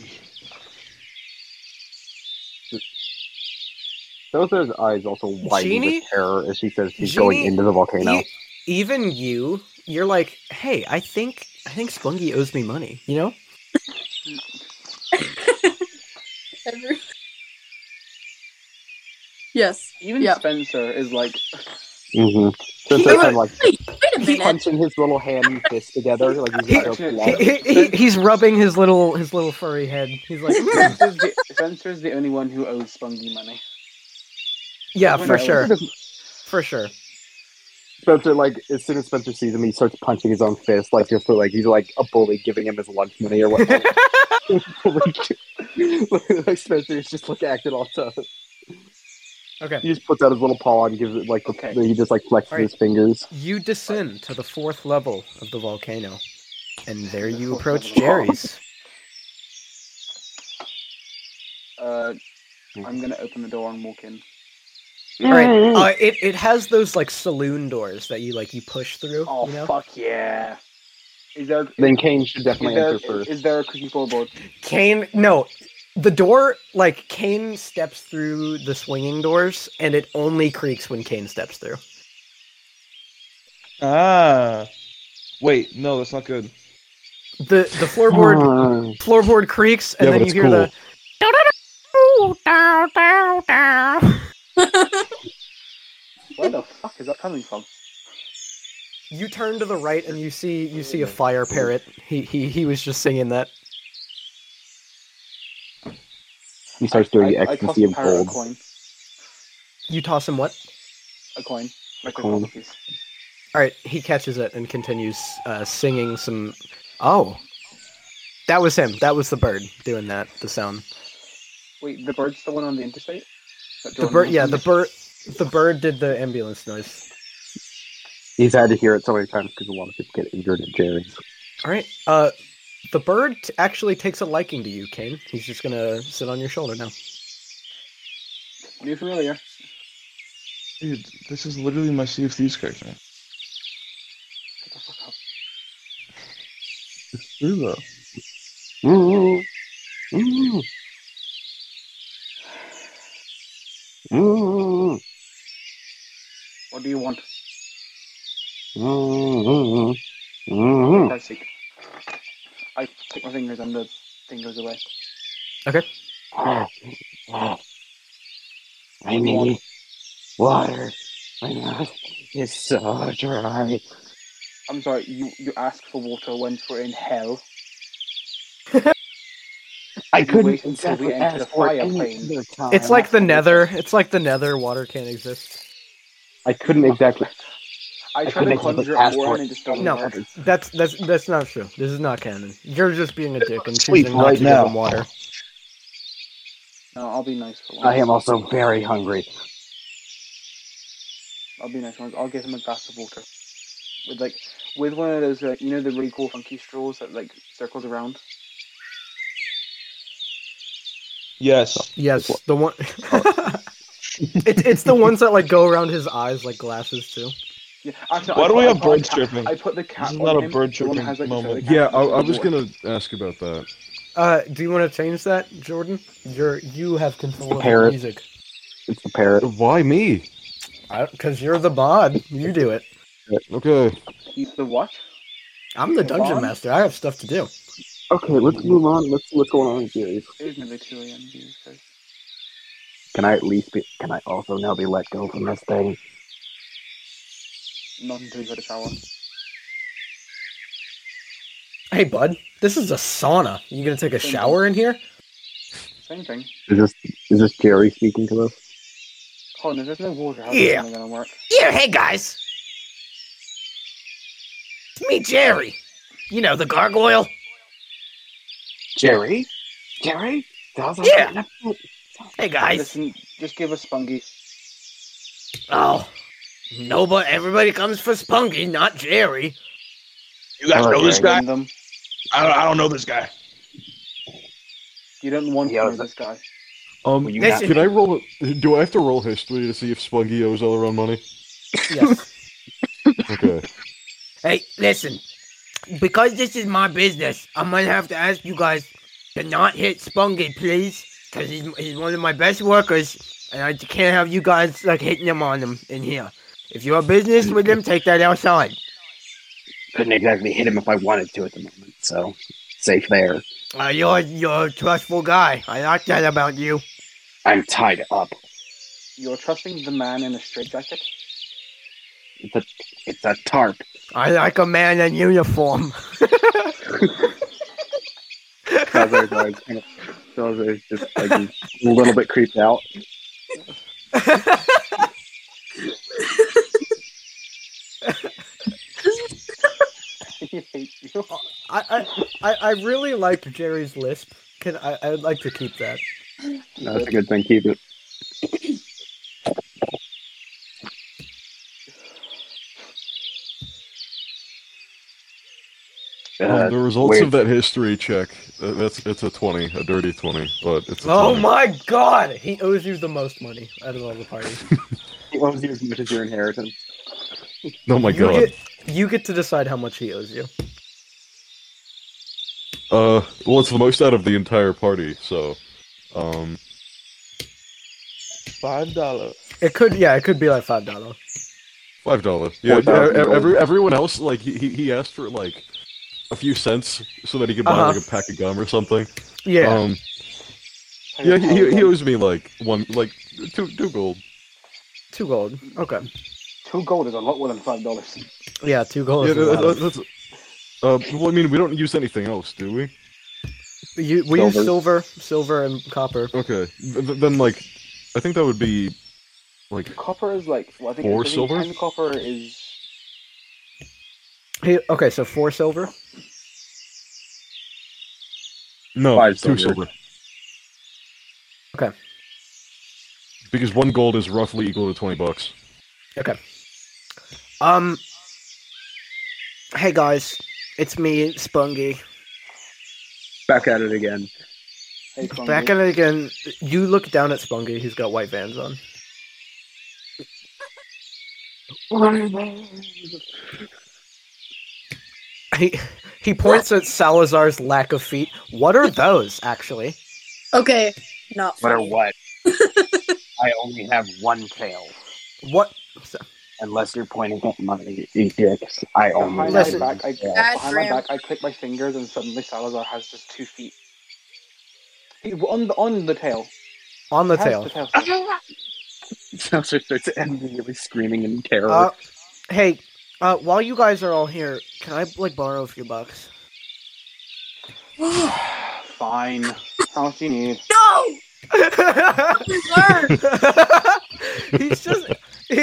Speaker 6: Salazar's eyes also widen
Speaker 1: Genie?
Speaker 6: with terror as she says she's going
Speaker 1: Genie,
Speaker 6: into the volcano.
Speaker 1: E- even you, you're like, hey, I think I think Spunky owes me money. You know?
Speaker 8: Every- yes.
Speaker 2: Even
Speaker 8: Yeah.
Speaker 2: Spencer is like,
Speaker 6: Mm-hmm. So
Speaker 9: He-
Speaker 6: it's kind of like
Speaker 9: Wait,
Speaker 6: he's punching his little hand and fist together, like
Speaker 1: He-
Speaker 6: he's like, so
Speaker 2: he-
Speaker 1: He,
Speaker 6: loud.
Speaker 1: he, he, he's rubbing his little his little furry head. He's like, "Hmm,
Speaker 2: Spencer's the, Spencer's the only one who owes Spunky money.
Speaker 1: yeah,
Speaker 6: Oh,
Speaker 2: Everyone
Speaker 1: for
Speaker 2: else
Speaker 1: sure,
Speaker 2: doesn't.
Speaker 1: for sure.
Speaker 6: Spencer, like, as soon as Spencer sees him, he starts punching his own fist, like, just like he's like a bully giving him his lunch money or whatnot. like, like, Spencer's just like acting all tough.
Speaker 1: Okay.
Speaker 6: He just puts out his little paw and gives it like the,
Speaker 1: Okay.
Speaker 6: he just like flexes
Speaker 1: Alright.
Speaker 6: his fingers.
Speaker 1: You descend to the fourth level of the volcano, and there you approach Jerry's.
Speaker 2: Uh, I'm gonna open the door and walk in.
Speaker 1: All right, uh, it it has those like saloon doors that you like you push through.
Speaker 2: Oh
Speaker 1: you know?
Speaker 2: fuck yeah! Is there?
Speaker 6: Then Kane should definitely enter
Speaker 2: is there,
Speaker 6: first.
Speaker 2: is there a cooking floorboard?
Speaker 1: Kane, no, the door like Kane steps through the swinging doors, and it only creaks when Kane steps through.
Speaker 7: Ah. Wait, no, that's not good.
Speaker 1: the The
Speaker 6: Uh,
Speaker 1: floorboard floorboard creaks, and
Speaker 4: Hmm. Yeah, but
Speaker 1: then you
Speaker 4: it's
Speaker 1: hear
Speaker 4: cool.
Speaker 1: the
Speaker 2: Where the fuck is that coming from?
Speaker 1: you turn to the right, and you see you see a fire parrot. He he he was just singing that.
Speaker 6: he starts doing
Speaker 2: I, I tossed
Speaker 6: ecstasy
Speaker 2: the
Speaker 6: of
Speaker 2: parrot a
Speaker 6: gold.
Speaker 2: coin.
Speaker 1: You toss him what?
Speaker 2: A coin. Like a
Speaker 6: coin.
Speaker 2: coin.
Speaker 1: All right, he catches it and continues uh, singing some. Oh, that was him. That was the bird doing that. The sound.
Speaker 2: Wait, the bird's the one on the interstate. That
Speaker 1: The
Speaker 2: Jordan
Speaker 1: bird. Yeah, the
Speaker 2: mentioned?
Speaker 1: bird. The bird did the ambulance noise.
Speaker 6: He's had to hear it so many times because a lot of people get injured at Jerry's.
Speaker 1: All right. Uh, the bird t- actually takes a liking to you, Kane. He's just gonna sit on your shoulder now.
Speaker 2: New familiar.
Speaker 7: Dude, this is literally my Sea of Thieves character.
Speaker 2: Shut the fuck up.
Speaker 7: True though.
Speaker 6: Mm. Mm. Mm.
Speaker 2: What do you want?
Speaker 6: Mm. Mm.
Speaker 2: Christ's sake. I take my fingers and the thing goes away.
Speaker 6: I need water. My mouth is so dry.
Speaker 2: I'm sorry. You you ask for water when we're in hell.
Speaker 6: I
Speaker 2: You
Speaker 6: couldn't
Speaker 2: wait until
Speaker 6: exactly
Speaker 2: we enter
Speaker 6: ask
Speaker 2: the
Speaker 6: for
Speaker 2: fire
Speaker 6: any
Speaker 2: plane.
Speaker 6: other
Speaker 7: Oh,
Speaker 6: time.
Speaker 1: It's like the Nether. It's like the Nether. Water can't exist.
Speaker 6: I couldn't exactly.
Speaker 2: I
Speaker 6: I
Speaker 2: try to
Speaker 6: couldn't
Speaker 2: conjure
Speaker 6: ask
Speaker 2: a
Speaker 6: for
Speaker 2: war
Speaker 6: it.
Speaker 2: and it just doesn't
Speaker 1: No,
Speaker 2: work.
Speaker 1: that's that's that's not true. This is not canon. You're just being a dick and
Speaker 7: Sleep
Speaker 1: choosing not
Speaker 7: right
Speaker 1: to
Speaker 7: now.
Speaker 1: give him water.
Speaker 2: No, I'll be nice for once.
Speaker 6: I am also very hungry.
Speaker 2: I'll be nice for once. I'll give him a glass of water. With like, with one of those, uh, you know, the really cool funky straws that like circles around.
Speaker 7: Yes.
Speaker 1: Yes, the one.
Speaker 7: Oh.
Speaker 1: it's it's the ones that like go around his eyes like glasses too.
Speaker 2: Yeah, actually,
Speaker 7: Why
Speaker 2: I
Speaker 7: do
Speaker 2: put-
Speaker 7: we
Speaker 2: I
Speaker 7: have
Speaker 2: put a
Speaker 7: bird
Speaker 2: cap-
Speaker 7: stripping?
Speaker 2: I put the cap.
Speaker 7: This is
Speaker 2: on
Speaker 7: not a
Speaker 2: him,
Speaker 7: bird
Speaker 2: the one that
Speaker 7: tripping
Speaker 2: has, like, the
Speaker 7: moment.
Speaker 2: cap
Speaker 4: Yeah,
Speaker 2: on
Speaker 4: I,
Speaker 2: the
Speaker 4: I was
Speaker 2: board.
Speaker 4: gonna ask about that.
Speaker 1: Uh, do you want to change that, Jordan? You're you have control of the
Speaker 6: Parrot.
Speaker 1: music.
Speaker 6: It's the parrot.
Speaker 4: Why me?
Speaker 1: Because you're the mod. You do it.
Speaker 4: Okay.
Speaker 2: He's the what?
Speaker 1: I'm the
Speaker 2: The
Speaker 1: dungeon
Speaker 2: mod?
Speaker 1: master. I have stuff to do.
Speaker 6: Okay, let's move on. Let's see what's going on with Jerry's.
Speaker 2: It is nearly two a.m. Jesus Christ.
Speaker 6: Can I at least be? Can I also now be let go from this thing?
Speaker 2: Not until you go to shower.
Speaker 1: Hey, bud. This is a sauna. You gonna take a shower in here?
Speaker 2: Same thing.
Speaker 6: Is this is this Jerry speaking to us?
Speaker 2: Colin, if there's no water, how's
Speaker 9: Yeah.
Speaker 2: this gonna work?
Speaker 9: Yeah, hey guys. It's me, Jerry. You know, the gargoyle.
Speaker 6: Jerry? Jerry? That was
Speaker 9: Yeah. Hey guys.
Speaker 2: Listen, just give us Spunky.
Speaker 9: Oh. No, but everybody comes for Spunky, not Jerry.
Speaker 7: You guys know this
Speaker 6: Okay.
Speaker 7: guy?
Speaker 2: Win them.
Speaker 7: I don't, I don't know this guy.
Speaker 2: You don't want
Speaker 6: Yeah,
Speaker 2: to know
Speaker 6: it's-
Speaker 2: this guy.
Speaker 4: Um,
Speaker 6: you
Speaker 9: Listen.
Speaker 4: can I roll? Do I have to roll history to see if Spuggy owes Elrond money?
Speaker 1: Yes.
Speaker 4: Okay.
Speaker 9: Hey, listen. Because this is my business, I'm gonna have to ask you guys to not hit Spunky, please. Because he's, he's one of my best workers, and I can't have you guys like hitting him on him in here. If you're a business with him, take that outside.
Speaker 6: couldn't exactly hit him if I wanted to at the moment, so safe there.
Speaker 9: Uh, you're you're a trustful guy. I like that about you.
Speaker 6: I'm tied up.
Speaker 2: You're trusting the man in a straitjacket?
Speaker 6: It's a, it's a tarp.
Speaker 9: I like a man in uniform.
Speaker 6: Salazar's eyes kind of- Salazar's just like a little bit creeped out.
Speaker 1: I, I, I, I really liked Jerry's lisp. Can I? I would like to keep that.
Speaker 6: that's a good thing. Keep it.
Speaker 4: Um,
Speaker 6: Uh,
Speaker 4: Um, the results
Speaker 6: wait.
Speaker 4: of that history check. Uh, that's it's a twenty, a dirty twenty, but it's a
Speaker 1: Oh
Speaker 4: 20.
Speaker 1: my god! He owes you the most money out of all the party.
Speaker 6: He owes you as much as your inheritance.
Speaker 4: Oh my
Speaker 1: you
Speaker 4: god.
Speaker 1: Get, you get to decide how much he owes you.
Speaker 4: Uh, well, it's the most out of the entire party, so, um,
Speaker 7: Five dollars.
Speaker 1: It could, yeah, it could be like five dollars.
Speaker 4: five dollars. Yeah,
Speaker 6: Four thousand
Speaker 4: e- e-
Speaker 6: gold.
Speaker 4: every, everyone else like he he- he asked for like a few cents so that he could buy
Speaker 1: Uh-huh.
Speaker 4: like a pack of gum or something.
Speaker 1: Yeah.
Speaker 4: Um, yeah, he, he, he owes me like one like two two gold.
Speaker 1: Two gold. Okay.
Speaker 2: Two gold is a lot more than five dollars.
Speaker 1: Yeah, two gold.
Speaker 4: yeah,
Speaker 1: is a
Speaker 4: that,
Speaker 1: lot.
Speaker 4: that- that's. Uh, well, I mean, we don't use anything else, do we?
Speaker 1: You, we use silver,
Speaker 6: Silver.
Speaker 1: silver, and copper.
Speaker 4: Okay, th- th- then like, I think that would be, like,
Speaker 2: Copper is like well, I think
Speaker 4: Four
Speaker 2: I think
Speaker 4: silver?
Speaker 2: Ten copper is
Speaker 1: He, okay, so four silver.
Speaker 4: no,
Speaker 6: Five
Speaker 4: two
Speaker 6: silver.
Speaker 4: silver.
Speaker 1: Okay.
Speaker 4: Because one gold is roughly equal to twenty bucks.
Speaker 1: Um. Hey guys, it's me, Spungy.
Speaker 6: Back at it again.
Speaker 2: hey, Crumbly.
Speaker 1: Back at it again. You look down at Spungy. He's got white vans on. He he points at Salazar's lack of feet. What are those, actually?
Speaker 8: Okay, not
Speaker 6: But or
Speaker 8: funny.
Speaker 6: what? I only have one tail.
Speaker 1: What?
Speaker 6: Unless you're pointing at my dicks. I only
Speaker 2: Behind
Speaker 6: have
Speaker 1: Listen.
Speaker 2: my back, I,
Speaker 8: Bad
Speaker 2: behind my
Speaker 8: friend.
Speaker 2: back, I click my fingers, and suddenly Salazar has just two feet. He- On the on the tail.
Speaker 1: On the
Speaker 2: Has
Speaker 1: tail.
Speaker 2: The tail.
Speaker 6: Sounds like starts angrily screaming in terror.
Speaker 1: Uh, hey, uh, while you guys are all here, can I like borrow a few bucks?
Speaker 2: Fine. How much do you need?
Speaker 8: No! Sir!
Speaker 1: He's just.
Speaker 4: we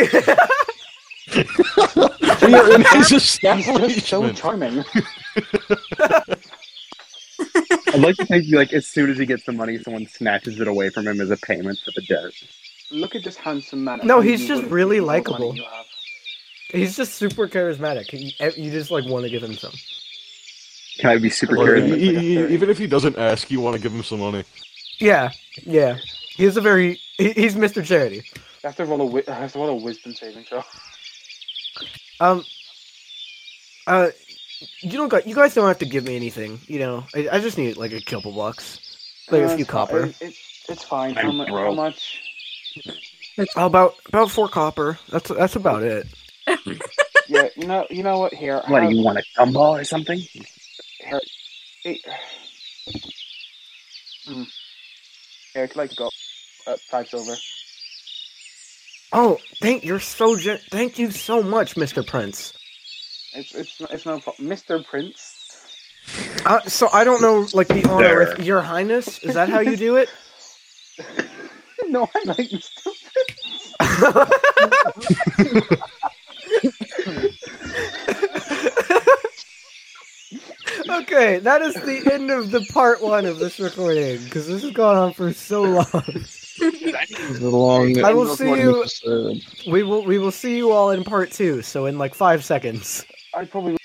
Speaker 4: are in his
Speaker 2: He's just so
Speaker 4: establishment.
Speaker 2: charming.
Speaker 6: I'd like to think like as soon as he gets the money, someone snatches it away from him as a payment for the debt.
Speaker 2: Look at this handsome man.
Speaker 1: No,
Speaker 2: I
Speaker 1: he's
Speaker 2: knew
Speaker 1: just
Speaker 2: what
Speaker 1: really
Speaker 2: amount of
Speaker 1: likable.
Speaker 2: money you have.
Speaker 1: He's just super charismatic. He- You just like want to give him some.
Speaker 6: Can I be super
Speaker 4: Like,
Speaker 6: curious?
Speaker 4: e- e- e-
Speaker 2: Thirty.
Speaker 4: even if he doesn't ask, you want to give him some money.
Speaker 1: Yeah, yeah. He's a very. He, he's Mr. Charity.
Speaker 2: I have to roll a, wi- I have to roll a wisdom saving throw.
Speaker 1: Um. Uh, you don't got. You guys don't have to give me anything. You know, I, I just need like a couple bucks, like
Speaker 2: Uh,
Speaker 1: a few
Speaker 2: it's fine.
Speaker 1: copper.
Speaker 2: It- It's, it's fine.
Speaker 6: I'm
Speaker 2: How, mu- how
Speaker 6: broke.
Speaker 2: much?
Speaker 1: Oh, about about four copper. That's that's about it.
Speaker 2: Yeah, you know, you know what? Here,
Speaker 6: What
Speaker 2: have-
Speaker 6: do you want a gumball or something?
Speaker 2: It, mm. Here, can I go? Uh, five silver.
Speaker 1: Oh, thank you're so gen- thank you so much, Mr. Prince.
Speaker 2: It's it's no- it's no problem. Mr. Prince.
Speaker 1: Uh, so I don't know, like the honor,
Speaker 6: There.
Speaker 1: if Your Highness. Is that how you do it?
Speaker 2: no, I like Mr. Prince.
Speaker 1: okay, that is the end of the part one of this recording because this has gone on for so long. I will see you. We will we will see you all in part two. So in like five seconds.
Speaker 2: I probably